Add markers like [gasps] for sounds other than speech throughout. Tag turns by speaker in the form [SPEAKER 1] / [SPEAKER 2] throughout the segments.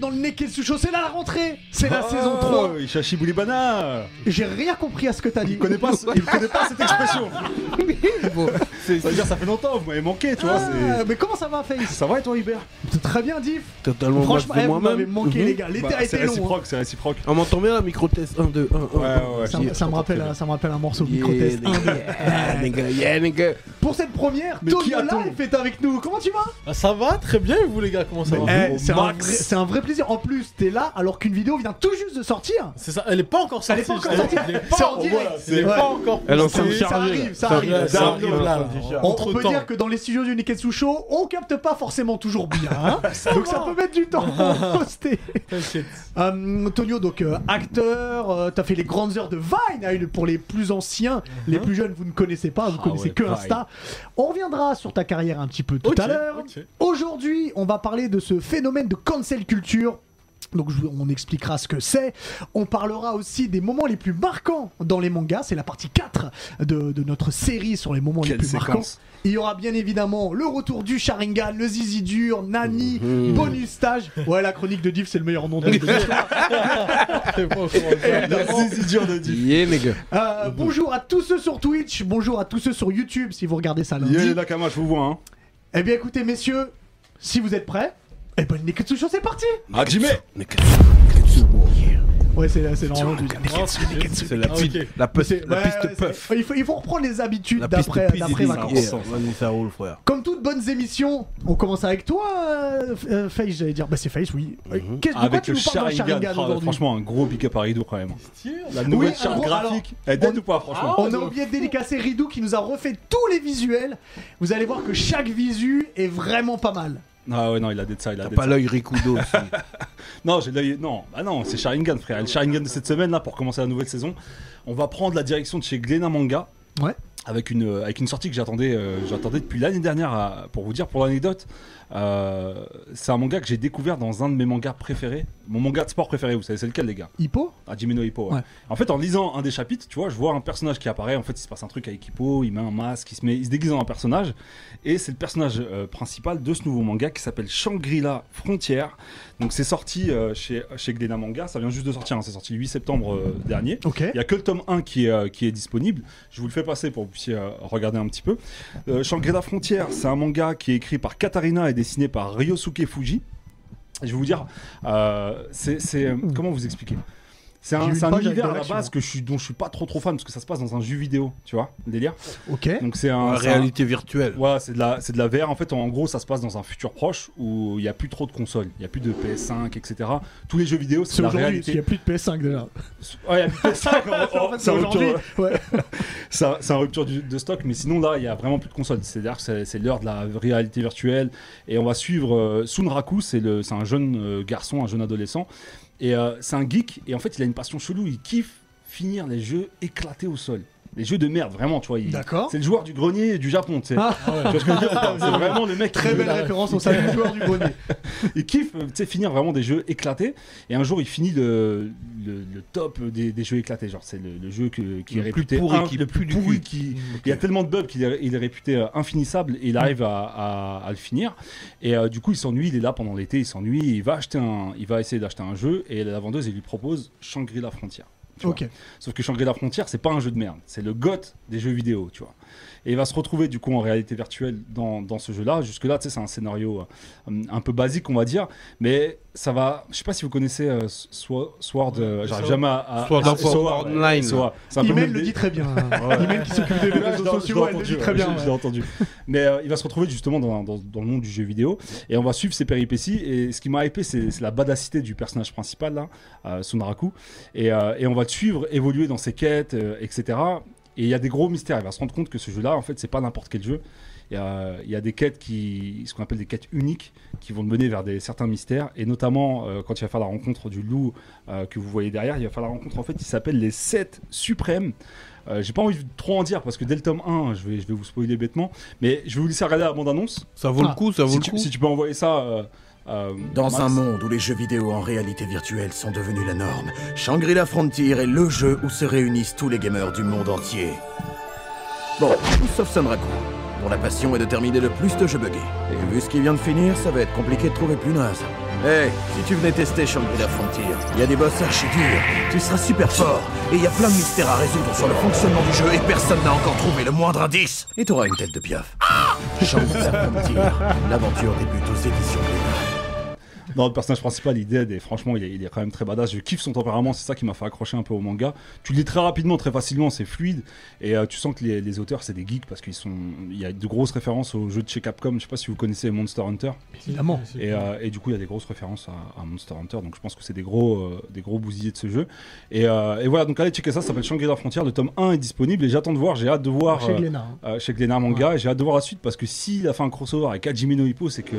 [SPEAKER 1] dans le nez Kensucho C'est là la rentrée C'est la saison 3
[SPEAKER 2] Oh, Ishashi Boulibana
[SPEAKER 1] J'ai rien compris à ce que t'as dit.
[SPEAKER 2] Il connaît pas, ce- il connaît pas cette expression C'est- C'est-à-dire, ça fait longtemps, vous m'avez manqué, tu vois.
[SPEAKER 1] Ah,
[SPEAKER 2] c'est-
[SPEAKER 1] mais comment ça va, Face
[SPEAKER 2] Ça va et toi, Hubert
[SPEAKER 1] T'es Très bien, Diff.
[SPEAKER 3] Totalement
[SPEAKER 1] Franchement,
[SPEAKER 3] baffé
[SPEAKER 1] eh, vous m'avez
[SPEAKER 3] moi-même.
[SPEAKER 1] manqué,
[SPEAKER 3] Mhm.
[SPEAKER 1] les gars. L'été
[SPEAKER 2] Bah,
[SPEAKER 1] a été
[SPEAKER 2] C'est
[SPEAKER 1] long. hein.
[SPEAKER 2] réciproque, c'est réciproque.
[SPEAKER 3] On m'entend bien, micro-test 1, 2, 1, 1.
[SPEAKER 2] Ouais, ouais.
[SPEAKER 1] Ça, me- ça me rappelle, [laughs] un- ça me rappelle un morceau
[SPEAKER 3] Yeah,
[SPEAKER 1] micro-test.
[SPEAKER 3] nigga. Yeah, nigga. Ah, Yeah, nigga.
[SPEAKER 1] Pour cette première,
[SPEAKER 4] Mais qui
[SPEAKER 1] Tokyo
[SPEAKER 4] a-t-on
[SPEAKER 1] Life est avec nous. Comment tu vas
[SPEAKER 4] Ah, ça va très bien et vous les gars, comment ça va
[SPEAKER 1] Eh, C'est un, vrai- c'est un vrai plaisir. En plus, t'es là alors qu'une vidéo vient tout juste de sortir.
[SPEAKER 4] C'est ça, elle est pas encore
[SPEAKER 1] Elle
[SPEAKER 4] sortie.
[SPEAKER 1] est pas encore
[SPEAKER 4] je-
[SPEAKER 1] sortie.
[SPEAKER 4] elle est
[SPEAKER 1] C'est
[SPEAKER 4] pas-
[SPEAKER 1] en direct.
[SPEAKER 4] Elle est
[SPEAKER 1] Ouais.
[SPEAKER 4] pas encore.
[SPEAKER 3] Elle est en train de
[SPEAKER 4] C'est-
[SPEAKER 1] Ça
[SPEAKER 3] charger,
[SPEAKER 1] arrive,
[SPEAKER 3] là.
[SPEAKER 1] ça
[SPEAKER 3] Ça
[SPEAKER 1] arrive.
[SPEAKER 3] arrive,
[SPEAKER 1] ça
[SPEAKER 3] ça
[SPEAKER 1] arrive.
[SPEAKER 3] arrive, là.
[SPEAKER 1] On,
[SPEAKER 4] Entre
[SPEAKER 1] peut
[SPEAKER 4] temps.
[SPEAKER 1] dire que dans les studios du Neketsu Show, on capte pas forcément toujours bien. hein.
[SPEAKER 4] [laughs]
[SPEAKER 1] donc ça peut mettre du temps à poster.
[SPEAKER 4] Shit.
[SPEAKER 1] Hum, Tonio, donc euh, acteur, euh, t'as fait les grandes heures de Vine hein, pour les plus anciens, les plus jeunes vous ne connaissez pas, vous connaissez
[SPEAKER 4] Mhm. Ah
[SPEAKER 1] que
[SPEAKER 4] ouais, Vine.
[SPEAKER 1] Insta. On reviendra sur ta carrière un petit peu tout
[SPEAKER 4] Ok,
[SPEAKER 1] à l'heure.
[SPEAKER 4] ok.
[SPEAKER 1] Aujourd'hui, on va parler de ce phénomène de cancel culture. Donc je- on expliquera ce que c'est. On parlera aussi des moments les plus marquants dans les mangas. C'est la partie 4 de, de notre série sur les moments les
[SPEAKER 2] Quelle
[SPEAKER 1] plus marquants.
[SPEAKER 2] séquence.
[SPEAKER 1] Il y aura bien évidemment le retour du Sharingan, le Zizi dur, Nani,
[SPEAKER 2] Mhm.
[SPEAKER 1] bonus stage. Ouais, la chronique de Div, c'est le meilleur nom de de
[SPEAKER 2] [laughs]
[SPEAKER 1] l'histoire.
[SPEAKER 4] C'est pas encore
[SPEAKER 2] Eh,
[SPEAKER 4] sorti.
[SPEAKER 2] C'est dur de dire.
[SPEAKER 3] Yeah, nigga.
[SPEAKER 1] Euh, bonjour à tous ceux sur Twitch, bonjour à tous ceux sur YouTube si vous regardez ça lundi.
[SPEAKER 2] Yo, les Nakama, je vous vois, hein.
[SPEAKER 1] Eh bien écoutez messieurs, si vous êtes prêts, eh ben le Neketsu Show c'est parti
[SPEAKER 2] Hajime
[SPEAKER 1] Ouais c'est c'est normalement du-
[SPEAKER 4] Ah, c'est-
[SPEAKER 3] C'est la
[SPEAKER 4] Ah,
[SPEAKER 3] piste,
[SPEAKER 4] ok.
[SPEAKER 3] la piste,
[SPEAKER 1] C'est-
[SPEAKER 3] la
[SPEAKER 1] ouais,
[SPEAKER 3] piste
[SPEAKER 1] ouais,
[SPEAKER 3] puff.
[SPEAKER 1] c'est- Il faut, il faut reprendre les habitudes
[SPEAKER 3] La piste
[SPEAKER 1] d'après
[SPEAKER 3] puff,
[SPEAKER 1] d'après
[SPEAKER 3] il est
[SPEAKER 1] vacances.
[SPEAKER 3] yeah. Vas-y, ça roule, frère.
[SPEAKER 1] Comme toutes bonnes émissions, on commence avec toi, euh, F- euh, Face, j'allais dire. Bah c'est Face, oui. Qu'est-ce de quoi
[SPEAKER 2] Avec
[SPEAKER 1] tu
[SPEAKER 2] le
[SPEAKER 1] nous parles dans
[SPEAKER 2] Sharingan,
[SPEAKER 1] Sharingan
[SPEAKER 2] ah,
[SPEAKER 1] aujourd'hui
[SPEAKER 2] franchement un gros big up à Rideau quand même. La
[SPEAKER 1] Oui,
[SPEAKER 2] nouvelle
[SPEAKER 1] un
[SPEAKER 2] charte
[SPEAKER 1] gros-
[SPEAKER 2] graphique, elle date
[SPEAKER 1] on-
[SPEAKER 2] ou pas franchement
[SPEAKER 1] Ah, On a oublié de dédicacer Ridou qui nous a refait tous les visuels. Vous allez voir que chaque visu est vraiment pas mal.
[SPEAKER 2] Ah ouais non il a dead ça, il a
[SPEAKER 3] T'as
[SPEAKER 2] dead
[SPEAKER 3] pas
[SPEAKER 2] ça.
[SPEAKER 3] l'œil
[SPEAKER 2] [laughs]
[SPEAKER 3] Rikudo aussi.
[SPEAKER 2] Non, j'ai l'œil. Non, bah non, c'est Sharingan, frère. Le Sharingan de cette semaine, là, pour commencer la nouvelle saison, on va prendre la direction de chez Glena Manga.
[SPEAKER 1] Ouais.
[SPEAKER 2] Avec une, euh, avec une sortie que j'attendais euh, j'attendais depuis l'année dernière, à- pour vous dire, pour l'anecdote. euh, c'est un manga que j'ai découvert dans un de mes mangas préférés. Mon manga de sport préféré, vous savez, c'est lequel, les gars
[SPEAKER 1] Hippo
[SPEAKER 2] à Jimmy no Hippo. ouais.
[SPEAKER 1] Ouais.
[SPEAKER 2] En fait, en lisant un des chapitres, tu vois, je vois un personnage qui apparaît. En fait, il se passe un truc avec Hippo. Il met un masque, il se, met, il se déguise en un personnage. Et c'est le personnage euh, principal de ce nouveau manga qui s'appelle Shangri-La Frontière. Donc, c'est sorti euh, chez, chez Glénat Manga. Ça vient juste de sortir. hein. C'est sorti le 8 septembre euh, dernier.
[SPEAKER 1] Ok.
[SPEAKER 2] Il n'y a que le tome 1 qui est, euh, qui est disponible. Je vous le fais passer pour que vous puissiez euh, regarder un petit peu. Euh, Shangri-La Frontière, c'est un manga qui est écrit par Katarina et dessiné par Ryosuke Fuji. Et Je vais vous dire, euh, c'est. c'est- Comment vous expliquer C'est
[SPEAKER 1] J'ai
[SPEAKER 2] un,
[SPEAKER 1] eu une
[SPEAKER 2] c'est un
[SPEAKER 1] page avec
[SPEAKER 2] univers
[SPEAKER 1] de
[SPEAKER 2] à la
[SPEAKER 1] l'action.
[SPEAKER 2] base que je suis, dont je suis pas trop trop fan parce que ça se passe dans un jeu vidéo, tu vois, le délire.
[SPEAKER 1] Ok.
[SPEAKER 2] Donc c'est un.
[SPEAKER 3] La
[SPEAKER 2] c'est un-
[SPEAKER 3] réalité virtuelle.
[SPEAKER 2] Ouais, c'est de la c'est de la VR. En fait, en, en gros, ça se passe dans un futur proche où il n'y a plus trop de consoles, il n'y a plus de PS5, etc. Tous les jeux vidéo, c'est
[SPEAKER 1] C'est
[SPEAKER 2] de la
[SPEAKER 1] aujourd'hui, il n'y
[SPEAKER 2] réalité.
[SPEAKER 1] a plus de PS5 déjà.
[SPEAKER 2] Ouais, il n'y a plus de PS5. oh, oh,
[SPEAKER 1] [laughs] c'est
[SPEAKER 2] c'est un rupture,
[SPEAKER 1] aujourd'hui. Ouais.
[SPEAKER 2] ça- c'est un rupture du- de stock, mais sinon là, il n'y a vraiment plus de console. C'est-à-dire que c'est- c'est l'heure de la réalité virtuelle. Et on va suivre euh, Sunraku, c'est le- c'est un jeune euh, garçon, un jeune adolescent. Et euh, c'est un geek, et en fait, il a une passion chelou. Il kiffe finir les jeux éclatés au sol. Les jeux de merde, vraiment, tu vois. il-
[SPEAKER 1] D'accord.
[SPEAKER 2] C'est le joueur du grenier du Japon, tu sais.
[SPEAKER 1] Ah.
[SPEAKER 2] Tu vois ce que je veux dire ou pas C'est vraiment le mec qui
[SPEAKER 1] Très
[SPEAKER 2] veut
[SPEAKER 1] belle
[SPEAKER 2] la-
[SPEAKER 1] référence au salut joueur du grenier.
[SPEAKER 2] il kiffe euh, tu sais, finir vraiment des jeux éclatés. Et un jour, il finit le, le, le top des, des jeux éclatés. Genre, c'est le, le jeu que- qui
[SPEAKER 3] Le
[SPEAKER 2] est
[SPEAKER 3] plus
[SPEAKER 2] réputé
[SPEAKER 3] pourri
[SPEAKER 2] un-
[SPEAKER 3] qui
[SPEAKER 2] le
[SPEAKER 3] pue
[SPEAKER 2] plus
[SPEAKER 3] du
[SPEAKER 2] pourri
[SPEAKER 3] cul.
[SPEAKER 2] qui. Il y a tellement de bugs qu'il est, il est réputé euh, infinissable et il arrive à, à- à le finir. Et euh, du coup, il s'ennuie. Il est là pendant l'été. Il s'ennuie. Il va acheter un. Il va essayer d'acheter un jeu. Et la vendeuse, elle lui propose Shangri-La Frontière. tu vois.
[SPEAKER 1] Ok.
[SPEAKER 2] Sauf que Shangri-La Frontière, c'est pas un jeu de merde. C'est le goth des jeux vidéo, tu vois. Et il va se retrouver du coup en réalité virtuelle dans, dans ce jeu-là. Jusque-là, tu sais, c'est un scénario euh, un peu basique, on va dire. Mais ça va. Je sais pas si vous connaissez euh, Swa- Sword. euh, J'arrive
[SPEAKER 4] Sword.
[SPEAKER 2] jamais à. à-
[SPEAKER 3] Sword
[SPEAKER 2] à-
[SPEAKER 3] Art Online.
[SPEAKER 2] Sword. C'est un peu
[SPEAKER 1] Imen
[SPEAKER 2] même
[SPEAKER 1] le
[SPEAKER 2] des-
[SPEAKER 1] dit très bien.
[SPEAKER 2] Ouais.
[SPEAKER 1] Imen qui s'occupe des
[SPEAKER 2] Ouais, je
[SPEAKER 1] réseaux
[SPEAKER 2] l'ai- je l'ai
[SPEAKER 1] sociaux, elle le
[SPEAKER 2] entendu,
[SPEAKER 1] dit très
[SPEAKER 2] ouais,
[SPEAKER 1] bien.
[SPEAKER 2] je- je
[SPEAKER 1] ouais.
[SPEAKER 2] l'ai entendu. Mais euh, il va se retrouver justement dans, dans- dans le monde du jeu vidéo et on va suivre ses péripéties. Et ce qui m'a hypé, c'est c'est la badacité du personnage principal, là, euh, Sunraku. Et, euh, et on va le suivre, évoluer dans ses quêtes, euh, etc. Et il y a des gros mystères. Il va se rendre compte que ce jeu-là, en fait, c'est pas n'importe quel jeu. Il y, a, il y a des quêtes qui, ce qu'on appelle des quêtes uniques, qui vont le mener vers des, certains mystères. Et notamment, euh, quand il va faire la rencontre du loup euh, que vous voyez derrière, il va faire la rencontre, en fait, il s'appelle les 7 suprêmes. Euh, j'ai pas envie de trop en dire parce que dès le tome 1, je vais, je vais vous spoiler bêtement, mais je vais vous laisser regarder la bande-annonce.
[SPEAKER 3] Ça vaut
[SPEAKER 1] Ah.
[SPEAKER 3] le coup, ça vaut
[SPEAKER 2] Si
[SPEAKER 3] le
[SPEAKER 2] tu,
[SPEAKER 3] coup.
[SPEAKER 2] si tu peux envoyer ça. euh, euh,
[SPEAKER 5] Dans
[SPEAKER 2] Max.
[SPEAKER 5] un monde où les jeux vidéo en réalité virtuelle sont devenus la norme, Shangri-La Frontier est le jeu où se réunissent tous les gamers du monde entier. Bon, sauf Sunraku. Pour dont la passion est de terminer le plus de jeux buggés. Et vu ce qui vient de finir, ça va être compliqué de trouver plus naze. Hé, si tu venais tester Shangri-La Frontier, il y a des boss archi durs, tu seras super fort, et il y a plein de mystères à résoudre sur le fonctionnement du jeu, et personne n'a encore trouvé le moindre indice Et t'auras une tête de piaf. Shangri-La Frontier, l'aventure débute aux éditions Glénat.
[SPEAKER 2] Non, le personnage principal, il est dead et franchement, il est, il est quand même très badass. Je kiffe son tempérament, c'est ça qui m'a fait accrocher un peu au manga. Tu lis très rapidement, très facilement, c'est fluide et euh, tu sens que les, les auteurs, c'est des geeks parce qu'ils sont. Il y a de grosses références aux jeux de chez Capcom. Je sais pas si vous connaissez Monster Hunter.
[SPEAKER 1] Évidemment.
[SPEAKER 2] Et, euh, et du coup, il y a des grosses références à, à Monster Hunter, donc je pense que c'est des gros, euh, des gros bousillés de ce jeu. Et, euh, et voilà, donc allez checker ça, ça s'appelle Shangri-La Frontière, le tome 1 est disponible, et j'attends de voir, j'ai hâte de voir
[SPEAKER 1] Chez
[SPEAKER 2] euh,
[SPEAKER 1] Glénat, hein.
[SPEAKER 2] euh, chez Glénat Manga, et j'ai hâte de voir la suite, parce que s'il a fait un crossover avec Hajime no Hippo, c'est que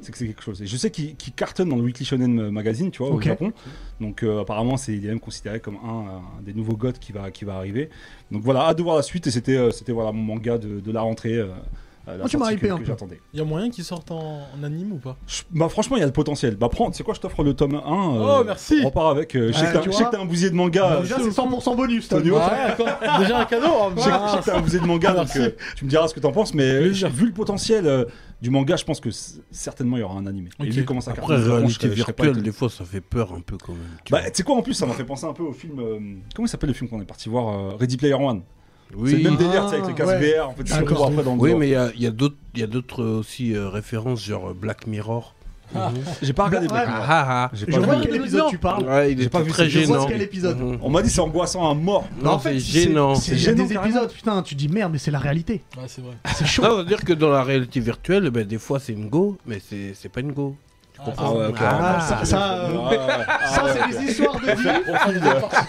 [SPEAKER 2] c'est que c'est quelque chose. Et je sais qu'il qu'il cartonne dans le Weekly Shonen euh, Magazine, tu vois,
[SPEAKER 1] Ok.
[SPEAKER 2] au Japon, donc euh, apparemment, c'est il est même considéré comme un, euh, un des nouveaux goths qui va, qui va arriver. Donc voilà, hâte de voir la suite, et c'était euh, c'était voilà, mon manga de, de la rentrée. euh, euh, la
[SPEAKER 1] Oh, tu m'as
[SPEAKER 2] sortie que-
[SPEAKER 1] hypé un
[SPEAKER 2] que
[SPEAKER 1] peu.
[SPEAKER 2] j'attendais.
[SPEAKER 4] Il y a moyen qu'ils sortent en, en anime ou pas
[SPEAKER 2] Je- Bah franchement, il y a le potentiel. Bah prends, tu sais quoi, je t'offre le tome 1.
[SPEAKER 4] Oh, merci.
[SPEAKER 2] On repart avec. euh, je sais
[SPEAKER 1] Ouais,
[SPEAKER 2] que t'as-
[SPEAKER 1] tu
[SPEAKER 2] je sais
[SPEAKER 1] vois. Bah,
[SPEAKER 2] que t'as un bousier de manga. euh, Je sais
[SPEAKER 1] Déjà, Ah, c'est 100% bonus. Ah,
[SPEAKER 2] Tony Hawk. [laughs]
[SPEAKER 4] Ouais, quoi. Déjà un cadeau oh,
[SPEAKER 2] je sais
[SPEAKER 4] mince.
[SPEAKER 2] que t'as un bousier de manga, donc euh, tu me diras ce que t'en penses. Mais euh, vu le potentiel euh, du manga, je pense que c- certainement il y aura un animé. Et
[SPEAKER 4] Ok.
[SPEAKER 2] vu comment ça
[SPEAKER 3] Après,
[SPEAKER 2] cartonne, vraiment,
[SPEAKER 3] réalité
[SPEAKER 2] je- je serais pas
[SPEAKER 3] virtuelle,
[SPEAKER 2] étonné.
[SPEAKER 3] des fois, ça fait peur un peu quand même. tu
[SPEAKER 2] Bah
[SPEAKER 3] vois.
[SPEAKER 2] tu sais quoi, en plus, ça m'a fait penser un peu au film. euh, comment il s'appelle le film qu'on est parti voir euh, Ready Player One. C'est le
[SPEAKER 3] oui, Ah,
[SPEAKER 2] même délire, tu sais, avec les casques
[SPEAKER 1] ouais.
[SPEAKER 2] VR. En fait, tu
[SPEAKER 1] D'accord.
[SPEAKER 2] le vois après dans le
[SPEAKER 3] oui,
[SPEAKER 2] dos.
[SPEAKER 3] mais il y a, il y a d'autres- il y a d'autres euh, aussi euh, références, genre euh, Black Mirror.
[SPEAKER 2] j'ai pas regardé.
[SPEAKER 1] Ouais,
[SPEAKER 2] Black
[SPEAKER 1] bah,
[SPEAKER 2] Mirror.
[SPEAKER 3] ah
[SPEAKER 2] J'ai
[SPEAKER 1] Je
[SPEAKER 2] pas
[SPEAKER 1] vois
[SPEAKER 2] vu.
[SPEAKER 1] quel épisode tu parles.
[SPEAKER 3] Ouais, il
[SPEAKER 2] J'ai
[SPEAKER 3] est
[SPEAKER 2] pas vu
[SPEAKER 3] très
[SPEAKER 2] ce- je
[SPEAKER 1] vois
[SPEAKER 3] gênant.
[SPEAKER 1] quel épisode.
[SPEAKER 3] Mhm.
[SPEAKER 2] On m'a dit c'est angoissant à mort.
[SPEAKER 1] Bah,
[SPEAKER 3] Non, c'est gênant.
[SPEAKER 1] C'est
[SPEAKER 2] C'est
[SPEAKER 1] il y a
[SPEAKER 2] gênant,
[SPEAKER 1] des
[SPEAKER 2] carrément.
[SPEAKER 1] épisodes, putain, tu dis merde, mais c'est la réalité.
[SPEAKER 4] Ouais, c'est vrai.
[SPEAKER 1] C'est chaud.
[SPEAKER 3] Non, c'est-à-dire que dans la réalité virtuelle, eh ben, des fois c'est une go, mais c'est c'est pas une go. Tu comprends
[SPEAKER 2] ouais, ok.
[SPEAKER 1] Ah, ça, ça, euh,
[SPEAKER 2] Ah, ouais.
[SPEAKER 1] ça, c'est des histoires de vie.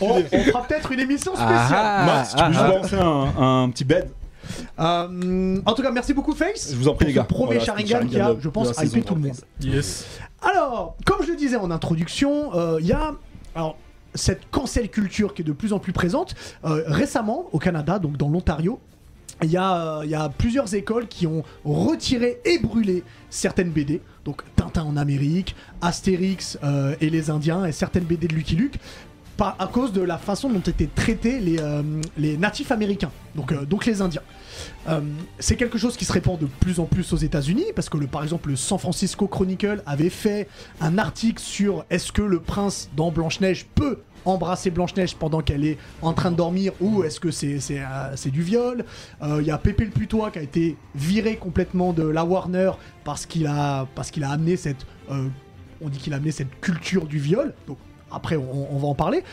[SPEAKER 1] On, on fera peut-être une émission spéciale.
[SPEAKER 3] Ah,
[SPEAKER 2] Max, tu peux juste lancer un, un petit bed
[SPEAKER 1] Euh, en tout cas, merci beaucoup, Face.
[SPEAKER 2] Je vous en prie,
[SPEAKER 1] pour
[SPEAKER 2] les
[SPEAKER 1] ce
[SPEAKER 2] gars.
[SPEAKER 1] Premier
[SPEAKER 2] Voilà,
[SPEAKER 1] Sharingan
[SPEAKER 2] Sharingan
[SPEAKER 1] qui a,
[SPEAKER 2] de-
[SPEAKER 1] je
[SPEAKER 2] de
[SPEAKER 1] pense,
[SPEAKER 2] la
[SPEAKER 1] hypé
[SPEAKER 2] saison
[SPEAKER 1] tout le monde.
[SPEAKER 4] Yes.
[SPEAKER 1] Alors, comme je le disais en introduction, euh, il y a alors, cette cancel culture qui est de plus en plus présente. Euh, récemment, au Canada, donc dans l'Ontario, il y, a, euh, il y a plusieurs écoles qui ont retiré et brûlé certaines BD, donc Tintin en Amérique, Astérix euh, et les Indiens, et certaines BD de Lucky Luke, par, à cause de la façon dont étaient traités les, euh, les natifs américains, donc, euh, donc les Indiens. Euh, c'est quelque chose qui se répand de plus en plus aux États-Unis parce que le, par exemple le San Francisco Chronicle avait fait un article sur est-ce que le prince dans Blanche-Neige peut embrasser Blanche-Neige pendant qu'elle est en train de dormir ou est-ce que c'est c'est, euh, c'est du viol. Euh, Il y a Pépé le Putois qui a été viré complètement de la Warner parce qu'il a, parce qu'il a amené cette... euh, on dit qu'il a amené cette culture du viol. Donc après on, on va en parler.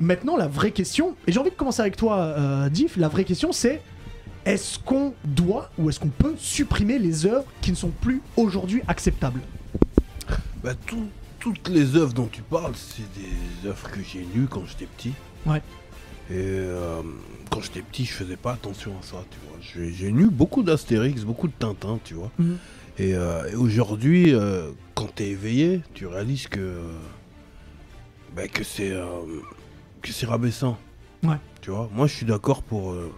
[SPEAKER 1] Maintenant la vraie question, et j'ai envie de commencer avec toi euh, Diff, la vraie question c'est est-ce qu'on doit ou est-ce qu'on peut supprimer les œuvres qui ne sont plus aujourd'hui acceptables
[SPEAKER 3] Bah, tout- toutes les œuvres dont tu parles, c'est des œuvres que j'ai lues quand j'étais petit.
[SPEAKER 1] Ouais.
[SPEAKER 3] Et euh, quand j'étais petit, je faisais pas attention à ça, tu vois. J'ai j'ai lu beaucoup d'Astérix, beaucoup de Tintin, tu vois.
[SPEAKER 1] Mhm.
[SPEAKER 3] Et, euh, et aujourd'hui, euh, quand t'es éveillé, tu réalises que bah, que c'est euh, que c'est rabaissant.
[SPEAKER 1] Ouais.
[SPEAKER 3] Tu vois. Moi, je suis d'accord pour euh,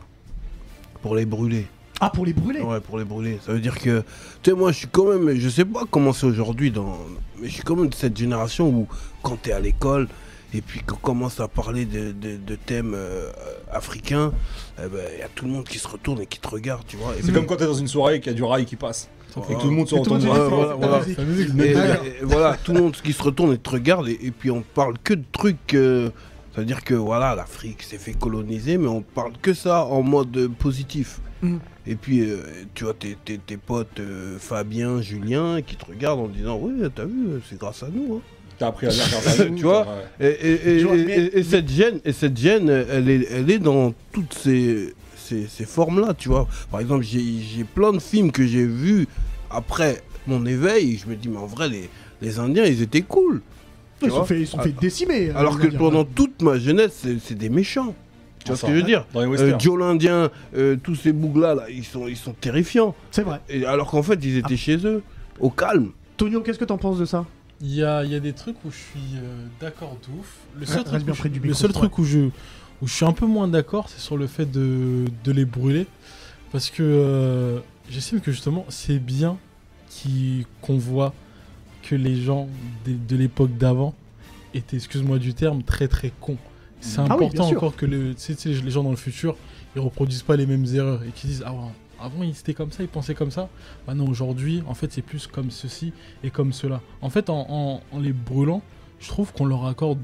[SPEAKER 3] pour les brûler.
[SPEAKER 1] Ah, pour les brûler
[SPEAKER 3] Ouais, pour les brûler. Ça veut dire que, tu sais, moi, je suis quand même, je sais pas comment c'est aujourd'hui, dans, mais je suis quand même de cette génération où, quand t'es à l'école, et puis qu'on commence à parler de, de- de thèmes euh, africains, il y a tout le monde qui se retourne et qui te regarde, tu vois. Et
[SPEAKER 2] C'est comme quand t'es dans une soirée et qu'il y a du rail qui passe. Et que tout le monde se
[SPEAKER 1] Et tout le
[SPEAKER 2] retourne.
[SPEAKER 1] monde
[SPEAKER 2] vers-
[SPEAKER 1] dit,
[SPEAKER 3] Ouais, voilà,
[SPEAKER 1] c'est
[SPEAKER 3] voilà.
[SPEAKER 1] ta musique.
[SPEAKER 3] Et- euh, et- et voilà, tout le monde qui se retourne et te regarde, et, et puis on parle que de trucs. euh, ça veut dire que voilà, l'Afrique s'est fait coloniser, mais on parle que ça en mode euh, positif.
[SPEAKER 1] Mm.
[SPEAKER 3] Et puis, euh, tu vois, tes, tes- tes potes euh, Fabien, Julien, qui te regardent en disant Oui, t'as vu, euh, c'est grâce à nous. hein.
[SPEAKER 2] T'as appris
[SPEAKER 1] [laughs]
[SPEAKER 2] à lire Tarzan,
[SPEAKER 3] Tu vois
[SPEAKER 2] ouais.
[SPEAKER 3] Et, et- et-
[SPEAKER 1] Je vois, mais-
[SPEAKER 3] et- et cette gêne, et cette gêne elle, est, elle est dans toutes ces, ces, ces formes-là, tu vois. Par exemple, j'ai j'ai plein de films que j'ai vus après mon éveil, et je me dis Mais en vrai, les, les Indiens, ils étaient cool.
[SPEAKER 1] Ils sont
[SPEAKER 3] vois Ah.
[SPEAKER 1] fait, ils sont fait décimer. euh,
[SPEAKER 3] Alors
[SPEAKER 1] les
[SPEAKER 3] que
[SPEAKER 1] Indiens.
[SPEAKER 3] pendant toute ma jeunesse, c'est- c'est des méchants. Tu vois
[SPEAKER 2] Enfin,
[SPEAKER 3] ce que je veux dire
[SPEAKER 2] Dans les
[SPEAKER 3] euh,
[SPEAKER 2] westerns.
[SPEAKER 3] Joe l'Indien, euh, tous ces bouglas là, ils sont, ils sont terrifiants.
[SPEAKER 1] C'est vrai.
[SPEAKER 3] Et alors qu'en fait, ils
[SPEAKER 1] Ah.
[SPEAKER 3] étaient chez eux, au calme.
[SPEAKER 1] Tonio, qu'est-ce que t'en penses de ça
[SPEAKER 4] Il y a, il y a des trucs où je suis euh, d'accord de ouf. Le seul,
[SPEAKER 1] Reste
[SPEAKER 4] truc,
[SPEAKER 1] bien
[SPEAKER 4] où,
[SPEAKER 1] près
[SPEAKER 4] je,
[SPEAKER 1] du
[SPEAKER 4] le
[SPEAKER 1] micro,
[SPEAKER 4] seul
[SPEAKER 1] ouais.
[SPEAKER 4] truc où, je, où je suis un peu moins d'accord, c'est sur le fait de, de les brûler. Parce que euh, j'estime que justement, c'est bien qui- qu'on voit que les gens de, de l'époque d'avant étaient, excuse-moi du terme, très très cons. C'est
[SPEAKER 1] Ah oui, bien
[SPEAKER 4] important
[SPEAKER 1] sûr.
[SPEAKER 4] encore que le- tu sais, tu sais, les gens dans le futur, ils reproduisent pas les mêmes erreurs et qu'ils disent ah ouais, Avant, ils étaient comme ça, ils pensaient comme ça. Maintenant, aujourd'hui, en fait, c'est plus comme ceci et comme cela. En fait, en, en- en les brûlant, je trouve qu'on leur accorde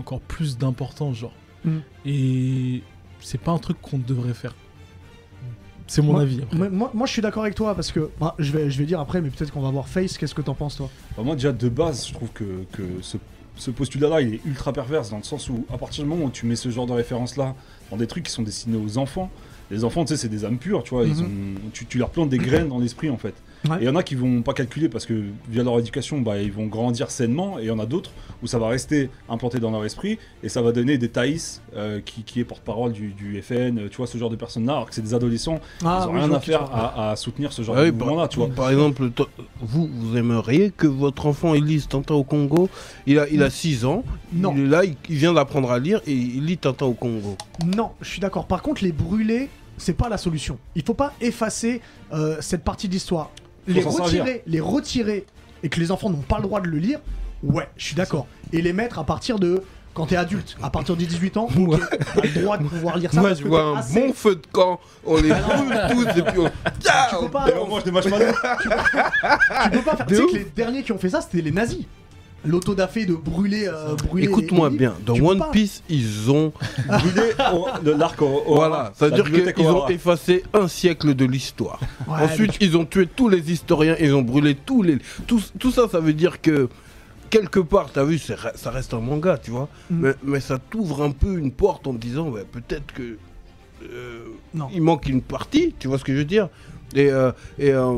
[SPEAKER 4] encore plus d'importance, genre.
[SPEAKER 1] Mm.
[SPEAKER 4] Et c'est pas un truc qu'on devrait faire. C'est mon
[SPEAKER 1] Moi-
[SPEAKER 4] avis. après.
[SPEAKER 1] Moi, moi- moi, je suis d'accord avec toi parce que bah, je, vais, je vais dire après, mais peut-être qu'on va voir Face. Qu'est-ce que t'en penses, toi
[SPEAKER 2] Bah, moi, déjà, de base, je trouve que, que ce, ce postulat-là, il est ultra perverse, dans le sens où, à partir du moment où tu mets ce genre de référence-là dans des trucs qui sont destinés aux enfants, les enfants, tu sais, c'est des âmes pures, tu vois, ils ont- tu, tu leur plantes des graines dans l'esprit, en fait.
[SPEAKER 1] Mhm. Ouais.
[SPEAKER 2] Et il y en a qui vont pas calculer parce que, via leur éducation, bah, ils vont grandir sainement, et il y en a d'autres où ça va rester implanté dans leur esprit, et ça va donner des Thaïs, euh, qui, qui est porte-parole du, du FN, euh, tu vois, ce genre de personnes-là, alors que c'est des adolescents, ils ont
[SPEAKER 1] Ah oui, je
[SPEAKER 2] rien
[SPEAKER 1] vois
[SPEAKER 2] à
[SPEAKER 1] qui tu
[SPEAKER 2] faire
[SPEAKER 1] parles. bah,
[SPEAKER 2] à, à soutenir ce genre
[SPEAKER 3] Ah oui,
[SPEAKER 2] de
[SPEAKER 3] par-
[SPEAKER 2] mouvement-là, tu vois.
[SPEAKER 3] Par exemple, toi, vous, vous aimeriez que votre enfant il lise Tintin au Congo Il a, il a 6 ans,
[SPEAKER 1] Non.
[SPEAKER 3] il est là, il, il vient d'apprendre à lire et il lit Tintin au Congo.
[SPEAKER 1] Non, je suis d'accord. Par contre, les brûler, c'est pas la solution. Il faut pas effacer euh, cette partie de l'histoire. Les
[SPEAKER 2] s'en
[SPEAKER 1] retirer,
[SPEAKER 2] servir.
[SPEAKER 1] les retirer, et que les enfants n'ont pas le droit de le lire, ouais, je suis d'accord. Et les mettre à partir de. Quand t'es adulte, à partir de 18 ans,
[SPEAKER 4] Moi-
[SPEAKER 1] ok, t'as le droit de pouvoir lire ça.
[SPEAKER 3] Moi,
[SPEAKER 1] parce
[SPEAKER 3] je
[SPEAKER 1] que
[SPEAKER 3] vois
[SPEAKER 1] t'es
[SPEAKER 3] un
[SPEAKER 1] assez-
[SPEAKER 3] bon feu de camp,
[SPEAKER 1] [laughs]
[SPEAKER 3] on les brûle tous et puis on.
[SPEAKER 1] Tu peux pas,
[SPEAKER 2] Et on mange des marshmallows.
[SPEAKER 1] tu peux pas faire. Tu
[SPEAKER 3] De
[SPEAKER 1] sais
[SPEAKER 3] ouf.
[SPEAKER 1] que les derniers qui ont fait ça, c'était les nazis. L'autodafé de brûler. euh, brûler
[SPEAKER 3] Écoute-moi
[SPEAKER 1] les-
[SPEAKER 3] bien, dans
[SPEAKER 1] Tu peux
[SPEAKER 3] One
[SPEAKER 1] pas.
[SPEAKER 3] Piece, ils ont.
[SPEAKER 2] brûler au- le- l'arc au, au-
[SPEAKER 3] voilà,
[SPEAKER 2] la
[SPEAKER 3] c'est-à-dire
[SPEAKER 2] bibliothèque
[SPEAKER 3] qu'ils
[SPEAKER 2] au-
[SPEAKER 3] ont effacé un siècle de l'histoire.
[SPEAKER 1] Ouais,
[SPEAKER 3] Ensuite, ils ont tué tous les historiens, ils ont brûlé tous les. Tout, tout ça, ça veut dire que quelque part, t'as vu, c'est- ça reste un manga, tu vois.
[SPEAKER 1] Mm.
[SPEAKER 3] Mais, mais ça t'ouvre un peu une porte en te disant, ouais, peut-être que. euh,
[SPEAKER 1] Non.
[SPEAKER 3] Il manque une partie, tu vois ce que je veux dire Et, euh, et, euh,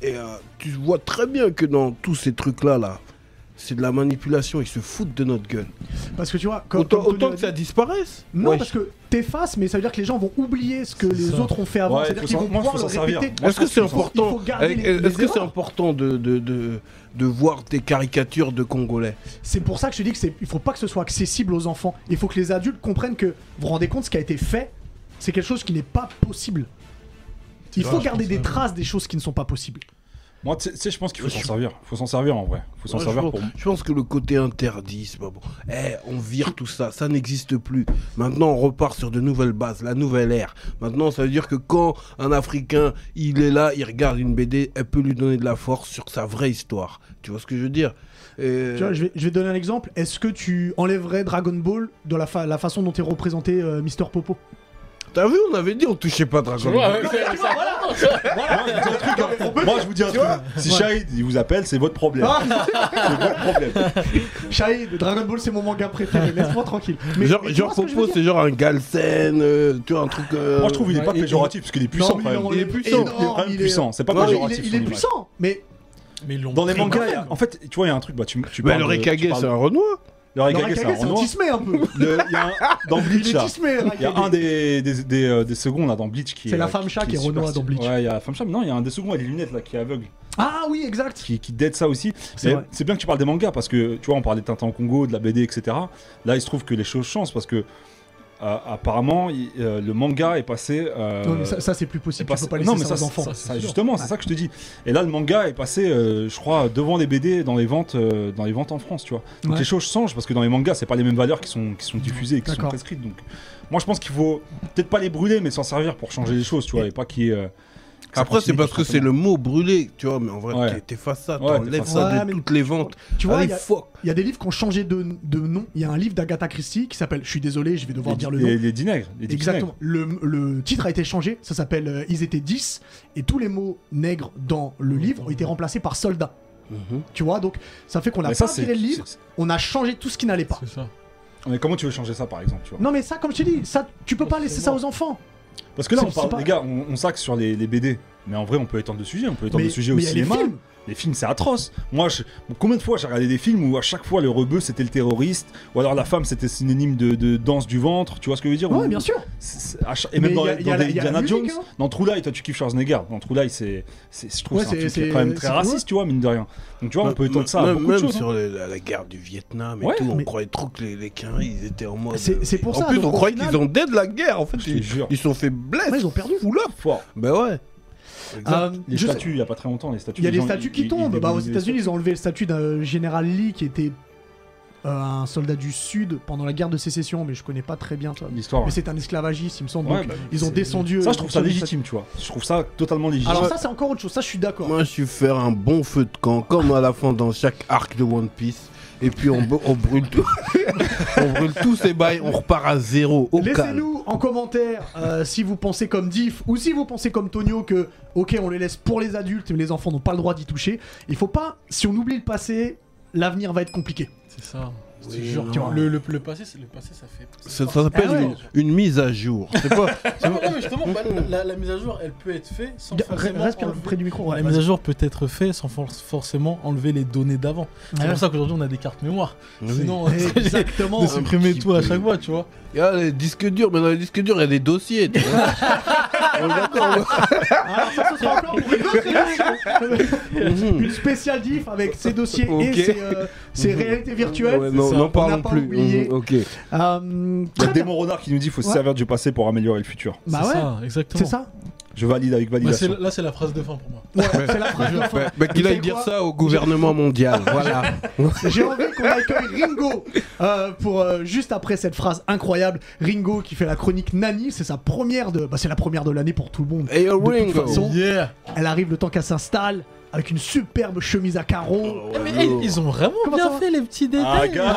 [SPEAKER 3] et, euh, tu vois très bien que dans tous ces trucs-là, là, c'est de la manipulation, ils se foutent de notre gueule.
[SPEAKER 1] Parce que tu vois, comme,
[SPEAKER 3] autant
[SPEAKER 1] comme Tony
[SPEAKER 3] autant
[SPEAKER 1] l'a
[SPEAKER 3] que
[SPEAKER 1] dit-
[SPEAKER 3] ça disparaisse.
[SPEAKER 1] Non,
[SPEAKER 3] Ouais.
[SPEAKER 1] parce que t'effaces, mais ça veut dire que les gens vont oublier ce que
[SPEAKER 4] C'est
[SPEAKER 1] les
[SPEAKER 4] ça.
[SPEAKER 1] autres ont fait avant.
[SPEAKER 2] Ouais,
[SPEAKER 1] C'est-à-dire
[SPEAKER 2] faut
[SPEAKER 1] qu'ils
[SPEAKER 2] s'en-
[SPEAKER 1] vont
[SPEAKER 2] moi,
[SPEAKER 1] pouvoir
[SPEAKER 2] faut
[SPEAKER 1] le
[SPEAKER 2] s'en servir.
[SPEAKER 1] répéter.
[SPEAKER 2] Moi, je
[SPEAKER 3] Est-ce que
[SPEAKER 2] pense
[SPEAKER 3] c'est
[SPEAKER 2] qu'il faut-
[SPEAKER 1] il faut
[SPEAKER 3] important
[SPEAKER 1] garder les- les
[SPEAKER 3] Est-ce que c'est
[SPEAKER 1] erreurs.
[SPEAKER 3] important de, de, de, de voir des caricatures de Congolais
[SPEAKER 1] C'est pour ça que je te dis que c'est, il faut pas que ce soit accessible aux enfants. Il faut que les adultes comprennent que vous vous rendez compte ce qui a été fait, c'est quelque chose qui n'est pas possible. Il
[SPEAKER 4] vrai,
[SPEAKER 1] faut
[SPEAKER 4] je
[SPEAKER 1] garder
[SPEAKER 4] pense,
[SPEAKER 1] des
[SPEAKER 4] ouais.
[SPEAKER 1] traces des choses qui ne sont pas possibles.
[SPEAKER 2] Moi, tu sais- tu sais, je pense qu'il faut
[SPEAKER 3] Je
[SPEAKER 2] s'en
[SPEAKER 3] suis-
[SPEAKER 2] servir. Faut s'en servir en vrai. Faut s'en
[SPEAKER 3] Ouais,
[SPEAKER 2] servir
[SPEAKER 3] je,
[SPEAKER 2] pour.
[SPEAKER 3] pense, je pense que le côté interdit, c'est pas bon. Eh, on vire tout ça, ça n'existe plus. Maintenant, on repart sur de nouvelles bases, la nouvelle ère. Maintenant, ça veut dire que quand un Africain, il est là, il regarde une BD, elle peut lui donner de la force sur sa vraie histoire. Tu vois ce que je veux dire Euh,
[SPEAKER 1] Tu vois, je vais, je vais te donner un exemple. Est-ce que tu enlèverais Dragon Ball de la, fa- la façon dont est représenté euh, Mister Popo
[SPEAKER 3] T'as vu, on avait dit on touchait pas Dragon Ball.
[SPEAKER 2] Moi, je vous dis un truc. hein. Moi, je vous dis un truc. Si Shahid il vous appelle, c'est votre problème. C'est votre problème.
[SPEAKER 1] Shahid, Ah, Dragon Ball c'est mon manga préféré, laisse-moi tranquille.
[SPEAKER 3] genre,
[SPEAKER 1] tu
[SPEAKER 3] genre
[SPEAKER 1] vois ce que je veux
[SPEAKER 3] Popo,
[SPEAKER 1] dire
[SPEAKER 3] c'est genre un Galsen, euh, tu vois, un truc. euh,
[SPEAKER 2] Moi, je trouve qu'il est pas
[SPEAKER 4] Ouais, et-
[SPEAKER 2] péjoratif parce qu'il est puissant
[SPEAKER 1] Non,
[SPEAKER 2] quand
[SPEAKER 1] mais
[SPEAKER 2] même.
[SPEAKER 3] il est puissant.
[SPEAKER 2] Il est quand même
[SPEAKER 1] il est-
[SPEAKER 2] puissant. C'est pas
[SPEAKER 1] Non, mais il est-
[SPEAKER 2] péjoratif.
[SPEAKER 1] Il
[SPEAKER 2] son
[SPEAKER 1] est
[SPEAKER 2] image.
[SPEAKER 1] puissant, mais
[SPEAKER 4] Mais ils l'ont
[SPEAKER 2] Dans les
[SPEAKER 4] pris quand
[SPEAKER 2] mangas,
[SPEAKER 4] même.
[SPEAKER 2] en fait, tu vois, il y a un truc. Bah, tu, tu
[SPEAKER 3] Bah,
[SPEAKER 2] parles
[SPEAKER 3] le
[SPEAKER 2] de- tu
[SPEAKER 3] Rekage,
[SPEAKER 2] parles-
[SPEAKER 3] c'est un Renoir.
[SPEAKER 2] Le
[SPEAKER 1] dans
[SPEAKER 2] Rekage,
[SPEAKER 1] Rakage,
[SPEAKER 2] c'est un
[SPEAKER 1] c'est un
[SPEAKER 2] Renoir.
[SPEAKER 1] tismé un peu.
[SPEAKER 2] Le- Il y a un dans Bleach
[SPEAKER 1] [laughs] Il est
[SPEAKER 2] là.
[SPEAKER 1] tismé,
[SPEAKER 2] Il y a
[SPEAKER 1] Rakage.
[SPEAKER 2] un des, des, des, euh, des seconds là dans Bleach qui
[SPEAKER 1] C'est la
[SPEAKER 2] euh,
[SPEAKER 1] femme chat qui est
[SPEAKER 2] super
[SPEAKER 1] Renoir dans
[SPEAKER 2] stylé.
[SPEAKER 1] Bleach.
[SPEAKER 2] Ouais, il y a la femme chat, mais non, il y a un des seconds avec les lunettes là qui est aveugle.
[SPEAKER 1] Ah oui, exact.
[SPEAKER 2] qui, qui date ça aussi.
[SPEAKER 1] C'est
[SPEAKER 2] Mais
[SPEAKER 1] vrai.
[SPEAKER 2] C'est bien que tu parles des mangas parce que tu vois, on parlait de Tintin au Congo, de la BD, etc. Là, il se trouve que les choses changent parce que euh, apparemment, il- euh, le manga est passé. euh,
[SPEAKER 1] Non, mais ça, ça, c'est plus
[SPEAKER 2] est
[SPEAKER 1] possible, tu
[SPEAKER 2] passé-
[SPEAKER 1] peux pas laisser
[SPEAKER 2] non mais
[SPEAKER 1] ça,
[SPEAKER 2] ça,
[SPEAKER 1] aux enfants.
[SPEAKER 2] ça,
[SPEAKER 4] c'est
[SPEAKER 2] ça,
[SPEAKER 4] sûr.
[SPEAKER 2] justement c'est ça que je te dis et là le manga est passé euh, je crois devant les BD dans les ventes euh, dans les ventes en France tu vois donc
[SPEAKER 1] Ouais.
[SPEAKER 2] les choses changent parce que dans les mangas c'est pas les mêmes valeurs qui sont qui sont diffusées et qui sont
[SPEAKER 1] D'accord.
[SPEAKER 2] prescrites donc moi je pense qu'il faut peut-être pas les brûler mais s'en servir pour changer les choses tu vois et pas qu'il y ait, euh, que ça
[SPEAKER 3] Après, c'est
[SPEAKER 2] continue
[SPEAKER 3] parce que
[SPEAKER 2] tout
[SPEAKER 3] c'est
[SPEAKER 2] simplement.
[SPEAKER 3] le mot brûlé, tu vois, mais en vrai,
[SPEAKER 2] Ouais.
[SPEAKER 3] t'es- t'effaces ça,
[SPEAKER 2] Ouais,
[SPEAKER 3] t'enlèves
[SPEAKER 2] t'effaces
[SPEAKER 3] ça
[SPEAKER 1] ça.
[SPEAKER 3] de
[SPEAKER 1] Ouais,
[SPEAKER 3] toutes les ventes.
[SPEAKER 1] Tu vois, il
[SPEAKER 3] Allez,
[SPEAKER 1] y a-
[SPEAKER 3] fuck.
[SPEAKER 1] il y, a des livres qui ont changé de, de nom. Il y a un livre d'Agatha Christie qui s'appelle, je suis désolé, je vais devoir dire le
[SPEAKER 2] les,
[SPEAKER 1] nom.
[SPEAKER 2] les dinègres les dix
[SPEAKER 1] Exactement. Le, le titre a été changé, ça s'appelle euh, Ils étaient 10, et tous les mots nègres dans le livre ont été remplacés par soldats. Tu vois, donc ça fait qu'on a
[SPEAKER 2] Mais
[SPEAKER 1] pas
[SPEAKER 2] ça, c'est-
[SPEAKER 1] tiré le livre,
[SPEAKER 2] c'est-
[SPEAKER 1] on a changé tout ce qui n'allait pas.
[SPEAKER 4] C'est ça.
[SPEAKER 2] Mais comment tu veux changer ça par exemple tu vois
[SPEAKER 1] Non mais ça, comme je t'ai dit, ça, tu peux pas laisser ça aux enfants.
[SPEAKER 2] Parce que là
[SPEAKER 1] C'est-
[SPEAKER 2] on
[SPEAKER 1] c'est
[SPEAKER 2] parle,
[SPEAKER 1] pas-
[SPEAKER 2] les gars, on, on s'axe sur les, les BD. Mais en vrai on peut étendre le sujet, on peut étendre
[SPEAKER 1] Mais-
[SPEAKER 2] le sujet au
[SPEAKER 1] mais il y a les
[SPEAKER 2] cinéma.
[SPEAKER 1] films.
[SPEAKER 2] Les films, c'est atroce. Moi je- combien de fois j'ai regardé des films où à chaque fois le rebeu c'était le terroriste, ou alors la femme c'était synonyme de, de danse du ventre, tu vois ce que je veux dire
[SPEAKER 1] Ouais,
[SPEAKER 2] Ou-
[SPEAKER 1] bien sûr.
[SPEAKER 2] c'est- à chaque- Et même
[SPEAKER 1] Mais
[SPEAKER 2] dans,
[SPEAKER 1] il y a-
[SPEAKER 2] dans
[SPEAKER 1] il y a la-
[SPEAKER 2] des
[SPEAKER 1] il y a la
[SPEAKER 2] Indiana Jones,
[SPEAKER 1] musique, hein.
[SPEAKER 2] dans True Light, toi tu kiffes Schwarzenegger. Dans True Light c'est, c'est- je trouve
[SPEAKER 1] Ouais,
[SPEAKER 2] c'est un
[SPEAKER 1] c'est-
[SPEAKER 2] film qui est
[SPEAKER 1] c'est-
[SPEAKER 2] quand même très
[SPEAKER 1] c'est
[SPEAKER 2] raciste, tu vois, mine de rien. Donc tu vois, on peut étendre ça à
[SPEAKER 3] Même-
[SPEAKER 2] beaucoup de
[SPEAKER 3] même
[SPEAKER 2] choses. hein.
[SPEAKER 3] sur les- la, la guerre du Vietnam et
[SPEAKER 2] Ouais,
[SPEAKER 3] tout, on
[SPEAKER 1] mais-
[SPEAKER 3] croyait trop que les, les Quinés, ils étaient en mode. euh,
[SPEAKER 1] C'est- c'est pour
[SPEAKER 3] en
[SPEAKER 1] ça,
[SPEAKER 3] plus,
[SPEAKER 1] donc,
[SPEAKER 3] on
[SPEAKER 1] au
[SPEAKER 3] croyait
[SPEAKER 1] final-
[SPEAKER 3] qu'ils ont dead la guerre, en fait.
[SPEAKER 2] Je te
[SPEAKER 3] Ils,
[SPEAKER 2] jure.
[SPEAKER 3] ils sont fait blesser.
[SPEAKER 1] Ouais, ils ont perdu.
[SPEAKER 3] Full up.
[SPEAKER 2] Fort.
[SPEAKER 3] Ben ouais.
[SPEAKER 1] Euh,
[SPEAKER 2] Les
[SPEAKER 1] je sais-
[SPEAKER 2] statues, il y a pas très longtemps, les statues.
[SPEAKER 1] Il y a
[SPEAKER 2] les
[SPEAKER 1] des
[SPEAKER 2] gens,
[SPEAKER 1] statues
[SPEAKER 2] ils-
[SPEAKER 1] qui
[SPEAKER 2] ils-
[SPEAKER 1] tombent.
[SPEAKER 2] ils
[SPEAKER 1] Bah, aux
[SPEAKER 2] démolisent les
[SPEAKER 1] États-Unis, ils ont enlevé le statut d'un général Lee qui était euh, un soldat du Sud pendant la guerre de sécession, mais je connais pas très bien toi.
[SPEAKER 2] L'histoire.
[SPEAKER 1] Mais
[SPEAKER 2] ouais.
[SPEAKER 1] c'est un esclavagiste, il me semble.
[SPEAKER 2] Ouais,
[SPEAKER 1] donc
[SPEAKER 2] bah,
[SPEAKER 1] ils ont
[SPEAKER 2] c'est-
[SPEAKER 1] descendu.
[SPEAKER 2] Ça,
[SPEAKER 1] euh,
[SPEAKER 2] je trouve ça
[SPEAKER 1] ils ont-
[SPEAKER 2] légitime, tu vois. Je trouve ça totalement légitime.
[SPEAKER 1] Alors, ça, c'est encore autre chose. Ça, je suis d'accord.
[SPEAKER 3] Moi, je suis faire un bon feu de camp, comme à la fin dans chaque arc de One Piece. Et puis on, br- on brûle tout. [laughs] on brûle tous ces bails, on repart à zéro. Au calme.
[SPEAKER 1] Laissez-nous en commentaire euh, si vous pensez comme Diff ou si vous pensez comme Tonio que, ok, on les laisse pour les adultes, mais les enfants n'ont pas le droit d'y toucher. Il faut pas, si on oublie le passé, l'avenir va être compliqué.
[SPEAKER 4] C'est ça. Je te
[SPEAKER 3] Oui,
[SPEAKER 4] jure,
[SPEAKER 3] non.
[SPEAKER 4] le, le, le passé, c'est- le passé, ça fait.
[SPEAKER 3] Ça, ça s'appelle
[SPEAKER 1] Ah ouais.
[SPEAKER 3] une, une mise à jour. [laughs] C'est pas.
[SPEAKER 4] Non, non, mais
[SPEAKER 3] [laughs]
[SPEAKER 4] justement, bah, la, la mise à jour, elle peut être faite sans forcément.
[SPEAKER 1] Respire
[SPEAKER 4] enlever-
[SPEAKER 1] près du micro. ouais.
[SPEAKER 4] La mise à jour peut être faite sans for- forcément enlever les données d'avant. C'est
[SPEAKER 1] Ouais.
[SPEAKER 4] pour ça qu'aujourd'hui on a des cartes mémoire.
[SPEAKER 3] Oui.
[SPEAKER 1] [laughs]
[SPEAKER 4] Sinon, on serait
[SPEAKER 1] Exactement.
[SPEAKER 4] de supprimer
[SPEAKER 3] petit
[SPEAKER 4] tout à
[SPEAKER 3] peu.
[SPEAKER 4] chaque fois, tu vois.
[SPEAKER 3] Il y a les disques durs, mais dans les disques durs, il y a des dossiers. tu [laughs] vois. On est d'accord,
[SPEAKER 1] Alors, Ah, ça, ce sera encore pour une autre émission.
[SPEAKER 3] ouais. Mhm.
[SPEAKER 1] Une spéciale diff avec ses dossiers
[SPEAKER 3] Ok.
[SPEAKER 1] et ses, euh, ses
[SPEAKER 3] Mhm.
[SPEAKER 1] réalités virtuelles.
[SPEAKER 3] Ouais, non,
[SPEAKER 1] C'est ça.
[SPEAKER 3] n'en
[SPEAKER 1] On
[SPEAKER 3] parlons
[SPEAKER 1] n'a pas
[SPEAKER 3] plus.
[SPEAKER 1] oublié.
[SPEAKER 3] Mhm, ok.
[SPEAKER 1] Euh,
[SPEAKER 2] Il y a
[SPEAKER 1] très bien.
[SPEAKER 2] Démon Renard qui nous dit qu'il faut se
[SPEAKER 1] Ouais.
[SPEAKER 2] servir du passé pour améliorer le futur.
[SPEAKER 1] Bah
[SPEAKER 4] C'est
[SPEAKER 1] ouais,
[SPEAKER 4] ça, exactement.
[SPEAKER 1] c'est ça.
[SPEAKER 2] Je valide avec
[SPEAKER 4] Bah, c'est-
[SPEAKER 2] validation.
[SPEAKER 4] là, c'est la phrase de fin pour moi.
[SPEAKER 1] Ouais, c'est la phrase de fin.
[SPEAKER 3] Ouais, bah,
[SPEAKER 1] Tu
[SPEAKER 3] qu'il
[SPEAKER 1] sais
[SPEAKER 3] aille dire
[SPEAKER 1] quoi
[SPEAKER 3] ça au gouvernement mondial. voilà.
[SPEAKER 1] J'ai envie qu'on accueille Ringo euh, pour euh, juste après cette phrase incroyable. Ringo qui fait la chronique Nani, c'est sa première de, bah, c'est la première de l'année pour tout le monde.
[SPEAKER 3] Hey, yo,
[SPEAKER 1] De toute
[SPEAKER 3] Ringo.
[SPEAKER 1] façon,
[SPEAKER 4] Oh, Yeah.
[SPEAKER 1] elle arrive le temps qu'elle s'installe avec une superbe chemise à
[SPEAKER 3] Oh.
[SPEAKER 1] carreaux.
[SPEAKER 4] Mais hey, ils ont vraiment
[SPEAKER 1] Comment ça va
[SPEAKER 4] bien fait les petits
[SPEAKER 2] Ah,
[SPEAKER 4] détails.
[SPEAKER 2] gars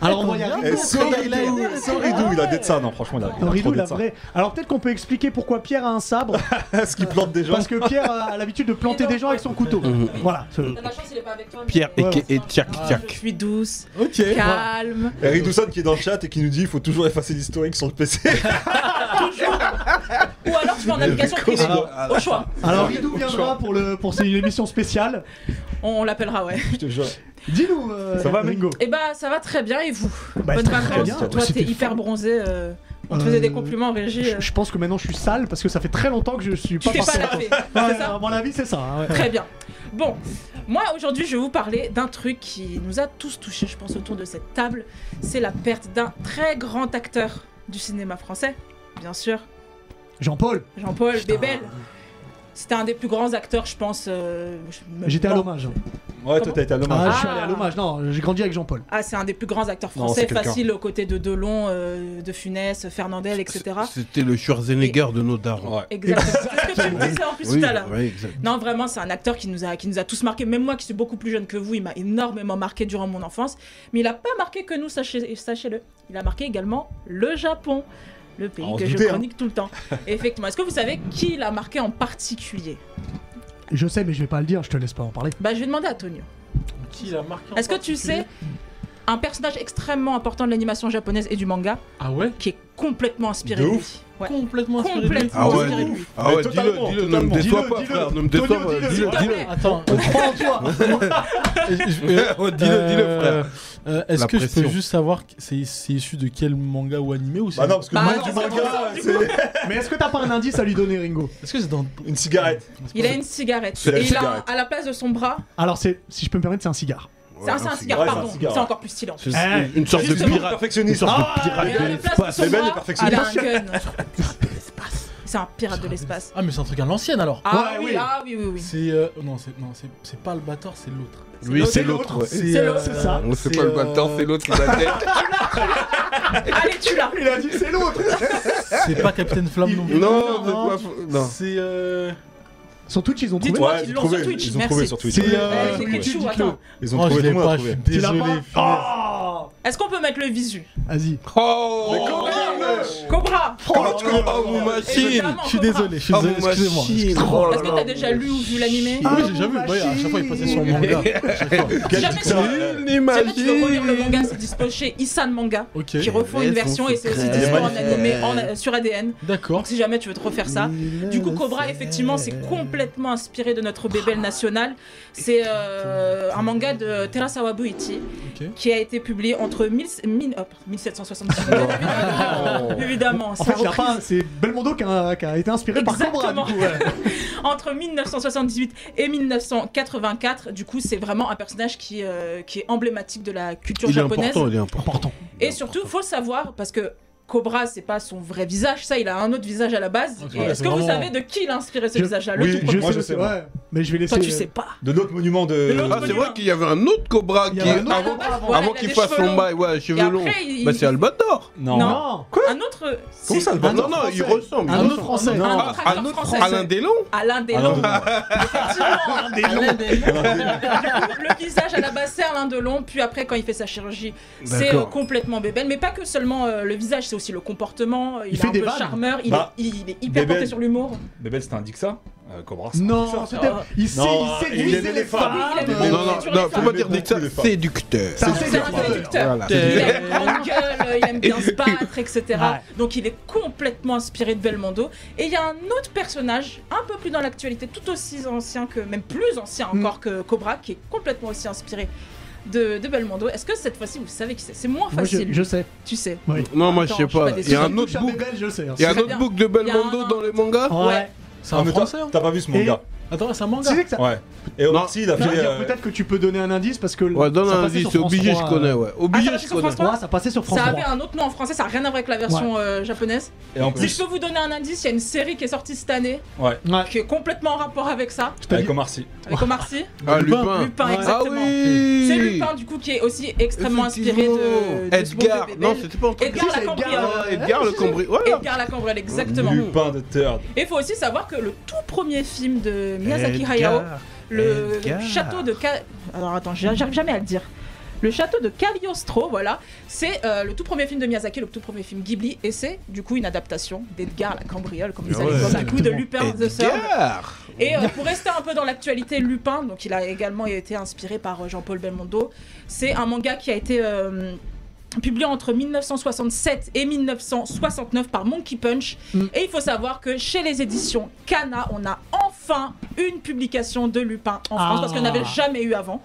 [SPEAKER 1] Alors on va y arriver.
[SPEAKER 2] Eh,
[SPEAKER 4] Ringo,
[SPEAKER 2] Soridou,
[SPEAKER 4] il a- il a-
[SPEAKER 2] Soridou, il a d'être ça, non, franchement, il a, il a
[SPEAKER 1] Non, Ringo,
[SPEAKER 2] trop
[SPEAKER 1] il a
[SPEAKER 2] d'être ça.
[SPEAKER 1] vrai. Alors peut-être qu'on peut expliquer pourquoi Pierre a un sabre,
[SPEAKER 2] Est-ce qu'il plante des gens
[SPEAKER 1] parce que Pierre a l'habitude de planter des gens avec son couteau.
[SPEAKER 3] Mhm.
[SPEAKER 1] Voilà. ce-
[SPEAKER 6] T'as de la chance, il est pas avec toi. mais-
[SPEAKER 3] Pierre et,
[SPEAKER 1] Ouais,
[SPEAKER 3] Ke- et Tchak
[SPEAKER 4] Ah,
[SPEAKER 6] Je
[SPEAKER 3] Tchak.
[SPEAKER 6] suis douce,
[SPEAKER 4] Ok.
[SPEAKER 6] calme.
[SPEAKER 2] Et Ridouson qui est dans le chat et qui nous dit qu'il faut toujours effacer l'historique sur le PC.
[SPEAKER 6] Ou alors tu fais en application privée.
[SPEAKER 2] Ah,
[SPEAKER 6] Au choix.
[SPEAKER 1] Alors Ridou viendra pour le pour c'est une émission spéciale.
[SPEAKER 6] On, on l'appellera, ouais.
[SPEAKER 2] Je te jure.
[SPEAKER 1] Dis-nous. euh,
[SPEAKER 2] Ça va, mec
[SPEAKER 1] Ringo.
[SPEAKER 6] Et bah, ça va très bien, et vous
[SPEAKER 1] Bah,
[SPEAKER 6] Bonnes
[SPEAKER 1] c'est très
[SPEAKER 6] vacances.
[SPEAKER 1] bien.
[SPEAKER 6] Toi,
[SPEAKER 1] C'était
[SPEAKER 6] t'es hyper bronzé. euh, on te
[SPEAKER 1] Euh,
[SPEAKER 6] faisait des compliments en régie.
[SPEAKER 1] Je,
[SPEAKER 6] euh,
[SPEAKER 1] je pense que maintenant je suis sale parce que ça fait très longtemps que je suis
[SPEAKER 6] Tu
[SPEAKER 1] pas
[SPEAKER 6] fais pas
[SPEAKER 1] parti en
[SPEAKER 6] la paix,
[SPEAKER 1] Ouais,
[SPEAKER 6] c'est ça
[SPEAKER 1] à mon avis, c'est ça. hein, ouais.
[SPEAKER 6] Très bien. Bon, moi aujourd'hui, je vais vous parler d'un truc qui nous a tous touchés, je pense, autour de cette table. C'est la perte d'un très grand acteur du cinéma français, bien sûr,
[SPEAKER 1] Jean-Paul,
[SPEAKER 6] Jean-Paul Bébel. C'était un des plus grands acteurs, je pense. euh, je- même
[SPEAKER 1] j'étais à
[SPEAKER 6] non.
[SPEAKER 1] l'hommage.
[SPEAKER 2] Ouais, toi, t'as été à
[SPEAKER 1] Ah,
[SPEAKER 2] l'hommage.
[SPEAKER 1] je suis allé à l'hommage. Non, j'ai grandi avec Jean-Paul.
[SPEAKER 6] Ah, c'est un des plus grands acteurs
[SPEAKER 2] Non,
[SPEAKER 6] français,
[SPEAKER 2] c'est quelqu'un.
[SPEAKER 6] facile aux côtés de Delon, euh, de Funès, Fernandel, etc.
[SPEAKER 3] C'était le Schwarzenegger de nos darons.
[SPEAKER 2] Ouais.
[SPEAKER 6] Exactement. C'est ce que tu me disais en plus
[SPEAKER 3] Oui,
[SPEAKER 6] tout à l'heure.
[SPEAKER 3] ouais, exact.
[SPEAKER 6] Non, vraiment, c'est un acteur qui nous, a, qui nous a tous marqués. Même moi qui suis beaucoup plus jeune que vous, il m'a énormément marqué durant mon enfance. Mais il n'a pas marqué que nous, sachez- sachez-le. Il a marqué également le Japon, le pays
[SPEAKER 2] Ah, on
[SPEAKER 6] que
[SPEAKER 2] se
[SPEAKER 6] je
[SPEAKER 2] doutait, hein.
[SPEAKER 6] chronique tout le temps. Effectivement. Est-ce que vous savez qui l'a marqué en particulier
[SPEAKER 1] Je sais, mais je vais pas le dire. Je te laisse pas en parler.
[SPEAKER 6] Bah, je vais demander à Tonio.
[SPEAKER 4] Qui l'a marqué en
[SPEAKER 6] Est-ce que tu
[SPEAKER 4] particulier
[SPEAKER 6] sais un personnage extrêmement important de l'animation japonaise et du manga
[SPEAKER 4] Ah ouais
[SPEAKER 6] qui est complètement inspiré
[SPEAKER 2] De
[SPEAKER 6] de, lui
[SPEAKER 2] ouf.
[SPEAKER 6] Ouais.
[SPEAKER 4] Complètement inspiré de lui.
[SPEAKER 6] Complètement
[SPEAKER 3] Ah ouais,
[SPEAKER 6] inspiré de lui.
[SPEAKER 3] Ah ouais,
[SPEAKER 2] Mais
[SPEAKER 3] dis-le,
[SPEAKER 2] totalement,
[SPEAKER 3] dis-le, ne me
[SPEAKER 2] totalement.
[SPEAKER 3] déçois
[SPEAKER 2] Dis-le,
[SPEAKER 3] pas,
[SPEAKER 2] dis-le.
[SPEAKER 3] frère, ne me déçois
[SPEAKER 2] Tonio,
[SPEAKER 3] pas,
[SPEAKER 2] dis-le,
[SPEAKER 3] dis-le,
[SPEAKER 6] s'il te
[SPEAKER 3] dis-le.
[SPEAKER 6] plaît.
[SPEAKER 4] Attends,
[SPEAKER 1] On croit en toi.
[SPEAKER 4] [laughs] je- euh,
[SPEAKER 3] Oh, dis-le, dis-le, frère.
[SPEAKER 4] euh, Est-ce
[SPEAKER 3] La
[SPEAKER 4] que je
[SPEAKER 3] pression.
[SPEAKER 4] peux juste savoir, que c'est c'est issu de quel manga ou animé ou c'est
[SPEAKER 2] Bah non, parce que
[SPEAKER 6] Bah
[SPEAKER 2] moi,
[SPEAKER 6] non,
[SPEAKER 2] du
[SPEAKER 6] c'est
[SPEAKER 2] manga,
[SPEAKER 6] bon,
[SPEAKER 2] c'est
[SPEAKER 1] mais est-ce que t'as pas un indice à lui donner, Ringo
[SPEAKER 4] Est-ce que c'est dans
[SPEAKER 2] une cigarette.
[SPEAKER 6] Il a une cigarette.
[SPEAKER 2] C'est la
[SPEAKER 6] Et il a,
[SPEAKER 2] cigarette.
[SPEAKER 6] à la place de son bras,
[SPEAKER 1] Alors, c'est, si je peux me permettre, c'est un cigare.
[SPEAKER 6] c'est un, c'est un cigare,
[SPEAKER 2] Ouais, c'est un
[SPEAKER 6] pardon.
[SPEAKER 2] cigare.
[SPEAKER 6] C'est encore plus stylé. en fait.
[SPEAKER 3] C'est
[SPEAKER 1] Eh,
[SPEAKER 3] une sorte de
[SPEAKER 6] justement.
[SPEAKER 3] pirate.
[SPEAKER 2] Perfectionniste.
[SPEAKER 1] Ah,
[SPEAKER 6] Et à la place de
[SPEAKER 2] Mais
[SPEAKER 6] son
[SPEAKER 2] Ben est
[SPEAKER 6] bras, il a un
[SPEAKER 2] perfectionniste.
[SPEAKER 6] gun. C'est un pirate de l'espace.
[SPEAKER 4] Ah mais c'est un truc à l'ancienne alors
[SPEAKER 6] Ah
[SPEAKER 1] Ouais,
[SPEAKER 6] oui,
[SPEAKER 1] oui.
[SPEAKER 6] ah oui, oui, oui.
[SPEAKER 4] C'est... euh, Non, c'est non, c'est- c'est pas le Bator, c'est l'autre.
[SPEAKER 3] Lui, c'est l'autre. ouais.
[SPEAKER 1] C'est l'autre, c'est ça.
[SPEAKER 3] On sait pas le
[SPEAKER 4] euh,
[SPEAKER 3] bâtard, c'est l'autre qui [laughs] l'a tête.
[SPEAKER 6] Allez, tu l'as.
[SPEAKER 1] Il a dit c'est l'autre.
[SPEAKER 4] C'est pas Captain Flamme non plus.
[SPEAKER 3] Non, c'est quoi Non.
[SPEAKER 4] C'est... euh,
[SPEAKER 1] Sur Twitch, ils ont trouvé.
[SPEAKER 6] Dites-moi
[SPEAKER 2] Ouais,
[SPEAKER 6] qu'ils
[SPEAKER 2] ils
[SPEAKER 6] l'ont
[SPEAKER 2] ont
[SPEAKER 6] sur
[SPEAKER 2] trouvé,
[SPEAKER 6] Twitch,
[SPEAKER 2] ils ont
[SPEAKER 6] merci. Eh,
[SPEAKER 2] trouvé sur Twitch.
[SPEAKER 4] C'est,
[SPEAKER 2] Ouais,
[SPEAKER 4] euh,
[SPEAKER 2] ils ont
[SPEAKER 6] C'est
[SPEAKER 2] trouvé.
[SPEAKER 6] Ketchou,
[SPEAKER 1] dites-le.
[SPEAKER 6] attends.
[SPEAKER 2] Ils ont
[SPEAKER 4] Oh, je
[SPEAKER 2] trouvé, tout
[SPEAKER 4] l'ai
[SPEAKER 2] le monde a
[SPEAKER 4] pas, je
[SPEAKER 2] trouvé.
[SPEAKER 4] suis
[SPEAKER 1] Tu l'as
[SPEAKER 4] désolé.
[SPEAKER 1] pas
[SPEAKER 4] finesse.
[SPEAKER 1] Ah
[SPEAKER 6] Est-ce qu'on peut mettre le visu
[SPEAKER 1] Vas-y.
[SPEAKER 3] Oh
[SPEAKER 6] Cobra
[SPEAKER 3] Comment tu connais pas Abu Machine
[SPEAKER 6] Évidemment,
[SPEAKER 4] Je suis
[SPEAKER 6] Cobra.
[SPEAKER 4] désolé, je suis
[SPEAKER 3] Ah,
[SPEAKER 4] désolé,
[SPEAKER 3] Abu
[SPEAKER 4] excusez-moi.
[SPEAKER 3] Machine
[SPEAKER 1] Excusez-moi.
[SPEAKER 3] oh là
[SPEAKER 6] Est-ce que
[SPEAKER 3] là.
[SPEAKER 6] t'as déjà lu ou vu l'animé
[SPEAKER 4] Ah,
[SPEAKER 1] Ah,
[SPEAKER 4] oui, j'ai jamais vu,
[SPEAKER 1] Abu
[SPEAKER 4] bah, à chaque fois il passait sur le
[SPEAKER 1] Machine.
[SPEAKER 4] manga. À chaque fois.
[SPEAKER 2] Quel
[SPEAKER 6] Jamais
[SPEAKER 2] dicteur,
[SPEAKER 6] tu-
[SPEAKER 2] euh,
[SPEAKER 3] Nul
[SPEAKER 6] Jamais tu peux relire le
[SPEAKER 3] n'imagine
[SPEAKER 6] manga, c'est dispo chez Issan Manga,
[SPEAKER 4] Ok,
[SPEAKER 6] qui refont
[SPEAKER 3] laisse
[SPEAKER 6] une
[SPEAKER 3] son
[SPEAKER 6] version et c'est aussi
[SPEAKER 3] secret.
[SPEAKER 6] dispo en
[SPEAKER 3] Magnifique.
[SPEAKER 6] animé en- euh, sur ADN.
[SPEAKER 4] d'accord.
[SPEAKER 6] Donc si jamais tu veux te refaire ça. Du coup, Cobra, effectivement, c'est complètement inspiré de notre bébel national. C'est euh, un manga de Terasawa Buichi
[SPEAKER 4] Ok.
[SPEAKER 6] qui a été publié entre 1000 mille- oh, pardon, 1766. Évidemment, Évidemment,
[SPEAKER 1] En
[SPEAKER 6] c'est
[SPEAKER 1] fait, il a
[SPEAKER 6] reprise.
[SPEAKER 1] pas- c'est Belmondo qui a, qui a été inspiré par Cobra.
[SPEAKER 6] Exactement.
[SPEAKER 1] du coup, ouais.
[SPEAKER 6] [laughs] Entre 1978 et 1984, du coup, c'est vraiment un personnage qui, euh, qui est emblématique de la culture
[SPEAKER 3] Il est
[SPEAKER 6] japonaise.
[SPEAKER 3] important, il est important.
[SPEAKER 6] Et surtout, faut le savoir, parce que Cobra, c'est pas son vrai visage, ça, il a un autre visage à la base.
[SPEAKER 4] Ok.
[SPEAKER 6] Et Est-ce que vous
[SPEAKER 4] Vraiment.
[SPEAKER 6] savez de qui il a inspiré ce
[SPEAKER 1] Je-
[SPEAKER 6] visage-là Le
[SPEAKER 2] Oui,
[SPEAKER 6] tout
[SPEAKER 2] je-
[SPEAKER 6] premier.
[SPEAKER 2] moi,
[SPEAKER 1] le-
[SPEAKER 2] sais,
[SPEAKER 1] ouais,
[SPEAKER 2] moi.
[SPEAKER 1] mais je vais laisser.
[SPEAKER 6] Toi, tu
[SPEAKER 1] euh,
[SPEAKER 6] sais pas.
[SPEAKER 2] De l'autre monument de.
[SPEAKER 6] De l'autre
[SPEAKER 3] Ah, c'est vrai
[SPEAKER 6] Cobra.
[SPEAKER 3] qu'il y avait un autre Cobra
[SPEAKER 1] Il
[SPEAKER 3] qui,
[SPEAKER 1] y avait un autre
[SPEAKER 3] avant,
[SPEAKER 1] Cobra avant.
[SPEAKER 6] Voilà,
[SPEAKER 3] avant
[SPEAKER 6] il a
[SPEAKER 3] qu'il
[SPEAKER 6] des
[SPEAKER 3] fasse
[SPEAKER 6] cheveux
[SPEAKER 3] son
[SPEAKER 6] longs.
[SPEAKER 3] bail, ouais,
[SPEAKER 6] Et
[SPEAKER 3] cheveux longs.
[SPEAKER 6] après, il...
[SPEAKER 3] Bah, c'est Albator.
[SPEAKER 2] Non.
[SPEAKER 1] Non,
[SPEAKER 6] un autre. euh,
[SPEAKER 2] Comment
[SPEAKER 6] c'est
[SPEAKER 2] ça,
[SPEAKER 3] Ah,
[SPEAKER 2] Albator
[SPEAKER 3] non, non, il
[SPEAKER 1] Français.
[SPEAKER 3] ressemble.
[SPEAKER 1] un
[SPEAKER 3] il
[SPEAKER 1] autre
[SPEAKER 3] ressemble.
[SPEAKER 1] français.
[SPEAKER 6] Un
[SPEAKER 2] Non.
[SPEAKER 6] autre
[SPEAKER 3] un
[SPEAKER 6] acteur
[SPEAKER 3] autre
[SPEAKER 6] français.
[SPEAKER 3] Alain Delon
[SPEAKER 6] Alain Delon.
[SPEAKER 2] Alain Delon.
[SPEAKER 6] Alain Delon. Le visage à la base, c'est Alain Delon. Puis après, quand il fait sa chirurgie, c'est euh,
[SPEAKER 3] D'accord.
[SPEAKER 6] complètement bébelle. Mais pas que seulement euh, le visage, c'est aussi le comportement. Il,
[SPEAKER 1] Il
[SPEAKER 6] est
[SPEAKER 1] fait
[SPEAKER 6] un
[SPEAKER 1] des
[SPEAKER 6] peu
[SPEAKER 1] vannes.
[SPEAKER 6] charmeur. Il,
[SPEAKER 2] Bah,
[SPEAKER 6] est, il est hyper
[SPEAKER 2] Bébel.
[SPEAKER 6] porté sur l'humour.
[SPEAKER 2] Bébel, c'était un Dixa. Euh, Cobra, c'est un
[SPEAKER 1] Non,
[SPEAKER 2] Dixa.
[SPEAKER 1] c'était. Il sait,
[SPEAKER 2] Non,
[SPEAKER 1] il sait
[SPEAKER 2] il aimait
[SPEAKER 1] viser
[SPEAKER 2] les
[SPEAKER 1] les
[SPEAKER 2] femmes.
[SPEAKER 1] femmes.
[SPEAKER 6] Il aimait
[SPEAKER 3] Non,
[SPEAKER 6] les
[SPEAKER 3] non, non,
[SPEAKER 6] Sur
[SPEAKER 3] non, faut
[SPEAKER 6] femmes.
[SPEAKER 3] pas dire
[SPEAKER 2] Beaucoup de
[SPEAKER 3] Dixon,
[SPEAKER 2] femmes.
[SPEAKER 3] c'est séducteur.
[SPEAKER 1] C'est un
[SPEAKER 6] C'est un
[SPEAKER 1] séducteur.
[SPEAKER 6] séducteur.
[SPEAKER 3] Voilà.
[SPEAKER 6] Euh, Il
[SPEAKER 4] T'es-
[SPEAKER 6] a une grande gueule, euh, il aime bien se battre, etc.
[SPEAKER 1] Ouais.
[SPEAKER 6] Donc il est complètement inspiré de Belmondo. Et il y a un autre personnage, un peu plus dans l'actualité, tout aussi ancien que, même plus ancien
[SPEAKER 1] Mm.
[SPEAKER 6] encore que Cobra, qui est complètement aussi inspiré de, de Belmondo. Est-ce que cette fois-ci vous savez qui c'est C'est moins
[SPEAKER 1] Moi, je,
[SPEAKER 6] facile,
[SPEAKER 1] je sais.
[SPEAKER 6] tu sais.
[SPEAKER 1] Oui.
[SPEAKER 3] Non, moi je
[SPEAKER 6] Attends,
[SPEAKER 3] sais
[SPEAKER 6] je suis
[SPEAKER 3] pas.
[SPEAKER 6] pas
[SPEAKER 3] Il y a
[SPEAKER 1] Si
[SPEAKER 3] un
[SPEAKER 1] je touche
[SPEAKER 3] autre
[SPEAKER 1] à
[SPEAKER 3] book.
[SPEAKER 1] Bébel, je sais. hein.
[SPEAKER 3] Il y a un
[SPEAKER 6] Très
[SPEAKER 3] autre
[SPEAKER 6] bien.
[SPEAKER 3] book de
[SPEAKER 6] Il y a
[SPEAKER 3] Belmondo
[SPEAKER 6] un-
[SPEAKER 3] dans les mangas
[SPEAKER 1] Ouais.
[SPEAKER 4] C'est
[SPEAKER 2] Ah,
[SPEAKER 4] un
[SPEAKER 2] mais toi,
[SPEAKER 4] français, hein
[SPEAKER 2] T'as pas vu ce
[SPEAKER 1] Et-
[SPEAKER 2] manga
[SPEAKER 4] Attends, c'est un
[SPEAKER 1] Tu
[SPEAKER 4] manga.
[SPEAKER 1] sais que ça.
[SPEAKER 2] Ouais. Et
[SPEAKER 3] Non.
[SPEAKER 2] aussi, il a
[SPEAKER 1] Non, je veux
[SPEAKER 2] fait.
[SPEAKER 1] dire,
[SPEAKER 2] euh,
[SPEAKER 1] Peut-être que tu peux donner un indice parce que.
[SPEAKER 3] Ouais, donne
[SPEAKER 1] ça
[SPEAKER 3] un
[SPEAKER 1] passait
[SPEAKER 3] indice,
[SPEAKER 1] sur
[SPEAKER 3] c'est
[SPEAKER 1] France
[SPEAKER 3] obligé, je
[SPEAKER 1] trois,
[SPEAKER 3] connais,
[SPEAKER 1] euh,
[SPEAKER 3] ouais. Obligé,
[SPEAKER 6] Ah, ça
[SPEAKER 3] je
[SPEAKER 6] passe sur
[SPEAKER 3] connais.
[SPEAKER 6] France
[SPEAKER 1] Ouais, ça passait sur France
[SPEAKER 6] Ça
[SPEAKER 1] 3.
[SPEAKER 6] avait un autre nom en français, ça n'a rien à voir avec la version euh, japonaise.
[SPEAKER 2] Et en
[SPEAKER 6] Si je
[SPEAKER 2] plus,
[SPEAKER 6] peux vous donner un indice, il y a une série qui est sortie cette année,
[SPEAKER 2] ouais.
[SPEAKER 1] Ouais.
[SPEAKER 6] qui est complètement en rapport avec ça,
[SPEAKER 1] Je t'ai
[SPEAKER 2] Avec
[SPEAKER 1] dit-
[SPEAKER 2] Omar Sy.
[SPEAKER 6] avec Omar Sy.
[SPEAKER 3] Ah,
[SPEAKER 4] Lupin.
[SPEAKER 3] Lupin.
[SPEAKER 6] Lupin,
[SPEAKER 1] Ouais.
[SPEAKER 3] Ah
[SPEAKER 6] exactement.
[SPEAKER 3] oui
[SPEAKER 6] C'est Lupin du coup qui est aussi extrêmement inspiré de, de ce bon
[SPEAKER 3] Edgar.
[SPEAKER 6] vieux bébé.
[SPEAKER 3] Non, c'était pas encore.
[SPEAKER 6] Edgar
[SPEAKER 1] Si, c'est
[SPEAKER 6] la cambriole.
[SPEAKER 1] Edgar, euh,
[SPEAKER 3] Ah, Edgar le Oh cambri. Voilà.
[SPEAKER 6] Edgar la cambriole, exactement.
[SPEAKER 2] Lupin de Third.
[SPEAKER 6] Et il faut aussi savoir que le tout premier film de Miyazaki Hayao, le
[SPEAKER 3] Edgar.
[SPEAKER 6] château de Ca- alors attends, j'ar- j'arrive jamais à le dire. Le château de Cagliostro, voilà, c'est euh, le tout premier film de Miyazaki, le tout premier film Ghibli, et c'est du coup une adaptation d'Edgar la cambriole, comme
[SPEAKER 3] Ah
[SPEAKER 6] disait
[SPEAKER 3] ouais,
[SPEAKER 6] les Otaku, de
[SPEAKER 1] exactement.
[SPEAKER 6] Lupin the Third.
[SPEAKER 3] Edgar.
[SPEAKER 6] Et euh, pour rester un peu dans l'actualité, Lupin, donc il a également été inspiré par euh, Jean-Paul Belmondo. C'est un manga qui a été euh, publié entre 1967 et 1969 par Monkey Punch.
[SPEAKER 1] Mm.
[SPEAKER 6] Et il faut savoir que chez les éditions Kana, on a enfin une publication de Lupin en France
[SPEAKER 1] Ah.
[SPEAKER 6] parce qu'on n'avait jamais eu avant.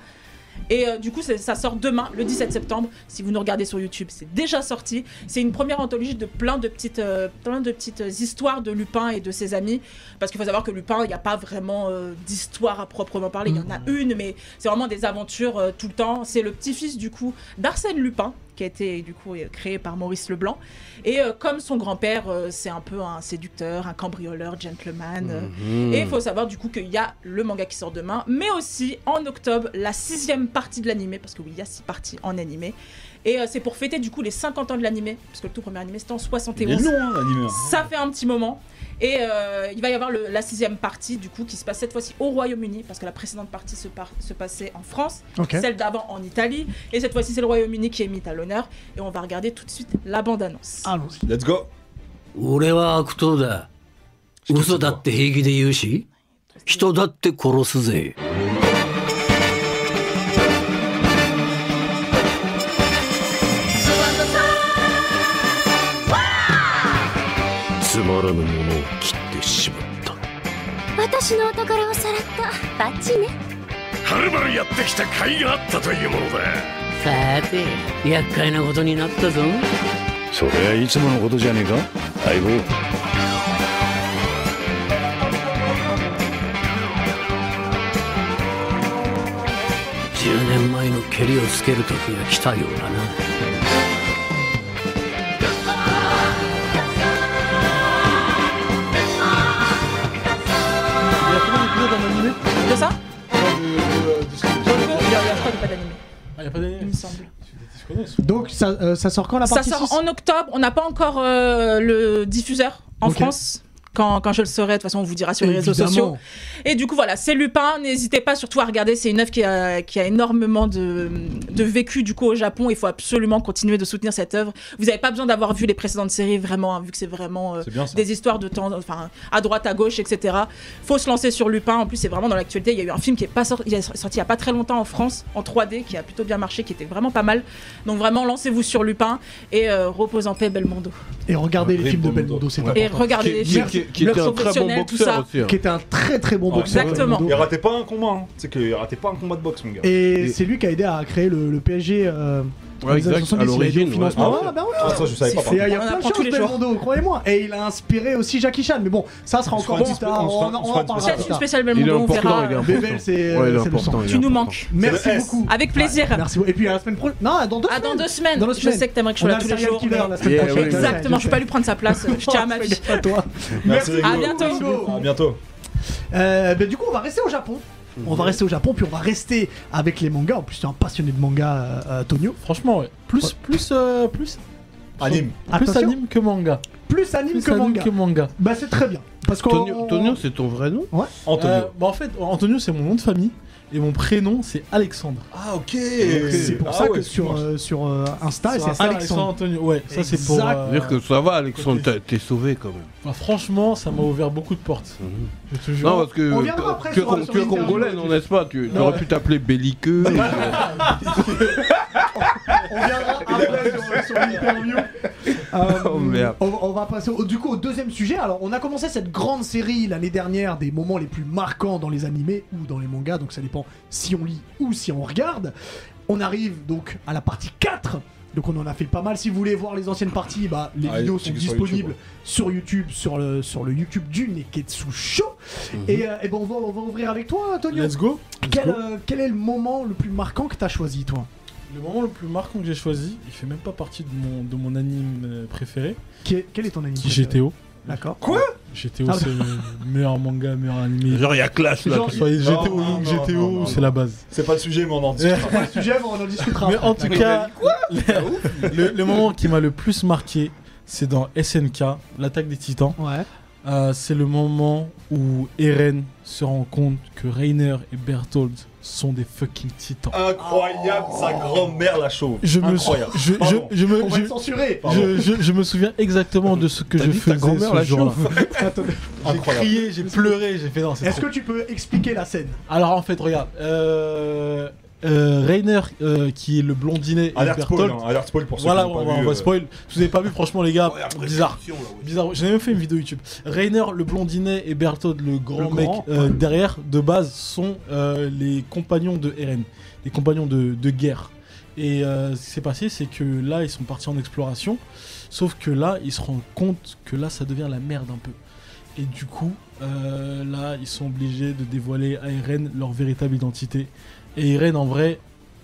[SPEAKER 6] Et euh, du coup, c'est- ça sort demain, le 17 septembre. Si vous nous regardez sur YouTube, c'est déjà sorti. C'est une première anthologie de plein de petites, euh, plein de petites euh, histoires de Lupin et de ses amis. Parce qu'il faut savoir que Lupin, il n'y a pas vraiment euh, d'histoire à proprement parler. Il y en a une, mais c'est vraiment des aventures euh, tout le temps. C'est le petit-fils, du coup, d'Arsène Lupin, qui a été, du coup, euh, créé par Maurice Leblanc. Et euh, comme son grand-père, euh, c'est un peu un séducteur, un cambrioleur, gentleman.
[SPEAKER 3] Mm.
[SPEAKER 6] euh,
[SPEAKER 3] Mhm.
[SPEAKER 6] et
[SPEAKER 3] Hmm.
[SPEAKER 6] il faut savoir du coup qu'il y a le manga qui sort demain, mais aussi en octobre la sixième partie de l'animé, parce que oui, il y a six parties en animé. Et euh, c'est pour fêter du coup les 50 ans de l'animé, parce que le tout premier animé c'était en
[SPEAKER 2] Il est
[SPEAKER 6] 71.
[SPEAKER 2] long, hein, l'animé. hein.
[SPEAKER 6] Ça fait un petit moment. Et euh, il va y avoir le- la sixième partie du coup qui se passe cette fois-ci au Royaume-Uni, parce que la précédente partie se, par- se passait en France,
[SPEAKER 1] Ok.
[SPEAKER 6] celle d'avant en Italie, et cette fois-ci c'est le Royaume-Uni qui est mis à l'honneur. Et on va regarder tout de suite la bande-annonce.
[SPEAKER 1] Allons-y.
[SPEAKER 2] Let's go.
[SPEAKER 7] 俺は悪党だ嘘だって平気で言うし人だって殺すぜ
[SPEAKER 5] つまらぬものを切ってしまった
[SPEAKER 8] 私のお宝をさらったバッチね
[SPEAKER 5] はるばるやってきた甲斐があったというものだ
[SPEAKER 7] さて厄介なことになったぞ
[SPEAKER 5] それはいつものことじゃねえか相棒
[SPEAKER 7] 10年前のケリをつける時が来たようだな
[SPEAKER 4] Il y a combien d'épisodes en animé
[SPEAKER 6] De ça
[SPEAKER 4] de, de, de ce que-
[SPEAKER 6] Pour le coup, il y a- je crois qu'il y a pas d'animé,
[SPEAKER 4] Ah, il y a pas
[SPEAKER 6] il
[SPEAKER 4] d'animé.
[SPEAKER 6] me semble.
[SPEAKER 4] Je connais, ce-
[SPEAKER 1] Donc ça, euh, ça sort quand la
[SPEAKER 6] Ça
[SPEAKER 1] partie
[SPEAKER 6] sort
[SPEAKER 1] 6?
[SPEAKER 6] en octobre. On n'a pas encore euh, le diffuseur en
[SPEAKER 1] Ok.
[SPEAKER 6] France. Quand, quand je le saurai, de toute façon, on vous dira sur les réseaux sociaux.
[SPEAKER 1] Évidemment.
[SPEAKER 6] Et du coup, voilà, c'est Lupin. N'hésitez pas surtout à regarder. C'est une œuvre qui a, qui a énormément de, de vécu du coup au Japon. Il faut absolument continuer de soutenir cette œuvre. Vous n'avez pas besoin d'avoir vu les précédentes séries vraiment, hein, vu que c'est vraiment euh,
[SPEAKER 2] C'est bien ça.
[SPEAKER 6] des histoires de temps, enfin à droite, à gauche, etc. Faut se lancer sur Lupin. En plus, c'est vraiment dans l'actualité. Il y a eu un film qui est pas sorti, il est sorti il y a pas très longtemps en France en 3D, qui a plutôt bien marché, qui était vraiment pas mal. Donc vraiment, lancez-vous sur Lupin et euh, repose en paix Belmondo.
[SPEAKER 1] Et regardez les films de Belmondo,
[SPEAKER 2] Belmondo.
[SPEAKER 1] c'est
[SPEAKER 3] Ouais.
[SPEAKER 1] important.
[SPEAKER 6] Et regardez
[SPEAKER 3] Bah,
[SPEAKER 6] les
[SPEAKER 3] Qui- Qui
[SPEAKER 6] films.
[SPEAKER 3] qui
[SPEAKER 6] Leur
[SPEAKER 3] était un très bon
[SPEAKER 6] professionnel, tout ça.
[SPEAKER 3] boxeur aussi. hein.
[SPEAKER 1] Qui était un très très bon
[SPEAKER 2] Ouais.
[SPEAKER 1] boxeur.
[SPEAKER 6] Exactement.
[SPEAKER 1] Belmondo.
[SPEAKER 2] Il ratait pas un combat. hein. C'est qu'il ratait pas un combat de boxe, mon gars.
[SPEAKER 1] Et c'est lui qui a aidé à créer le, le PSG euh,
[SPEAKER 3] Ouais,
[SPEAKER 4] les années
[SPEAKER 3] exact, à
[SPEAKER 4] 70, il a aidé au
[SPEAKER 3] l'origine, ouais.
[SPEAKER 4] financement.
[SPEAKER 1] Ah, bah oui.
[SPEAKER 2] Ah, ça, je savais pas. par
[SPEAKER 1] Et euh, il y a
[SPEAKER 6] On
[SPEAKER 1] plein
[SPEAKER 6] en
[SPEAKER 1] de
[SPEAKER 6] apprend tous
[SPEAKER 1] choses,
[SPEAKER 6] les jours.
[SPEAKER 1] Belmondo, croyez-moi. Et il a inspiré aussi Jackie Chan. Mais bon, ça sera
[SPEAKER 2] On se
[SPEAKER 1] encore
[SPEAKER 2] fera
[SPEAKER 1] plus
[SPEAKER 2] une spé-
[SPEAKER 1] tard.
[SPEAKER 2] on se fera-
[SPEAKER 1] On en
[SPEAKER 2] on se
[SPEAKER 1] on
[SPEAKER 2] fera
[SPEAKER 1] en
[SPEAKER 2] une
[SPEAKER 1] parlera
[SPEAKER 2] spéciale-
[SPEAKER 1] plus
[SPEAKER 6] Spécial,
[SPEAKER 1] tard.
[SPEAKER 6] spécial
[SPEAKER 3] Il est
[SPEAKER 6] Belmondo, on
[SPEAKER 3] important,
[SPEAKER 6] verra.
[SPEAKER 3] il est important.
[SPEAKER 1] Bébel, c'est
[SPEAKER 3] Ouais, il est
[SPEAKER 1] c'est le
[SPEAKER 3] important,
[SPEAKER 1] sang.
[SPEAKER 3] il est
[SPEAKER 6] Tu nous
[SPEAKER 3] important.
[SPEAKER 6] manques.
[SPEAKER 1] Merci
[SPEAKER 2] C'est le S.
[SPEAKER 1] beaucoup.
[SPEAKER 6] Avec plaisir.
[SPEAKER 1] Merci beaucoup. Et puis à la semaine prochaine. Non, à dans deux
[SPEAKER 6] Ah,
[SPEAKER 1] semaines.
[SPEAKER 6] dans deux semaines.
[SPEAKER 1] Dans deux
[SPEAKER 6] Je
[SPEAKER 1] semaines.
[SPEAKER 6] sais que t'aimerais que je
[SPEAKER 1] On
[SPEAKER 6] sois
[SPEAKER 1] a
[SPEAKER 6] là tous
[SPEAKER 1] le
[SPEAKER 6] les
[SPEAKER 1] serial
[SPEAKER 6] jours.
[SPEAKER 1] killer
[SPEAKER 6] mais-
[SPEAKER 1] la semaine
[SPEAKER 3] Yeah,
[SPEAKER 1] prochaine.
[SPEAKER 3] oui,
[SPEAKER 6] Exactement, je peux pas lui prendre sa place. Je tiens à
[SPEAKER 9] [laughs]
[SPEAKER 6] ma vie.
[SPEAKER 1] À toi.
[SPEAKER 2] Merci, Hugo.
[SPEAKER 6] À bientôt, Hugo.
[SPEAKER 2] À bientôt.
[SPEAKER 1] Euh, ben, du coup, on va rester au Japon.
[SPEAKER 3] Mm-hmm.
[SPEAKER 1] On va rester au Japon, puis on va rester avec les mangas. En plus, tu es un passionné de manga, euh, euh, Tonio.
[SPEAKER 4] Franchement, ouais. Plus, plus, euh, plus,
[SPEAKER 2] Anime.
[SPEAKER 4] plus
[SPEAKER 1] Attention.
[SPEAKER 4] anime que manga.
[SPEAKER 1] Plus anime
[SPEAKER 4] Plus
[SPEAKER 1] que
[SPEAKER 4] anime
[SPEAKER 1] manga.
[SPEAKER 4] que manga.
[SPEAKER 1] Bah, c'est très bien. Parce qu'on.
[SPEAKER 3] Tonio, Tonio, c'est ton vrai nom
[SPEAKER 2] Antonio.
[SPEAKER 4] Euh, bah, en fait, Antonio, c'est mon nom de famille. Et mon prénom, c'est Alexandre.
[SPEAKER 2] Ah, ok.
[SPEAKER 1] C'est pour
[SPEAKER 2] Ah
[SPEAKER 1] ça
[SPEAKER 2] ouais,
[SPEAKER 1] que sur,
[SPEAKER 2] excuse-moi.
[SPEAKER 1] euh, sur euh, Insta, c'est
[SPEAKER 4] Alexandre.
[SPEAKER 1] Alexandre.
[SPEAKER 4] Antonio. Ouais, ça c'est pour.
[SPEAKER 1] Exact.
[SPEAKER 4] euh,
[SPEAKER 3] C'est-à-dire que ça va, Alexandre, t'as- t'es sauvé quand même.
[SPEAKER 4] bah, franchement, ça m'a ouvert beaucoup de portes.
[SPEAKER 3] Mhm.
[SPEAKER 4] Je te jure.
[SPEAKER 3] Non, parce que
[SPEAKER 1] On viendra après
[SPEAKER 3] tu es,
[SPEAKER 1] sur-
[SPEAKER 3] con-
[SPEAKER 1] sur
[SPEAKER 3] tu es
[SPEAKER 1] l'interview,
[SPEAKER 3] congolais,
[SPEAKER 1] ouais,
[SPEAKER 3] non,
[SPEAKER 1] tu-
[SPEAKER 3] n'est-ce pas Tu aurais pu t'appeler belliqueux.
[SPEAKER 1] On viendra après sur, sur l'interview. Euh,
[SPEAKER 3] Oh, merde.
[SPEAKER 1] On, on va passer au- du coup au deuxième sujet. Alors, on a commencé cette grande série l'année dernière des moments les plus marquants dans les animés ou dans les mangas, donc ça dépend si on lit ou si on regarde. On arrive donc à la partie 4. Donc on en a fait pas mal. Si vous voulez voir les anciennes parties, bah, les
[SPEAKER 2] Ah,
[SPEAKER 1] vidéos sont
[SPEAKER 2] checkez sur YouTube,
[SPEAKER 1] disponibles
[SPEAKER 2] ouais.
[SPEAKER 1] sur YouTube, sur le, sur le YouTube du Neketsu Show.
[SPEAKER 2] Mhm.
[SPEAKER 1] Et, euh, eh ben on va, on va ouvrir avec toi, Antonio.
[SPEAKER 4] Let's go.
[SPEAKER 1] Quel,
[SPEAKER 4] go.
[SPEAKER 1] euh, quel est le moment le plus marquant que t'as choisi, toi
[SPEAKER 4] Le moment le plus marquant que j'ai choisi, il fait même pas partie de mon, de mon anime euh, préféré,
[SPEAKER 1] Qui est- Quel est ton anime
[SPEAKER 4] qui est
[SPEAKER 1] préféré
[SPEAKER 4] GTO.
[SPEAKER 1] D'accord.
[SPEAKER 4] GTO,
[SPEAKER 1] Ah,
[SPEAKER 4] c'est le meilleur manga,
[SPEAKER 3] [laughs]
[SPEAKER 4] meilleur animé.
[SPEAKER 3] Genre, il y a clash là.
[SPEAKER 1] Genre,
[SPEAKER 3] tu-
[SPEAKER 4] Soyez
[SPEAKER 2] Non, non,
[SPEAKER 4] GTO,
[SPEAKER 2] non, non, non,
[SPEAKER 4] GTO, c'est
[SPEAKER 2] non.
[SPEAKER 4] la base.
[SPEAKER 2] C'est pas le sujet, mais on en discute.
[SPEAKER 1] sujet, bon, on en discutera.
[SPEAKER 4] Mais
[SPEAKER 1] après.
[SPEAKER 4] en tout cas, le, le moment qui m'a le plus marqué, c'est dans SNK, l'attaque des titans.
[SPEAKER 1] Ouais.
[SPEAKER 4] Euh, c'est le moment où Eren se rend compte que Rainer et Berthold sont des fucking titans.
[SPEAKER 2] Incroyable, sa grand-mère la chauve.
[SPEAKER 4] Je me, sou-
[SPEAKER 2] Incroyable.
[SPEAKER 4] je, je,
[SPEAKER 2] Pardon.
[SPEAKER 4] je
[SPEAKER 1] On
[SPEAKER 4] me,
[SPEAKER 1] va être
[SPEAKER 4] je,
[SPEAKER 1] censuré.
[SPEAKER 4] je, je- je me souviens exactement de ce que
[SPEAKER 3] T'as
[SPEAKER 4] je
[SPEAKER 3] dit que ta
[SPEAKER 4] faisais
[SPEAKER 3] grand-mère,
[SPEAKER 4] ce
[SPEAKER 3] la
[SPEAKER 4] jour-là. [laughs]
[SPEAKER 1] Attendez.
[SPEAKER 4] J'ai
[SPEAKER 2] Incroyable.
[SPEAKER 4] crié, j'ai pleuré, j'ai fait non, c'est
[SPEAKER 1] Est-ce
[SPEAKER 4] trop.
[SPEAKER 1] que tu peux expliquer la scène
[SPEAKER 4] Alors en fait, regarde, euh, euh, Rainer euh, qui est le blondinet et
[SPEAKER 2] Alerte spoil,
[SPEAKER 4] Berthold-
[SPEAKER 2] hein, alerte spoil pour ceux
[SPEAKER 4] Voilà,
[SPEAKER 2] qui
[SPEAKER 4] on,
[SPEAKER 2] n'ont
[SPEAKER 4] va-
[SPEAKER 2] pas
[SPEAKER 4] on
[SPEAKER 2] vu,
[SPEAKER 4] va
[SPEAKER 2] euh,
[SPEAKER 4] spoil. Si vous avez pas vu, franchement, les gars,
[SPEAKER 3] Ouais, après,
[SPEAKER 4] bizarre.
[SPEAKER 3] pression, là, ouais.
[SPEAKER 4] Bizarre, j'en ai même fait une vidéo YouTube. Rainer, le blondinet et Berthold, le grand
[SPEAKER 1] Le
[SPEAKER 4] mec
[SPEAKER 1] grand.
[SPEAKER 4] euh, derrière, de base, sont euh, les compagnons de Eren, les compagnons de, de guerre. Et euh, ce qui s'est passé, c'est que là, ils sont partis en exploration, sauf que là, ils se rendent compte que là, ça devient la merde un peu. Et du coup, euh, là, ils sont obligés de dévoiler à Eren leur véritable identité. Et Eren, en vrai,